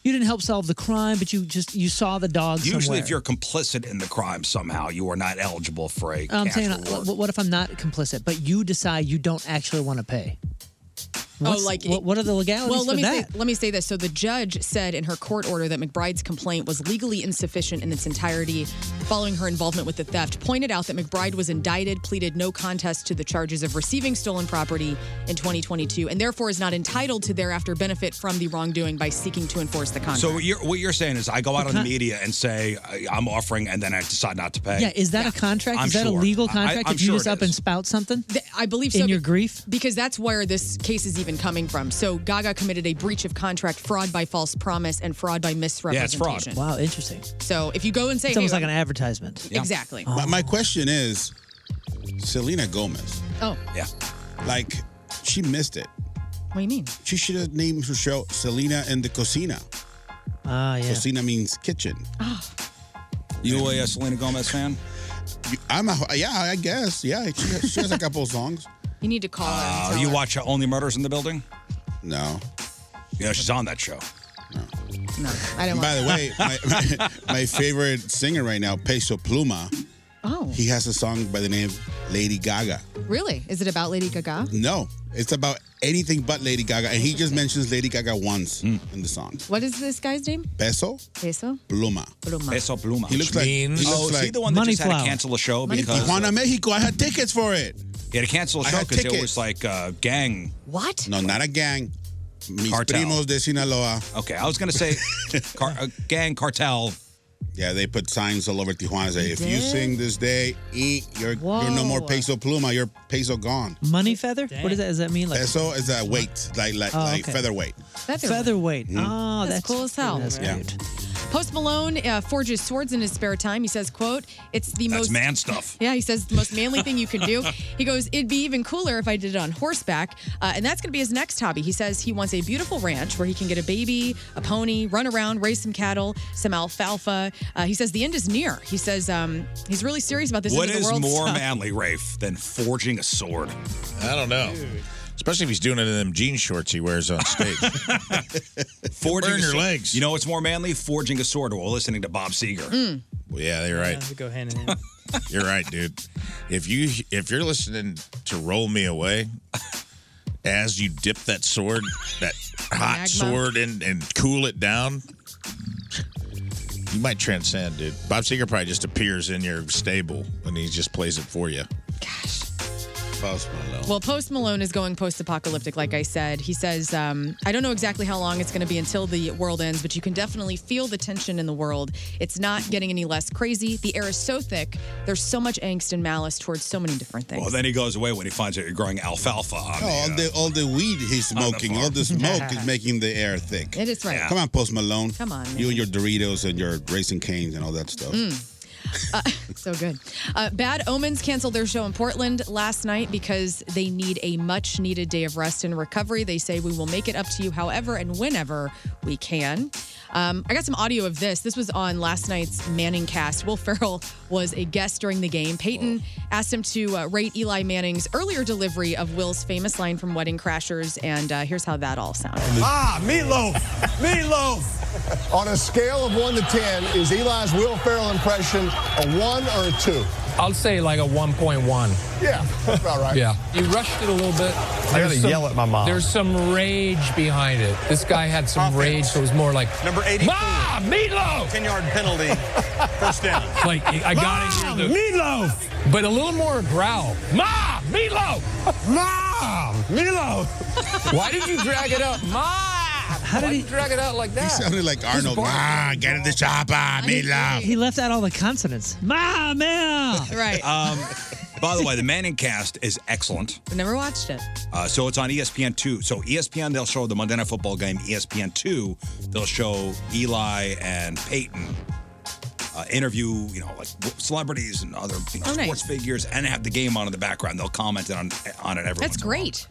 you didn't help solve the crime, but you just you saw the dog Usually, somewhere. if you're complicit in the crime somehow, you are not eligible for a I'm cash saying, reward. what, what if I'm not complicit, but you decide you don't actually want to pay? What's- oh, like what, what are the legalities Well, let for me that? Say, let me say this. So the judge said in her court order that McBride's complaint was legally insufficient in its entirety following her involvement with the theft. Pointed out that McBride was indicted, pleaded no contest to the charges of receiving stolen property in 2022, and therefore is not entitled to thereafter benefit from the wrongdoing by seeking to enforce the contract. So what you're, what you're saying is I go out on the media and say I- I'm offering, and then I decide not to pay. yeah, is that a contract? I'm is that a sure. legal I- contract I'm if you sure just it up and spout something? Th- I believe so. In your be- grief? Because that's where this case is even coming from. So Gaga committed a breach of contract, fraud by false promise, and fraud by misrepresentation. Wow, interesting. So if you go and say, It's almost hey, like an advertisement. Oh. Exactly. My, my question is, Selena Gomez. Oh. Yeah. Like, she missed it. What do you mean? She should have named her show Selena and the Cocina. Ah, yeah. Cocina means kitchen. Ah, You a uh, Selena Gomez fan? I'm a, yeah, I guess. Yeah, she, has- she has a couple [LAUGHS] of songs. You need to call her. Uh, you watch uh, Only Murders in the Building? No. You know she's on that show. No, I don't. By the [LAUGHS] way, my, my, my favorite singer right now, Peso Pluma, Oh, he has a song by the name Lady Gaga. really? Is it about Lady Gaga? No, it's about anything but Lady Gaga, and he just mentions Lady Gaga once Mm. in the song. What is this guy's name? Peso Peso? Pluma. Pluma. Peso Pluma. He looks like he looks oh, is like he the one that just had to cancel a show because Tijuana, Mexico. I had tickets for it. he had to cancel a I show had because it tickets. was like uh, gang. What? No, not a gang. Mis Cartel. primos de Sinaloa. [LAUGHS] Okay, I was gonna say car- uh, gang cartel Yeah, they put signs all over Tijuana. Say, if you did? sing this day, eat, you're, you're no more Whoa. peso pluma, you're peso gone. Money feather? What does that? Does that mean like peso is a weight, like like, Oh, like okay. featherweight. Featherweight. featherweight? Hmm. Mhm. Oh, That's that's, cool as hell. That's Yeah. cute. Post Malone uh, forges swords in his spare time. He says, "quote It's the That's most man stuff. Yeah, he says the most manly thing you can do. He goes, it'd be even cooler if I did it on horseback. Uh, and that's going to be his next hobby. He says he wants a beautiful ranch where he can get a baby, a pony, run around, raise some cattle, some alfalfa. Uh, he says the end is near. He says um, he's really serious about this. What end of is the world more stuff. manly, Rafe, than forging a sword? I don't know. Especially if he's doing it in them jean shorts he wears on stage. Forging Burn a your sword. legs. You know what's more manly? Forging a sword while listening to Bob Seger. Mm. Mm. Well, yeah, you're right. go hand in hand. You're right, dude. If you if you're listening to "Roll Me Away," as you dip that sword, that hot Magma. sword, and and cool it down, you might transcend, dude. Bob Seger probably just appears in your stable and he just plays it for you. Gosh. Well, Post Malone is going post apocalyptic, like I said. He says, um, I don't know exactly how long it's going to be until the world ends, but you can definitely feel the tension in the world. It's not getting any less crazy. The air is so thick. There's so much angst and malice towards so many different things. Well, then he goes away when he finds out you're growing alfalfa. On uh, Oh, all the all the weed he's on the smoking, farm. [LAUGHS] all the [LAUGHS] smoke is making the air thick. It is right. Come on, Post Malone. Come on, You and your Doritos and your racing canes and all that stuff. Mm. Uh, [LAUGHS] so good. Uh, Bad Omens canceled their show in Portland last night because they need a much needed day of rest and recovery. They say we will make it up to you however and whenever we can. Um, I got some audio of this. This was on last night's Manning cast. Will Ferrell [LAUGHS] was a guest during the game. Peyton asked him to uh, rate Eli Manning's earlier delivery of Will's famous line from Wedding Crashers, and uh, here's how that all sounded. Ah, meatloaf, meatloaf. On a scale of one to ten, is Eli's Will Ferrell impression a one or a two? I'll say like a 1.1. Yeah, that's about right. Yeah. He rushed it a little bit. I There's gotta yell at my mom. There's some rage behind it. This guy had some rage, so it was more like number 80. Ma, meatloaf. 10 yard penalty. First down. Like I got it here. Meatloaf. But a little more growl. Ma, meatloaf. Ma, meatloaf. Why did you drag it up, Ma? How did Why you drag it out like that? He sounded like Arnold. Ah, get in the chopper, uh, meatloaf. He left out all the consonants. Ma, ma. [LAUGHS] Right. Um, by the way, the Manning cast is excellent. Never watched it. Uh, so it's on ESPN two. So E ESPN they'll show the Monday Night Football game. E ESPN two they'll show Eli and Peyton uh, interview you know like w- celebrities and other you know, Oh, nice. sports figures and have the game on in the background. They'll comment on on it every. That's once in a while. great.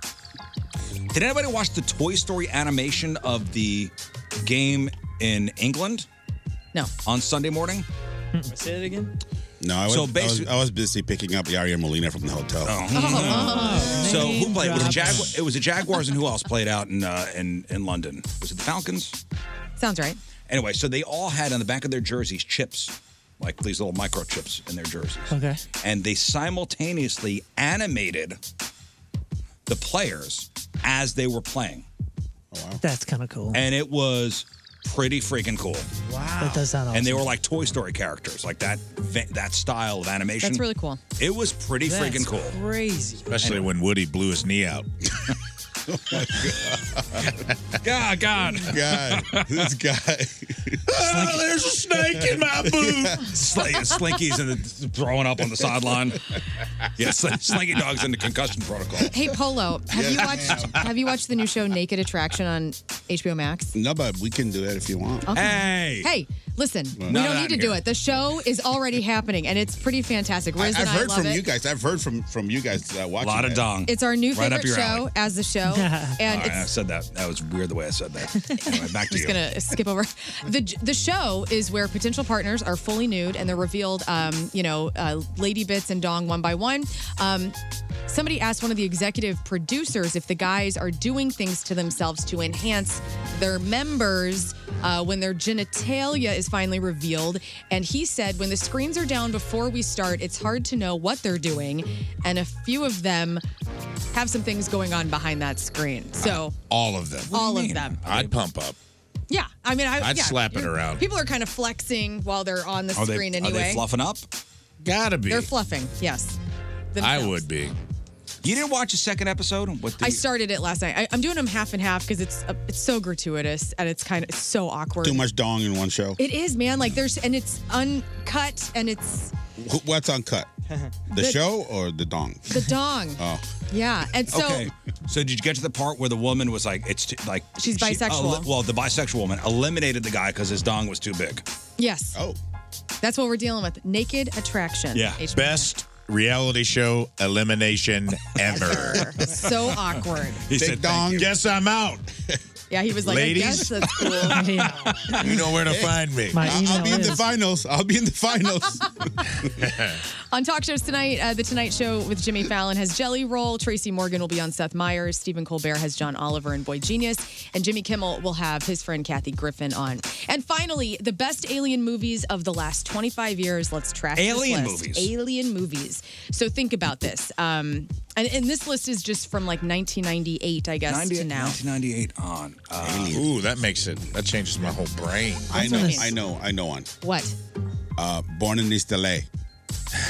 Did anybody watch the Toy Story animation of the game in England? No. On Sunday morning. Say it again. No, I was, So I was- basi- Oh. I was busy picking up Yarier Molina from the hotel. Oh, [LAUGHS] So who played? It was, the drops. Jagu- it was the Jaguars and who else played out in uh, in in London? Was it the Falcons? Sounds right. Anyway, so they all had on the back of their jerseys chips, like these little microchips in their jerseys, Okay. and they simultaneously animated the players as they were playing, Oh, That's kind of cool. and it was pretty freaking cool. That does sound awesome. And they were like Toy Story characters, like that ve- that style of animation. That's really cool. It was pretty That's freaking cool. Crazy. Especially when Woody blew his [LAUGHS] knee out. God, God, God, this guy. [LAUGHS] Oh, there's a snake in my [LAUGHS] boot. Sl- Slinky's in the, throwing up on [LAUGHS] the sideline. Yeah, sl- Slinky Dog's in the concussion protocol. Hey Polo, have you Yes, watched have you watched the new show Naked Attraction on HBO Max? No, but we can do that if you want. Okay. Hey, listen, Well, we not don't out need to here. do it. The show is already happening and it's pretty fantastic. I, Riz have and I heard love from it. you guys. I've heard from from you guys uh, watching. Lot of that. dong. It's our new Right up favorite your show alley. as the show. and All right, I it's said that. That was weird the way I [LAUGHS] said that. All right, back to just you. gonna skip over [LAUGHS] the the show is where potential partners are fully nude and they're revealed, um, you know, uh, lady bits and dong one by one. Um, somebody asked one of the executive producers if the guys are doing things to themselves to enhance their members uh, when their genitalia is finally revealed, and he said when the screens are down before we start, it's hard to know what they're doing, and a few of them have some things going on behind that screen. So All of them. What do you All of mean? them. I'd pump up. yeah, I mean, I, I'd yeah, slap it you're- around. People are kind of flexing while they're on the Are they- screen are they anyway. fluffing up? Gotta be. They're fluffing. Yes. I Themselves. would be. You didn't watch the second episode? What the, I started it last night. I, I'm doing them half and half because it's uh, it's so gratuitous and it's kind of it's so awkward. Too much dong in one show. It is, man. Like there's and it's uncut and it's Wh- What's uncut? The, The- show or the dong? the dong. Oh. Yeah, and so [LAUGHS] okay. So did you get to the part where the woman was like, it's too, like She's she- bisexual. el- well, the bisexual woman eliminated the guy because his dong was too big. yes. Oh. That's what we're dealing with. Naked attraction. H- Best reality show [LAUGHS] elimination ever. So awkward. [LAUGHS] he said, Dong. Guess I'm out. Yeah, he was like, I guess Ladies? that's [LAUGHS] cool. You know where to find me. My I'll, I'll be email in the is- finals. I'll be in [LAUGHS] the finals. On talk shows tonight, uh, The Tonight Show with Jimmy Fallon has Jelly Roll. Tracy Morgan will be on Seth Meyers. Stephen Colbert has John Oliver and Boy Genius. And Jimmy Kimmel will have his friend Kathy Griffin on. And finally, the best alien movies of the last 25 years. Let's trash this Alien list. movies. Alien movies. So think about this. Um, and, and this list is just from like 1998, I guess, to now. 1998 on. Uh, ooh, that makes it. That changes my whole brain. I That's know. nice. I know. I know one. What? Uh, Born in East LA.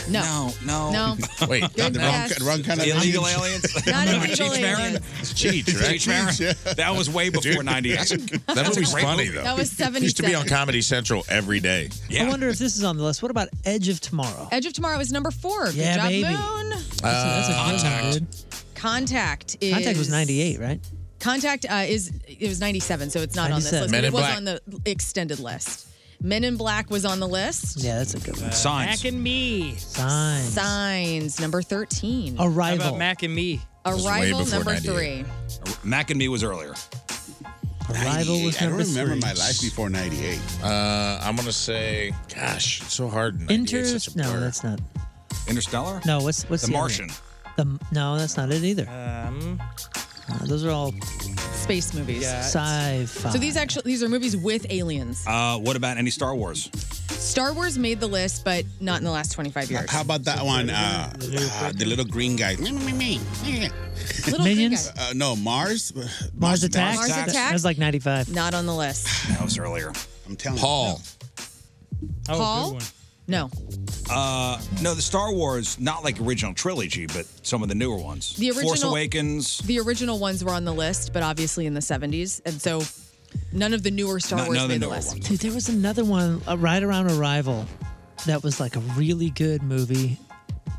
No. No. No. [LAUGHS] [LAUGHS] Wait, Good the wrong, guess. wrong kind of Illegal alien. [LAUGHS] aliens? Not Remember illegal Cheech Marin? aliens. Ah, It's Cheech, right? Cheech Marin. That was way before 98. That's a- That That's a movie's great funny movie. though. That was Used to be on 77. Comedy Central every day. I wonder if this is on the list. What about Edge of Tomorrow? Edge of Tomorrow is number four. Good Yeah, job, baby. Moon. Uh, That's a- that's a good one, Contact dude. is. Contact was 98, right? Contact uh, is it was 97, so it's not on this 97. list. Men but in it was Black. on the extended list. Men in Black was on the list. Yeah, that's a good one. Mac and me. Signs. Signs number 13. How about Mac and me? Arrival number three. Mac and me [LAUGHS] was earlier. Arrival was I don't number remember three. my life before '98. Uh, I'm gonna say, gosh, it's so hard. in 98, Inter. such a No, blur. that's not. Interstellar? No, what's what's The other Martian. one? The no, that's not it either. Uh, Um, those are all Space movies. sci-fi. So these actually these are movies with aliens. Uh, what about any Star Wars? Star Wars made the list, but not in the last 25 years. How about that one? Uh, uh, the little green guy. Little Minions? Uh, no, Mars. Mars Attacks. Mars Attacks. That was like 95. Not on the list. That was [LAUGHS] earlier. I'm telling Paul. Oh, Paul? No. Uh, no, the Star Wars, not like original trilogy, but some of the newer ones. The original- Force Awakens. The original ones were on the list, but obviously in the 70s, and so none of the newer Star No- Wars none of the made the newer list. Dude, there was another one uh, right around Arrival that was like a really good movie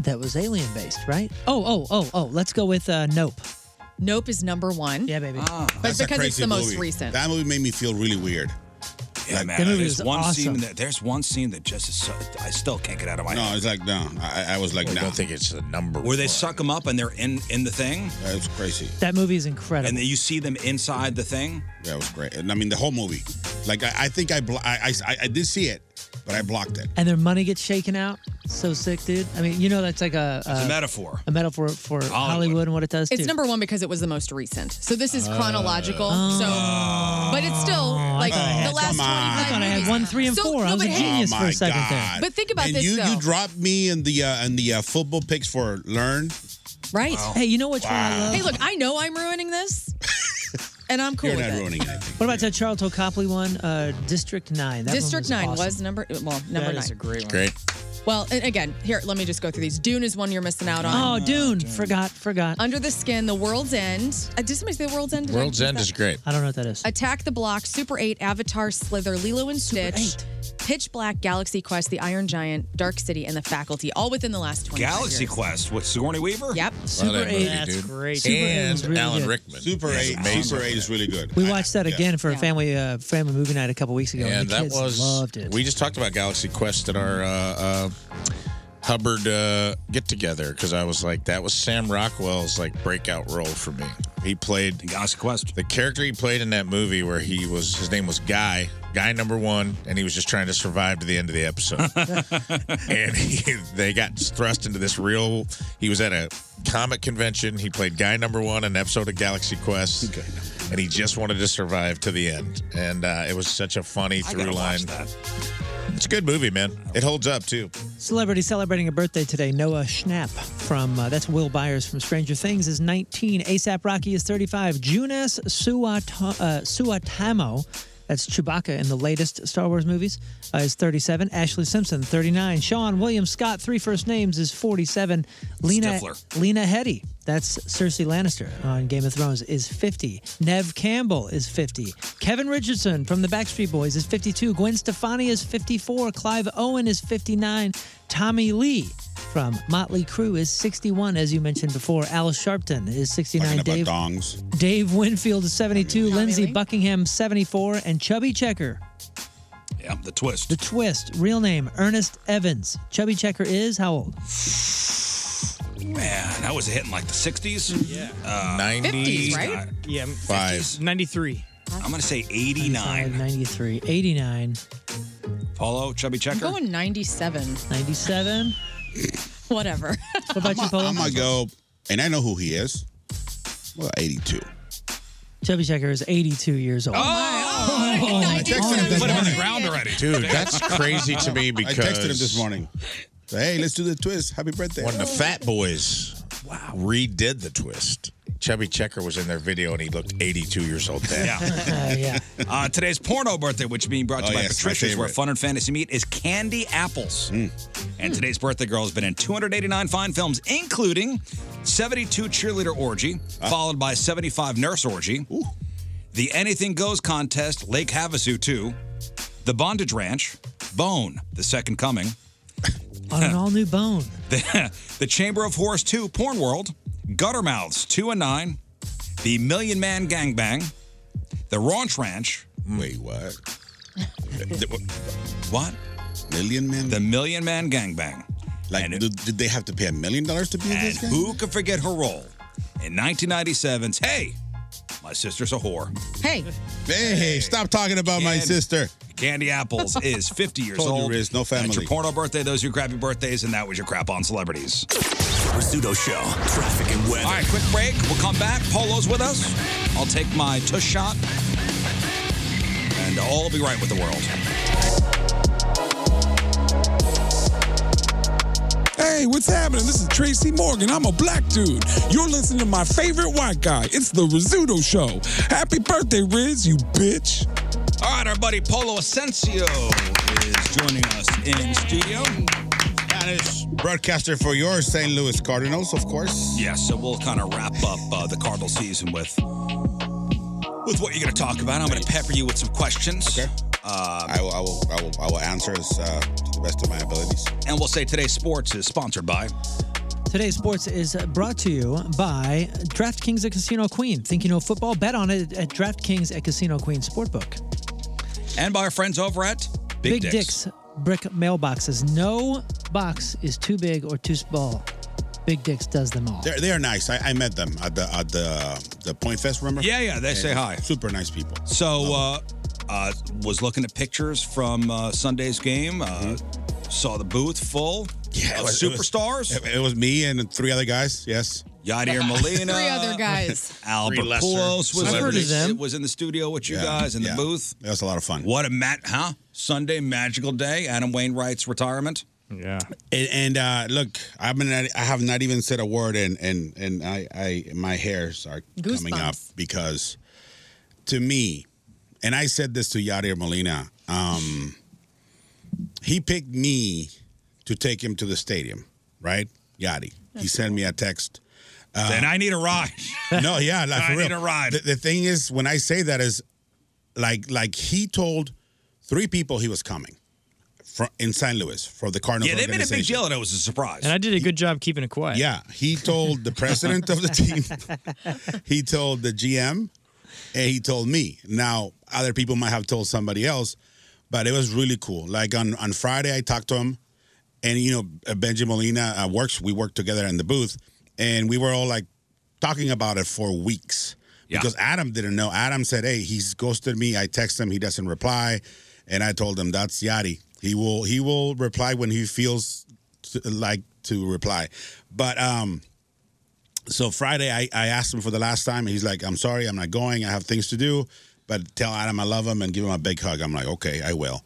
that was alien based, right? Oh, oh, oh, oh. Let's go with uh, Nope. Nope is number one. Yeah, baby. Oh. But Ah, That's a because it's crazy the most movie. recent. That movie made me feel really weird. Yeah, man. that movie there's was one awesome. scene that there's one scene that just is so, I still can't get out of my No, head. it's like no. I, I was like, no. I don't think it's the number. Where they suck them up and they're in in the thing. That was crazy. That movie is incredible. And then you see them inside the thing. That was great. And I mean, the whole movie. Like, I, I think I, blo- I, I, I did see it, but I blocked it. And their money gets shaken out. So sick, dude. I mean, you know, that's like a, It's a metaphor. A metaphor for Hollywood, and what it does. It's too. number one because it was the most recent. So this Uh, is chronological. so, Oh. but it's still like the last 25 I thought I had one, three, and So- four. no, I was a but hey- genius Oh for my a second God. there. But think about and this, you, though. you dropped me in the uh, in the uh, football picks for learn. Right. Wow. Hey, you know which one I Wow. love? Hey, look, I know I'm ruining [LAUGHS] this, and I'm cool You're with not it. ruining it. What about that Charlton Copley one? Uh, District Nine. That one District was Nine awesome. was number well number nine. Great. Well, and again, here let me just go through these. Dune is one you're missing out Oh, Uh-huh. on. Dune. Forgot. Forgot. Under the Skin, The World's End. Uh, did somebody say The World's End? Did I World's miss End that? is great. I don't know what that is. Attack the Block, Super 8, Avatar, Slither, Lilo and Stitch, Pitch Black, Galaxy Quest, The Iron Giant, Dark City, and The Faculty, all within the last 20 Galaxy Quest with Sigourney Weaver. Yep. Super Love that 8. movie, That's dude. great. Super 8 was really good. Super That's eight. amazing. Super eight is really good. We watched that yeah. again for Yeah. a family uh, family movie night a couple weeks ago, and, And the that kids was loved it. we just talked about Galaxy Quest at our uh, uh, Hubbard uh, get together because I was like, that was Sam Rockwell's like breakout role for me. He played Galaxy Quest. The character he played in that movie where he was his name was Guy. Guy number one, and he was just trying to survive to the end of the [LAUGHS] episode. and he, they got thrust into this real. He was at a comic convention. He played guy number one, an episode of Galaxy Quest, and he just wanted to survive to the end. And uh, it was such a funny I through gotta line. watch It's a good movie, man. It holds up too. Celebrity celebrating a birthday today. Noah Schnapp from uh, that's Will Byers from Stranger Things is 19. ASAP Rocky is 35. Junas Suat- uh, Suatamo That's Chewbacca in the latest Star Wars movies. Uh, is 37. Ashley Simpson, 39. Sean William Scott, three first names, is 47. Lena Stifler. Lena Headey, that's Cersei Lannister on Game of Thrones, is 50. Nev Campbell is 50. Kevin Richardson from the Backstreet Boys is 52. Gwen Stefani is 54. Clive Owen is 59. Tommy Lee from Motley Crue is 61, as you mentioned before. Alice Sharpton is 69. Talking Dave, about dongs. Dave Winfield is 72. Lindsay Buckingham, 74. And Chubby Checker Yeah, the twist. the twist, real name Ernest Evans. Chubby Checker is how old? Man, that was a hit in like the 60s. Yeah. Uh, 90s, right? Yeah, Five. 93. I'm going to say 89. 95, 93, 89, Paulo, Chubby I'm Checker. going 97. 97. [LAUGHS] Whatever. [LAUGHS] What about you, Paul? I'm gonna go, and I know who he is. Well, 82. Chubby Checker is 82 years old. Oh, I texted him this Put him on the morning. ground already. Dude, that's crazy to [LAUGHS] me I texted him this because- morning. Hey, let's do the twist. Happy birthday. When the Fat Boys wow. redid the twist, Chubby Checker was in their video and he looked 82 years old then. Yeah. yeah. [LAUGHS] Uh, today's porno birthday, which is being brought to Oh, you by yes, my Patricia's, where favorite. Hmm. fun and fantasy meet, is Candy Apples. And today's birthday girl has been in 289 fine films, including 72 Cheerleader Orgy, Ah. followed by 75 Nurse Orgy, the Anything Goes Contest, Lake Havasu 2, The Bondage Ranch, Bone, The Second Coming, On [LAUGHS] an all new bone. the, the Chamber of Horrors 2, Porn World, Gutter Mouths 2 and 9, The Million Man Gangbang, The Raunch Ranch. Wait, what? what? Million Man? The Million Man Gangbang. Like, do- did they have to pay a million dollars to be in And this guy? who could forget her role in 1997's Hey, My Sister's a Whore? Hey. Hey, stop talking about my Candy- sister. [LAUGHS] Candy Apples is 50 years Told you, old. Riz, no That's family. your porno birthday. Those are your crappy birthdays, and that was your crap on celebrities. Rizzuto Show, traffic and weather. All right, quick break. We'll come back. Polo's with us. I'll take my tush shot, and all will be right with the world. [LAUGHS] Hey, what's happening? This is Tracy Morgan. I'm a black dude. You're listening to my favorite white guy. It's the Rizzuto Show. Happy birthday, Riz, you bitch. All right, our buddy Polo Asensio is joining us in studio. Spanish broadcaster for your St. Louis Cardinals, of course. Yeah, so we'll kind of wrap up uh, the Cardinal season with with what you're going to talk about. I'm going to pepper you with some questions. Okay. Uh, I will, I will, I will, I will answer as uh, to the best of my abilities. And we'll say today's sports is sponsored by. Today's sports is brought to you by DraftKings at Casino Queen. Think you know football? Bet on it at DraftKings at Casino Queen Sportbook. and by our friends over at Big, Big Dicks. Dick's brick mailboxes. No box is too big or too small. Big Dick's does them all. They're, they're nice. I, I met them at the at the the Point Fest. Remember? Yeah, yeah, they say hi. Super nice people. So, uh, uh, was looking at pictures from uh, Sunday's game. Uh, Saw the booth full Mm-hmm. Yeah, of it was- it was- superstars. It, it was me and three other guys. Yes. Yadier [LAUGHS] Molina. Three other guys. Albert Three lesser Pujols was, I've heard of them. was in the studio with you Yeah, guys in yeah. the booth. That was a lot of fun. What a mat, huh? Sunday magical day. Adam Wainwright's retirement. Yeah. And, and uh, look, I've been I have not even said a word, and and and I, I my hairs are coming up Goosebumps. because to me, and I said this to Yadier Molina, um, he picked me to take him to the stadium, right? Yadi. He sent me a text. Uh, Then I need a ride. Uh-huh. [LAUGHS] no, yeah, like for [LAUGHS] I real. need a ride. The, the thing is, when I say that is, like, like he told three people he was coming from in St. Louis for the Cardinals. yeah, they made a big organization. deal, and it was a surprise. And I did a good job keeping it quiet. Yeah, he told the president [LAUGHS] of the [LAUGHS] team, [LAUGHS] he told the GM, and he told me. Now, other people might have told somebody else, but it was really cool. Like on, on Friday, I talked to him, and you know, uh, Benji Molina uh, works, we worked together in the booth, and we were all like talking about it for weeks Yeah. because Adam didn't know. Adam said, Hey, he's ghosted me. I text him, he doesn't reply. And I told him that's Yadi. He will he will reply when he feels t- like to reply. But um so Friday I, I asked him for the last time. He's like, I'm sorry, I'm not going. I have things to do. But tell Adam I love him and give him a big hug. I'm like, okay, I will.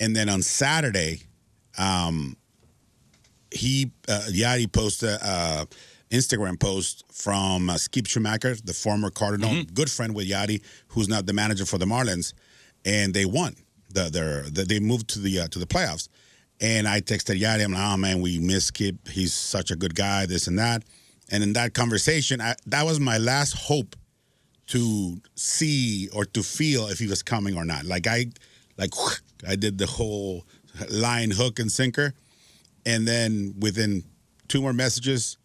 And then on Saturday, um, he uh, Yadi posted a uh, Instagram post from uh, Skip Schumacher, the former Cardinal, good friend with Yadi, who's now the manager for the Marlins, and they won. The, their, the they moved to the uh, to the playoffs, and I texted Yadi. I'm like, oh man, we miss Kip. He's such a good guy. This and that, and in that conversation, I, that was my last hope to see or to feel if he was coming or not. Like I, like [LAUGHS] I did the whole line hook and sinker, and then within two more messages,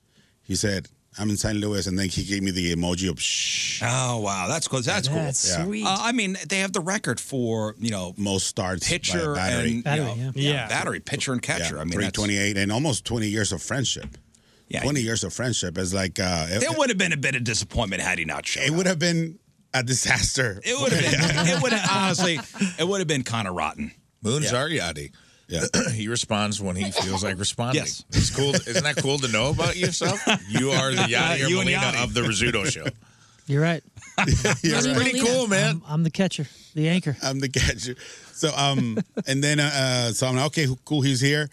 he said, "I'm in St. Louis," and then he gave me the emoji of shh. [LAUGHS] Oh wow, that's cool. That's, cool. That's Yeah. sweet. Uh, I mean, they have the record for you know most starts by a pitcher battery. and Battery, you know, yeah. yeah. Yeah. battery pitcher and catcher. I mean, three that's- twenty-eight and almost twenty years of friendship. Yeah, twenty years of friendship is like uh, it, There would have been a bit of disappointment had he not shown. it would have been a disaster. It would have [LAUGHS] been. it would have honestly. It would have been kind of rotten. Moon's Yeah. our Yachty. [CLEARS THROAT] he responds when he feels like responding. Yes. It's cool. Isn't that cool to know about yourself? You are [LAUGHS] the Yachty or You and Molina Yachty. of the [LAUGHS] Rizzuto show. You're right. That's right. pretty cool, man. I'm, I'm the catcher, the anchor. [LAUGHS] I'm the catcher. So um, and then uh, uh, so I'm like, okay, cool, he's here.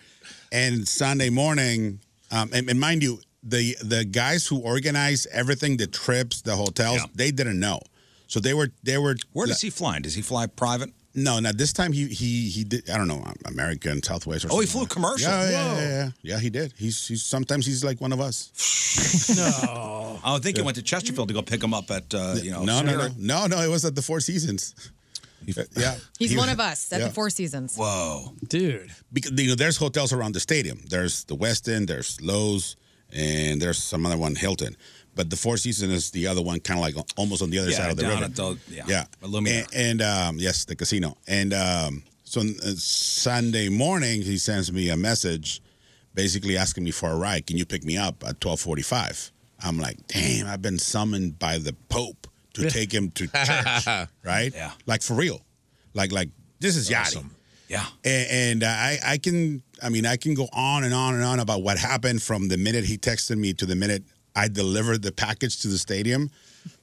And Sunday morning, um, and, and mind you, the the guys who organize everything, the trips, the hotels, they didn't know. So they were they were. Where does he fly? Does he fly private? No, not this time. He he he did. I don't know, American Southwest or Oh, he something. flew commercial. Yeah, yeah, Whoa. yeah, yeah, yeah. He did. He's he's sometimes he's like one of us. [LAUGHS] Oh, I think he went to Chesterfield to go pick him up at uh, you know. no, no, no, Spirit. no, no. It was at the Four Seasons. Uh, yeah, [LAUGHS] He's He- one of us at yeah. the Four Seasons. Whoa, dude! Because you know, there's hotels around the stadium. There's the Westin, there's Lowe's, and there's some other one, Hilton. But the Four Seasons is the other one, kind of like almost on the other Yeah, side of the down river. at the- yeah, at Lumiere. and, and um, yes, the casino. And um, so on, uh, Sunday morning, he sends me a message, basically asking me for a ride. Can you pick me up at twelve forty-five? I'm like, damn! I've been summoned by the Pope to take him to church, right? Yeah, like for real, like like this is Yachty. Yeah. And, and I, I can, I mean, I can go on and on and on about what happened from the minute he texted me to the minute I delivered the package to the stadium.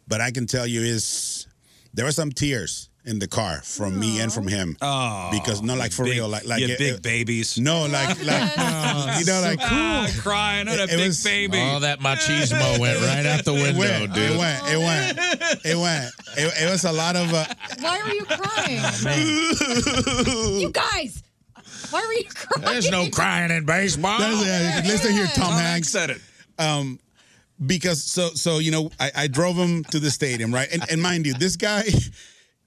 But I can tell you is there were some tears in the car from me and from him. Oh, because no, like for big- real, like like you big babies. No, like like you know, like Ah, Oh, crying at a big was- baby. All that [LAUGHS] machismo went right out the window, went, dude. It went. It went. It went. It, it was a lot of. Uh, Why are you Oh, [LAUGHS] crying? you guys, why are you crying? There's no crying in baseball. There's- uh, listen here, Tom Hanks said it. Um, because so so you know, I, I drove him to the stadium, right? And, and mind you, this guy,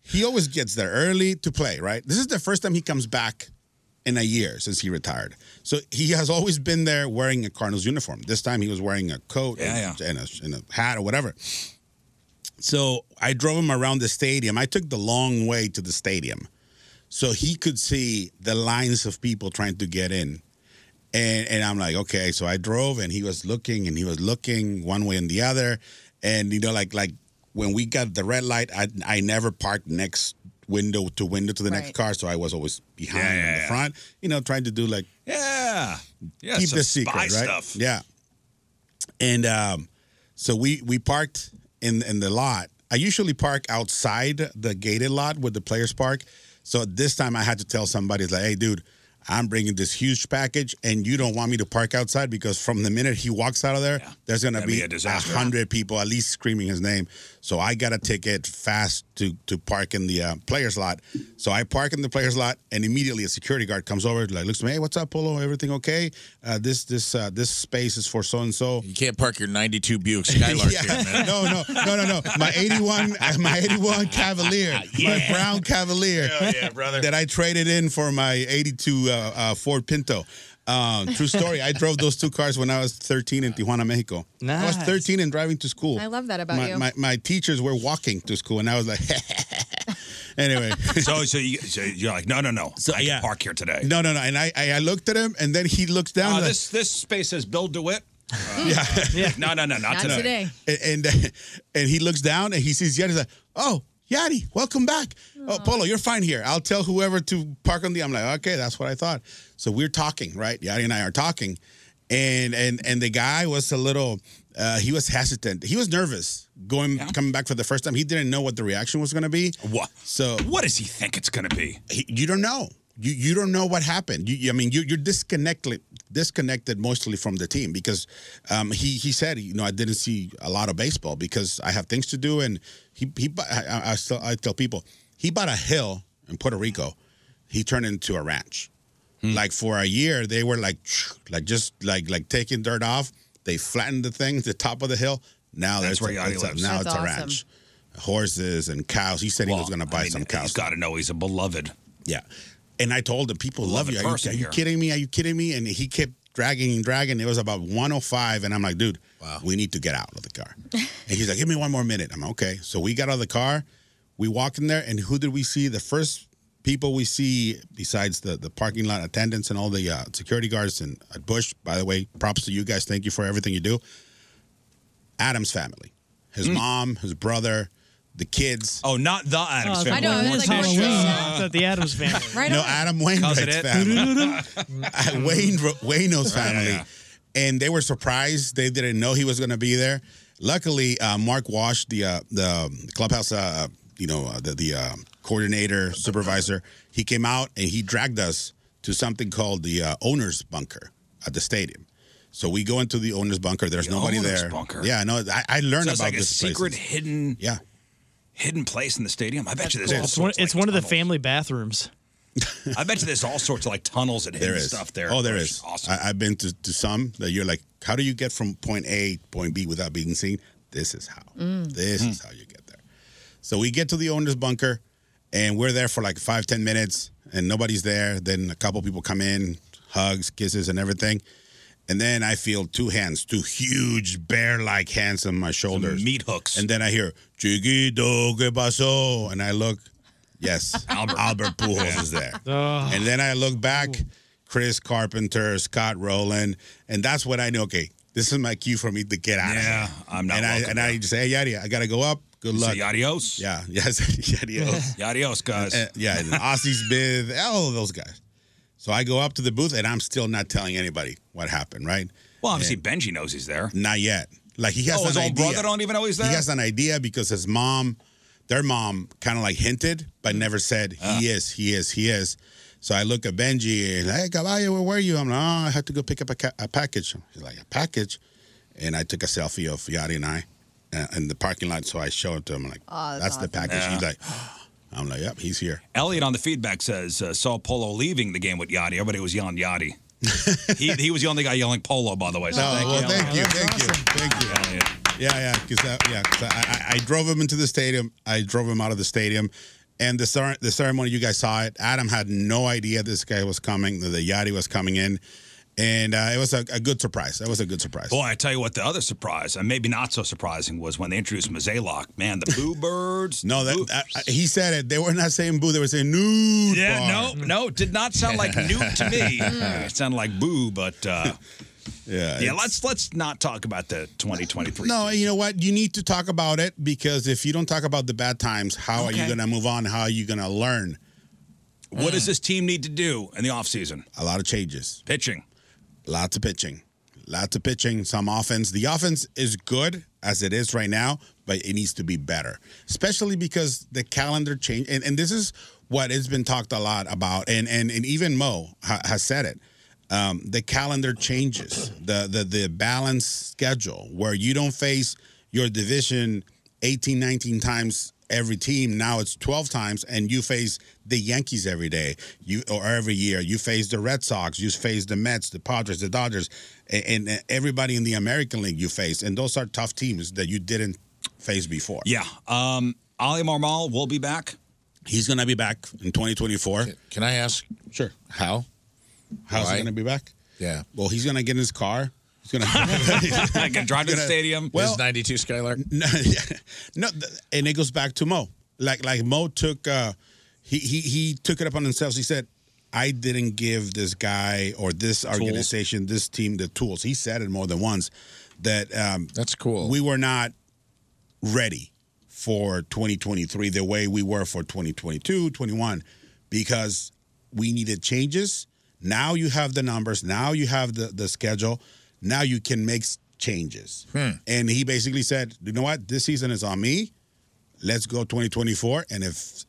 he always gets there early to play, right? This is the first time he comes back in a year since he retired. So he has always been there wearing a Cardinals uniform. This time he was wearing a coat and, and a, and a hat or whatever. So I drove him around the stadium. I took the long way to the stadium so he could see the lines of people trying to get in. And and I'm like, okay. So I drove and he was looking and he was looking one way and the other. And you know, like like when we got the red light, I I never parked next window to window to the next Right. car. So I was always behind Yeah, in yeah, the yeah. front, you know, trying to do like Yeah. Yeah. keep some the secret, spy right? Stuff. Yeah. And um, so we we parked in in the lot. I usually park outside the gated lot where the players park. So this time I had to tell somebody like, "Hey, dude, I'm bringing this huge package, and you don't want me to park outside because from the minute he walks out of there, there's gonna That'd be be a a disaster. hundred people at least screaming his name." So I got a ticket fast to to park in the uh, players lot. So I park in the players lot, and immediately a security guard comes over, like looks at me, "Hey, what's up, Polo? Everything okay? Uh, this this uh, this space is for so and so." You can't park your 92 Buick [LAUGHS] Skylark Yeah. here, man. No, no, no, no, no. My '81, [LAUGHS] my '81 [LAUGHS] Cavalier, my Ah, Yeah. brown Cavalier, yeah, brother. that I traded in for my '82 uh, uh, Ford Pinto. Um, true story. I drove those two cars when I was 13 in Tijuana, Mexico. I was Nice. 13 and driving to school. I love that about my, you. My, my teachers were walking to school, and I was like, [LAUGHS] anyway. [LAUGHS] so so, you, so you're like, no, no, no. I can park here today. no, no, no. And I, I I looked at him, and then he looks Ah, down. Uh, like- this this space says [LAUGHS] Bill DeWitt. Uh, yeah. [LAUGHS] No, no, no, not, And, and [LAUGHS] and he looks down and he sees Yadi. He's like, oh, Yadi, welcome back. Oh, Polo, you're fine here. I'll tell whoever to park on the. I'm like, okay, that's what I thought. So we're talking, right? Yadi and I are talking, and and and the guy was a little. Uh, he was hesitant. He was nervous going coming back for the first time. He didn't know what the reaction was going to be. What? So what does he think it's going to be? he, you don't know. You you don't know what happened. You, you I mean you you're disconnected disconnected mostly from the team because um, he he said you know I didn't see a lot of baseball because I have things to do and he he bu- I, I, I, still, I tell people he bought a hill in Puerto Rico, he turned into a ranch. Hmm. Like for a year, they were like, [SNIFFS] like just like like taking dirt off. They flattened the thing, the top of the hill. Now there's That's where Yachty it's a, lives. now That's it's a awesome. ranch, horses and cows. He said he was going to buy some cows. He's got to know he's a beloved. Yeah, and I told him people love Beloved you. Are, you. person are you here." kidding me? Are you kidding me? And he kept dragging and dragging. It was about 105, and I'm like, dude, we need to get out of the car. and he's like, give me one more minute. I'm like, okay. So we got out of the car. We walked in there, and who did we see? The first people we see, besides the, the parking lot attendants and all the uh, security guards and at Bush, by the way, props to you guys. Thank you for everything you do. Adam's family, his mom, his brother, the kids. Hmm. Oh, not the Adams Addams Oh, I family. know, I was like, Halloween. Not the Adams [LAUGHS] family. Right no, Adam Wainwright's Cousin Ed. [LAUGHS] family. [LAUGHS] Uh, Wayne [LAUGHS] Wayno's family, and they were surprised. They didn't know he was going to be there. Luckily, uh, Mark Wash, the uh, the um, clubhouse, uh, you know, uh, the the um coordinator supervisor, he came out and he dragged us to something called the uh, owners bunker at the stadium. So we go into the owners bunker. There's The nobody owner's there. Oh, bunker. Yeah, no, I, I learned so it's about like this a secret place. hidden Yeah. hidden place in the stadium. I bet you there's all It's one, sorts it's one of the family bathrooms. I bet you there's all sorts of like tunnels and hidden There is. stuff there. Oh, there Which is. I, I've been to, to some that you're like, how do you get from point A to point B without being seen? This is how. This Mm. is how you get there. So we get to the owner's bunker, and we're there for like five, ten minutes, and nobody's there. Then a couple people come in, hugs, kisses, and everything. And then I feel two hands, two huge bear-like hands on my shoulders, meat hooks. And then I hear "Chiquito, qué pasó?" and I look, [LAUGHS] yes, Albert, Pujols is there. Oh. Ah. And then I look back, Chris Carpenter, Scott Rowland, and that's when I knew, okay, this is my cue for me to get out Yeah, of here. I'm not And I welcome and I just say, hey, Yadi, I gotta go up. Good You luck. say adios. Yeah, [LAUGHS] yes, [LAUGHS] yadios. [LAUGHS] Yadios, guys. Uh, yeah, and Aussie's Smith, all of those guys. So I go up to the booth and I'm still not telling anybody what happened, right? Well, [LAUGHS] obviously And Benji knows he's there. not yet. Like he has Oh, an his old idea. brother don't even know he's there? He has an idea because his mom, their mom, kind of like hinted but Mm. never said he Ah. is, he is, he is. So I look at Benji and hey, Caballo, where were you? I'm like, oh, I had to go pick up a, ca- a package. He's like, a package, and I took a selfie of Yadi and I uh, in the parking lot. So I show it to him. I'm like, Oh, that's that's, the awesome. package. Yeah. He's like, [GASPS] I'm like, yep, he's here. Elliot on the feedback says uh, saw Polo leaving the game with Yachty. Everybody was yelling [LAUGHS] Yachty. he, he was the only guy yelling Polo, by the way. So No, thank Oh, well, you. thank Elliot. you, thank you, thank you. Yeah, yeah, because yeah, 'cause I, I, I drove him into the stadium. I drove him out of the stadium, and the cer- the ceremony you guys saw it. Adam had no idea this guy was coming. The Yachty was coming in, and uh, it was a, a good surprise. That was a good surprise. Boy, I tell you what, the other surprise, and maybe not so surprising, was when they introduced Mazalock. Man, the [LAUGHS] Boo Birds. no, that I, I- Uh, he said it. They were not saying boo. They were saying nude. Yeah, bar. no, no, it did not sound [LAUGHS] like nude to me. it sounded like boo, but uh, yeah, yeah. it's- Let's let's not talk about the 2023. No, you know what? You need to talk about it because if you don't talk about the bad times, how are you Okay. going to move on? How are you going to learn? What Mm. does this team need to do in the offseason? A lot of changes. Pitching. Lots of pitching. Lots of pitching, some offense. The offense is good as it is right now, but it needs to be better, especially because the calendar change. And, and this is what has been talked a lot about. And, and, and even Mo ha- has said it. Um, the calendar changes, the, the, the balance schedule where you don't face your division 18, 19 times every team. Now it's 12 times, and you face the Yankees every day, you or every year. You face the Red Sox, you face the Mets, the Padres, the Dodgers, and, and everybody in the American League you face. And those are tough teams that you didn't face before. Yeah. Um, Ali Marmal will be back. He's going to be back in 2024. Can I ask? Sure. How? How's Why? he going to be back? Yeah. Well, he's going to get in his car. He's [LAUGHS] [LAUGHS] going to Gonna drive to the stadium. Well, His 92 Skylark. [LAUGHS] No, yeah. no, th- and it goes back to Mo. Like like Mo took uh, he he he took it upon himself. He said, "I didn't give this guy or this organization, this team, the tools." He said it more than once that um, that's cool. We were not ready for 2023 the way we were for 2022, 21 because we needed changes. Now you have the numbers. Now you have the the schedule. Now you can make s- changes. Hmm. And he basically said, "You know what? This season is on me. Let's go 2024. And if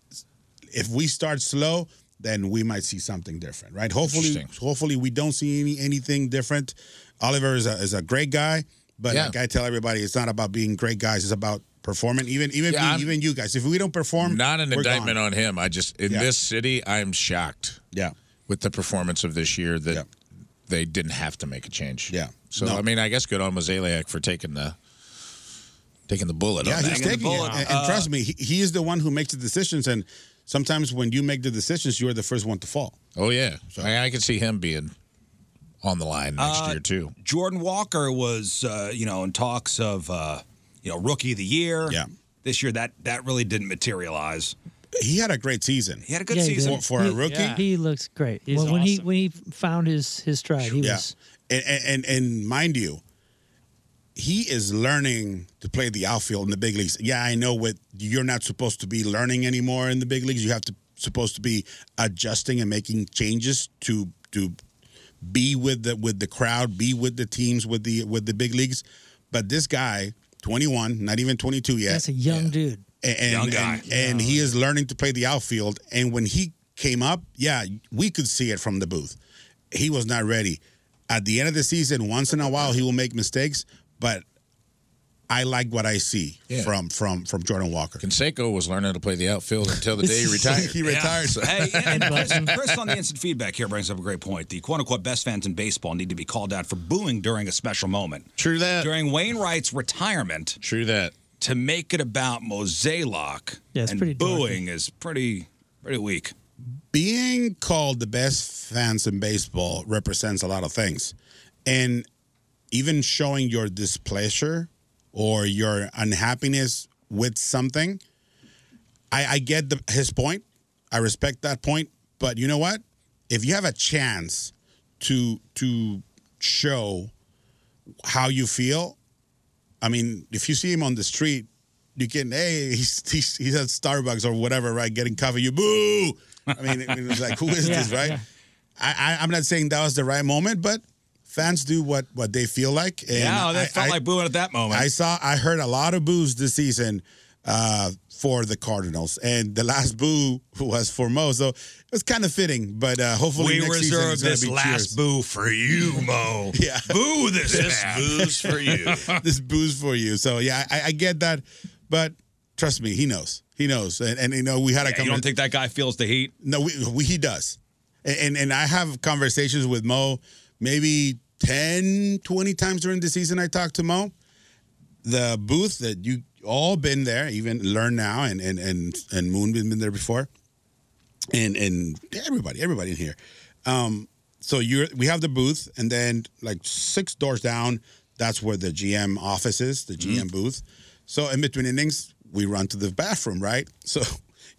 if we start slow, then we might see something different, right? Hopefully, hopefully we don't see any anything different. Oliver is a, is a great guy, but Yeah. like I tell everybody, it's not about being great guys. It's about performing. Even even Yeah, me- I'm- even you guys, if we don't perform, Not an we're gone. indictment on him. I just in Yeah. this city, I'm shocked. Yeah. With the performance of this year, that they didn't have to make a change. Yeah. So No. I mean, I guess good on Mozeliak for taking the taking the bullet. Yeah, on he's that. taking it. And, Uh, and trust me, he, he is the one who makes the decisions. And sometimes when you make the decisions, you're the first one to fall. Oh yeah, I, I can see him being on the line next Uh, year too. Jordan Walker was, uh, you know, in talks of, uh, you know, rookie of the year. Yeah. This year, that that really didn't materialize. He had a great season. He had a good Yeah, he season did. He- He looks great. He's when, when he when he found his his stride, he was And, and and and mind you, he is learning to play the outfield in the big leagues. Yeah, I know what you're not supposed to be learning anymore in the big leagues. You have to supposed to be adjusting and making changes to to be with the with the crowd, be with the teams with the with the big leagues. But this guy, 21, not even 22 yet. that's a young dude. and, and, Young guy. and, and he is learning to play the outfield. And when he came up, yeah, we could see it from the booth. He was not ready. At the end of the season, once in a while, he will make mistakes, but I like what I see Yeah. from from from Jordan Walker. Canseco was learning to play the outfield [LAUGHS] until the day [LAUGHS] he retired. he retired. Yeah. Hey, and [LAUGHS] Chris, [LAUGHS] Chris on the instant feedback here brings up a great point. The quote unquote best fans in baseball need to be called out for booing during a special moment. True that. During Wainwright's retirement. True that. To make it about Moselock Yeah, it's and pretty dorky. booing is pretty pretty weak. being called the best fans in baseball represents a lot of things. And even showing your displeasure or your unhappiness with something, I, I get the, his point. I respect that point. But you know what? If you have a chance to to show how you feel, I mean, if you see him on the street, you can, hey, [LAUGHS] he's, he's, he's at Starbucks or whatever, right? Getting coffee, you boo. I mean, it, was like, who is this, [LAUGHS] Yeah, right? yeah. I, I, I'm not saying that was the right moment, but fans do what, what they feel like. And yeah, I- that felt I- like booing at that moment. I saw, I heard a lot of boos this season uh, for the Cardinals, and the last boo [LAUGHS] was for Mo, so it was kind of fitting. But uh, hopefully, we next season reserve it's gonna this be last cheers. boo for you, Mo. [LAUGHS] Yeah. Boo this. This man. boo's for [LAUGHS] you. this booze for you. So yeah, I, I get that, but trust me, he knows. He knows, and, and you know we had a Yeah, you conversation. don't think that guy feels the heat? No, we, we, he does. And, and and I have conversations with Mo maybe 10, 20 times during the season I talked to Mo. The booth that you all been there, even Learn Now and and and, and Moon been been there before. And and everybody, everybody in here. Um, so you're we have the booth and then like six doors down, that's where the GM office is, the GM Mm-hmm. booth. So in between innings, we run to the bathroom, right? [LAUGHS] So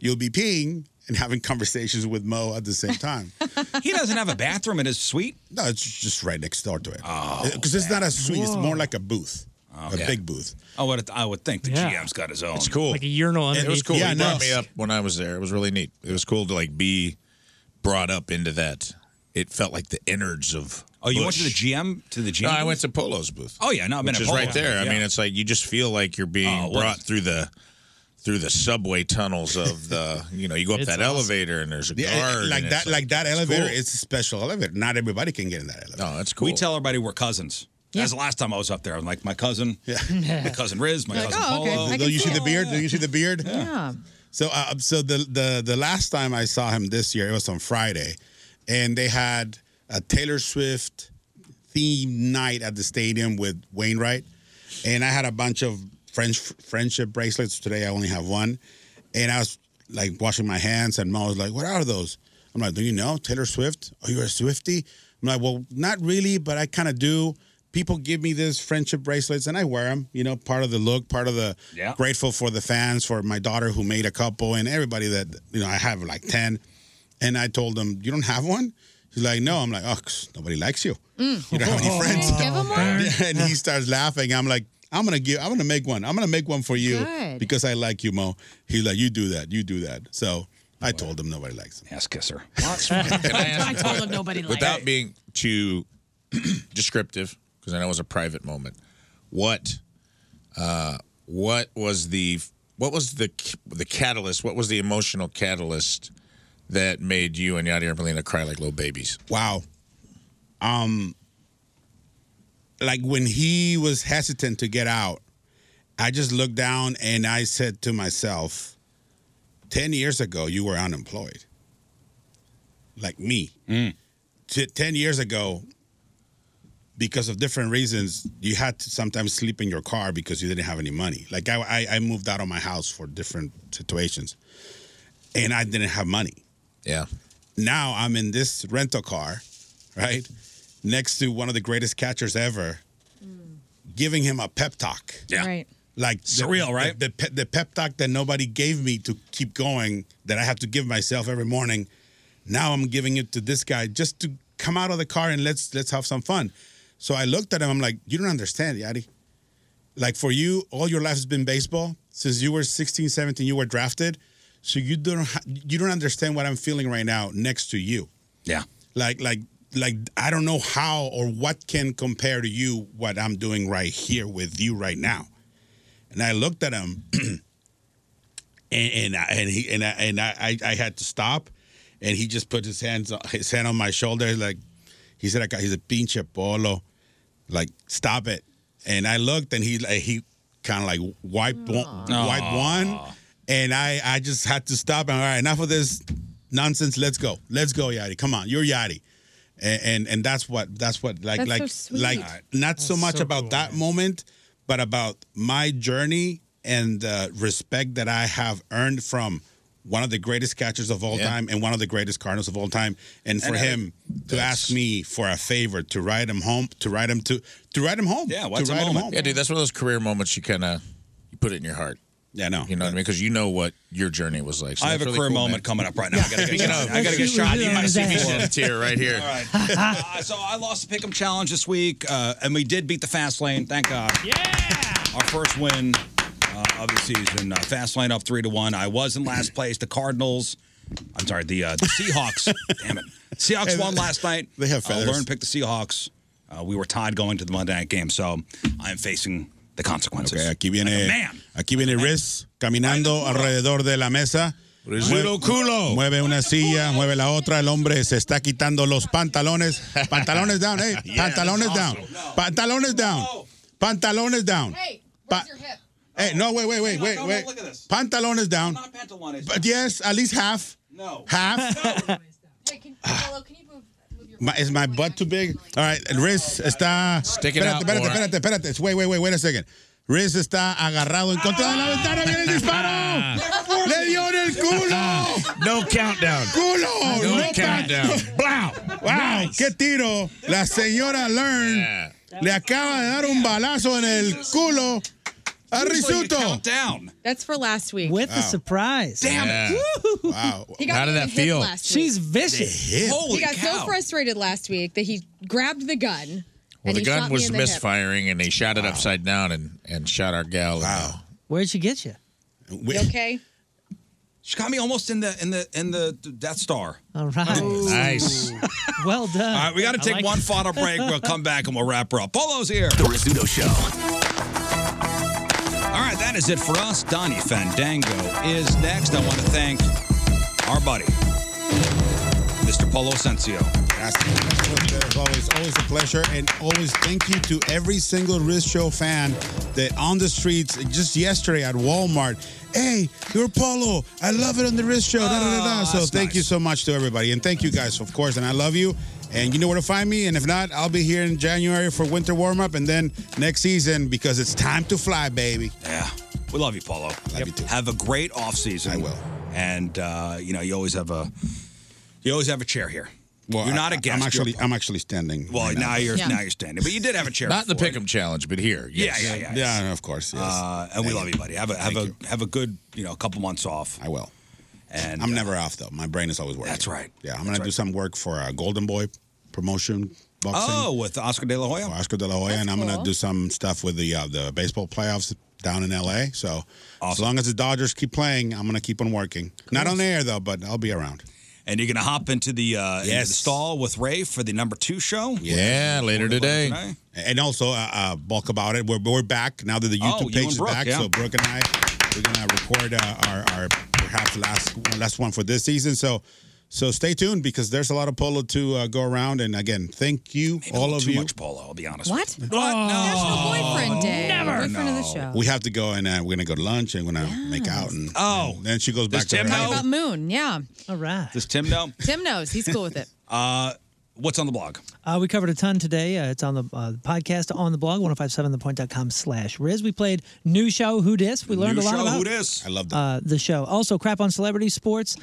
you'll be peeing and having conversations with Mo at the same [LAUGHS] time. Oh, he doesn't have a bathroom in his suite. Oh, No, it's just right next door to it. Because Uh, it's not a suite; it's more like a booth, a Okay. big booth. I would I would think the Yeah. GM's got his own. It's cool. Like a urinal. It was underneath cool. the- Yeah, he no. brought me up when I was there. It was really neat. It was cool to like be brought up into that. It felt like the innards of. Oh, you went Bush. to the GM to the GM. No, I went to Polo's booth. Oh yeah, no, I've been which at is Polo. right there. I Yeah. mean, it's like you just feel like you're being Oh, what brought through the through the subway tunnels of the. You know, you go up It's that awesome. elevator and there's a Yeah, guard like and that, it's like, that elevator. cool. It's a special elevator. Not everybody can get in that elevator. No, that's We tell everybody we're cousins. That's the last time I was up there. I'm like my cousin, yeah. [LAUGHS] my cousin Riz, my Like, cousin oh, okay, Polo. I can Though you see see the it. beard? Though you see the beard? Yeah. Yeah. [LAUGHS] So, uh, so the the the last time I saw him this year, it was on Friday, and they had a Taylor Swift theme night at the stadium with Wainwright, and I had a bunch of French friendship bracelets. Today I only have one, and I was like washing my hands, and Mom was like, "What are those?" I'm like, "Do you know Taylor Swift? Are you a Swifty?" I'm like, "Well, not really, but I kind of do." People give me these friendship bracelets, and I wear them. You know, part of the look, part of the Yeah. grateful for the fans, for my daughter who made a couple, and everybody that you know. I have like ten, and I told them, "You don't have one." She's like, "No." I'm like, "Oh, 'cause nobody likes you. You don't have any friends." Mm. Give him one. [LAUGHS] Yeah, and he starts laughing. I'm like, "I'm gonna give. I'm gonna make one. I'm gonna make one for you Good. because I like you, Mo." He's like, "You do that. You do that." So I told him nobody likes him. Ass kisser. I told him nobody liked without it. being too [CLEARS THROAT] descriptive because I know it was a private moment. What uh, what was the what was the the catalyst? What was the emotional catalyst that made you and Yadier and Molina cry like little babies? Wow. Um, like when he was hesitant to get out, I just looked down and I said to myself, 10 years ago, you were unemployed. Like me. T- 10 years ago, because of different reasons, you had to sometimes sleep in your car because you didn't have any money. Like I, I, I moved out of my house for different situations and I didn't have money. Yeah. Now I'm in this rental car, right? Next to one of the greatest catchers ever, giving him a pep talk. Yeah. Right. Like the- Surreal, the- right? The, pe- the pep talk that nobody gave me to keep going, that I have to give myself every morning. Now I'm giving it to this guy just to come out of the car and let's let's have some fun. So I looked at him. I'm like, you don't understand, Yadi. Like for you, all your life has been baseball. Since you were 16, 17, you were drafted. So you don't ha- you don't understand what I'm feeling right now next to you. Yeah. Like like like I don't know how or what can compare to you what I'm doing right here with you right now. And I looked at him [CLEARS THROAT] and and I, and he and I and I, I I had to stop and he just put his hands on- his hand on my shoulder like he said I got he's a pinche polo like stop it and I looked and he like he kind of like wiped one, Aw. wiped one and I I just had to stop and all right enough of this nonsense let's go let's go Yadi come on you're Yadi and and, and that's what that's what like That's so like sweet. like not so That's much so about cool, that moment but about my journey and the respect that I have earned from one of the greatest catchers of all time and one of the greatest Cardinals of all time and for And I- him to ask me for a favor to ride him home to ride him to to ride him home Yeah, to what's a ride him moment? home. Yeah, dude, that's one of those career moments you kind of you put it in your heart. Yeah, no, you know what I mean because you know what your journey was like. So I have that's a really career cool, moment man. coming up right now. I [LAUGHS] gotta get Speaking shot. of- I gotta get shot. I need my CB shed here tier right here. [LAUGHS] All right. Uh, so I lost the Pick'em Challenge this week, uh, and we did beat the Fast Lane. Thank God. Yeah. Our first win uh, of the season. Uh, fast Lane up three to one. I was in last place. The Cardinals. I'm sorry. The uh, the [LAUGHS] Seahawks. Damn it. Seahawks Hey, won last night. they have feathers. Uh, Learn picked the Seahawks. Uh, we were tied going to the Monday night game, so I am facing the consequences. Okay, aquí viene, Like a man. aquí viene Riz caminando alrededor de la mesa. Rizzuto culo. Mueve una silla, mueve la otra. El hombre se está quitando los pantalones. Pantalones down, [LAUGHS] hey. Yeah, pantalones that's down. awesome. Pantalones down. Pantalones down. Hey, Pa- Hey, no, wait, wait, wait, No, wait, no, no, wait. look at this. Pantalones down. Not pantalones. But yes, at least half. No. Half. [LAUGHS] My, is my butt too big? All right, Riz está. it espérate, out espérate, more. espérate, espérate. Wait, wait, wait, wait a second. Riz está agarrado en contra de la ventana. Viene el disparo. Le dio en el culo. [LAUGHS] No countdown. Culo. No no countdown. count- Wow, qué tiro. La señora Learn le acaba de dar un balazo en el culo a Risuto. That's for last week. With Wow. the surprise. Damn it. it. Wow. He got How did me that in the hip feel? last week. She's vicious. he got so frustrated last week that he grabbed the gun. Well, and the he shot gun me was in the hip. misfiring, and they shot it upside down and, and shot our gal. Wow. Where'd she get you? You okay? She got me almost in the in the in the Death Star. Oh, All right. Nice. well done. All right, we got to take one final break. We'll come back and we'll wrap her up. Polo's here. The Rizzuto Show. All right, that is it for us. Donnie Fandango is next. I want to thank our buddy, Mr. Polo Sensio. As always, always a pleasure, and always thank you to every single Riz Show fan that on the streets just yesterday at Walmart. Hey, your polo, I love it on the Riz Show. da, da, da, Ah, da." So thank you so much to everybody, and thank you guys, of course, and I love you. And you know where to find me. And if not, I'll be here in January for winter warm up, and then next season because it's time to fly, baby. Yeah, we love you, Polo. Love you too. Have a great off season. I will. And uh, you know, you always have a you always have a chair here. you're not I- a guest. I'm actually, You're- I'm actually standing. well, right now, you're Yeah. now you're standing, but you did have a chair. Not the before. pick'em challenge, but here. yes. Yeah, yeah, yeah. Yeah, no, of course. Yes. Uh, and we love you, buddy. Have a have a have a good you know couple months off. I will. And uh, I'm never off though. My brain is always working. That's right. Yeah, I'm That's gonna do right. some work for uh, Golden Boy promotion boxing. Oh, with Oscar De La Hoya. Oscar De La Hoya, and I'm cool. gonna do some stuff with the uh, the baseball playoffs down in LA. So as long as the Dodgers keep playing, I'm gonna keep on working. Not on the air though, but I'll be around. And you're going to hop into the, uh, into the stall with Ray for the number two show. Yeah, later today. And also, uh, uh, bulk about it. We're, we're back now that the Oh, YouTube you page and is Brooke, back. yeah. So Brooke and I, we're gonna record uh, our our perhaps last last one for this season. So So stay tuned because there's a lot of polo to uh, go around. And again, thank you, all of too you. much polo, I'll be honest. What? National Oh. Boyfriend Day. never. Boyfriend of the show. We have to go and uh, we're gonna go to lunch and we're gonna make out and Oh. and then she goes Does back to Tim her know? Talk about Moon. Yeah. All right. Does Tim know? Tim knows. He's cool with it. Uh, what's on the blog? Uh, we covered a ton today. Uh, it's on the uh, podcast, on the blog, 1057thepoint.com slash Riz. We played New Show Who Dis. We learned New a lot show, about who dis? I love uh, the show. Also, crap on celebrity sports.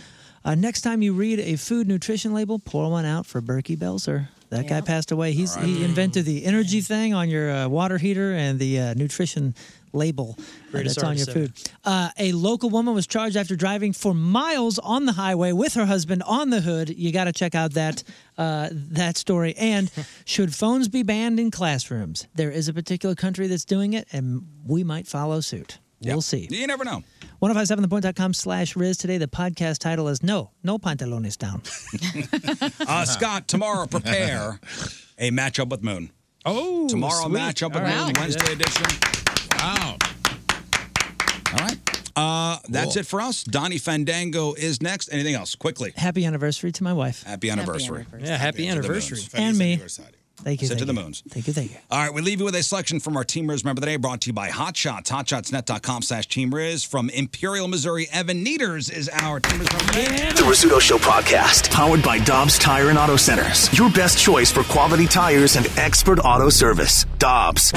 Uh, next time you read a food nutrition label, pour one out for Berkey Belzer. That guy passed away. He's he invented the energy thing on your uh, water heater and the uh, nutrition label uh, Greatest that's on your artist ever. food. Uh, a local woman was charged after driving for miles on the highway with her husband on the hood. You got to check out that uh, that story. [LAUGHS] And should phones be banned in classrooms? There is a particular country that's doing it, and we might follow suit. oh We'll see. You never know. 1057thepoint.com slash Riz. Today, the podcast title is No, No Pantalones Down. [LAUGHS] Uh, Scott, tomorrow prepare a matchup with Moon. Oh, tomorrow sweet. matchup All with right. Moon, Wow. Wednesday edition. Wow. All right. Uh, that's Cool. it for us. Donnie Fandango is next. Anything else? Quickly. Happy anniversary to my wife. Happy anniversary. Yeah, happy to the anniversary. Moons. And me. Thank you. Send thank to the you. moons. Thank you, thank you. All right, we leave you with a selection from our Team Riz member of the day, brought to you by Hot Shots, hotshotsnet.com slash Team Riz. From Imperial, Missouri, Evan Neaters is our Team Riz member of the day. The Rizzuto Show podcast, powered by Dobbs Tire and Auto Centers. Your best choice for quality tires and expert auto service. Dobbs.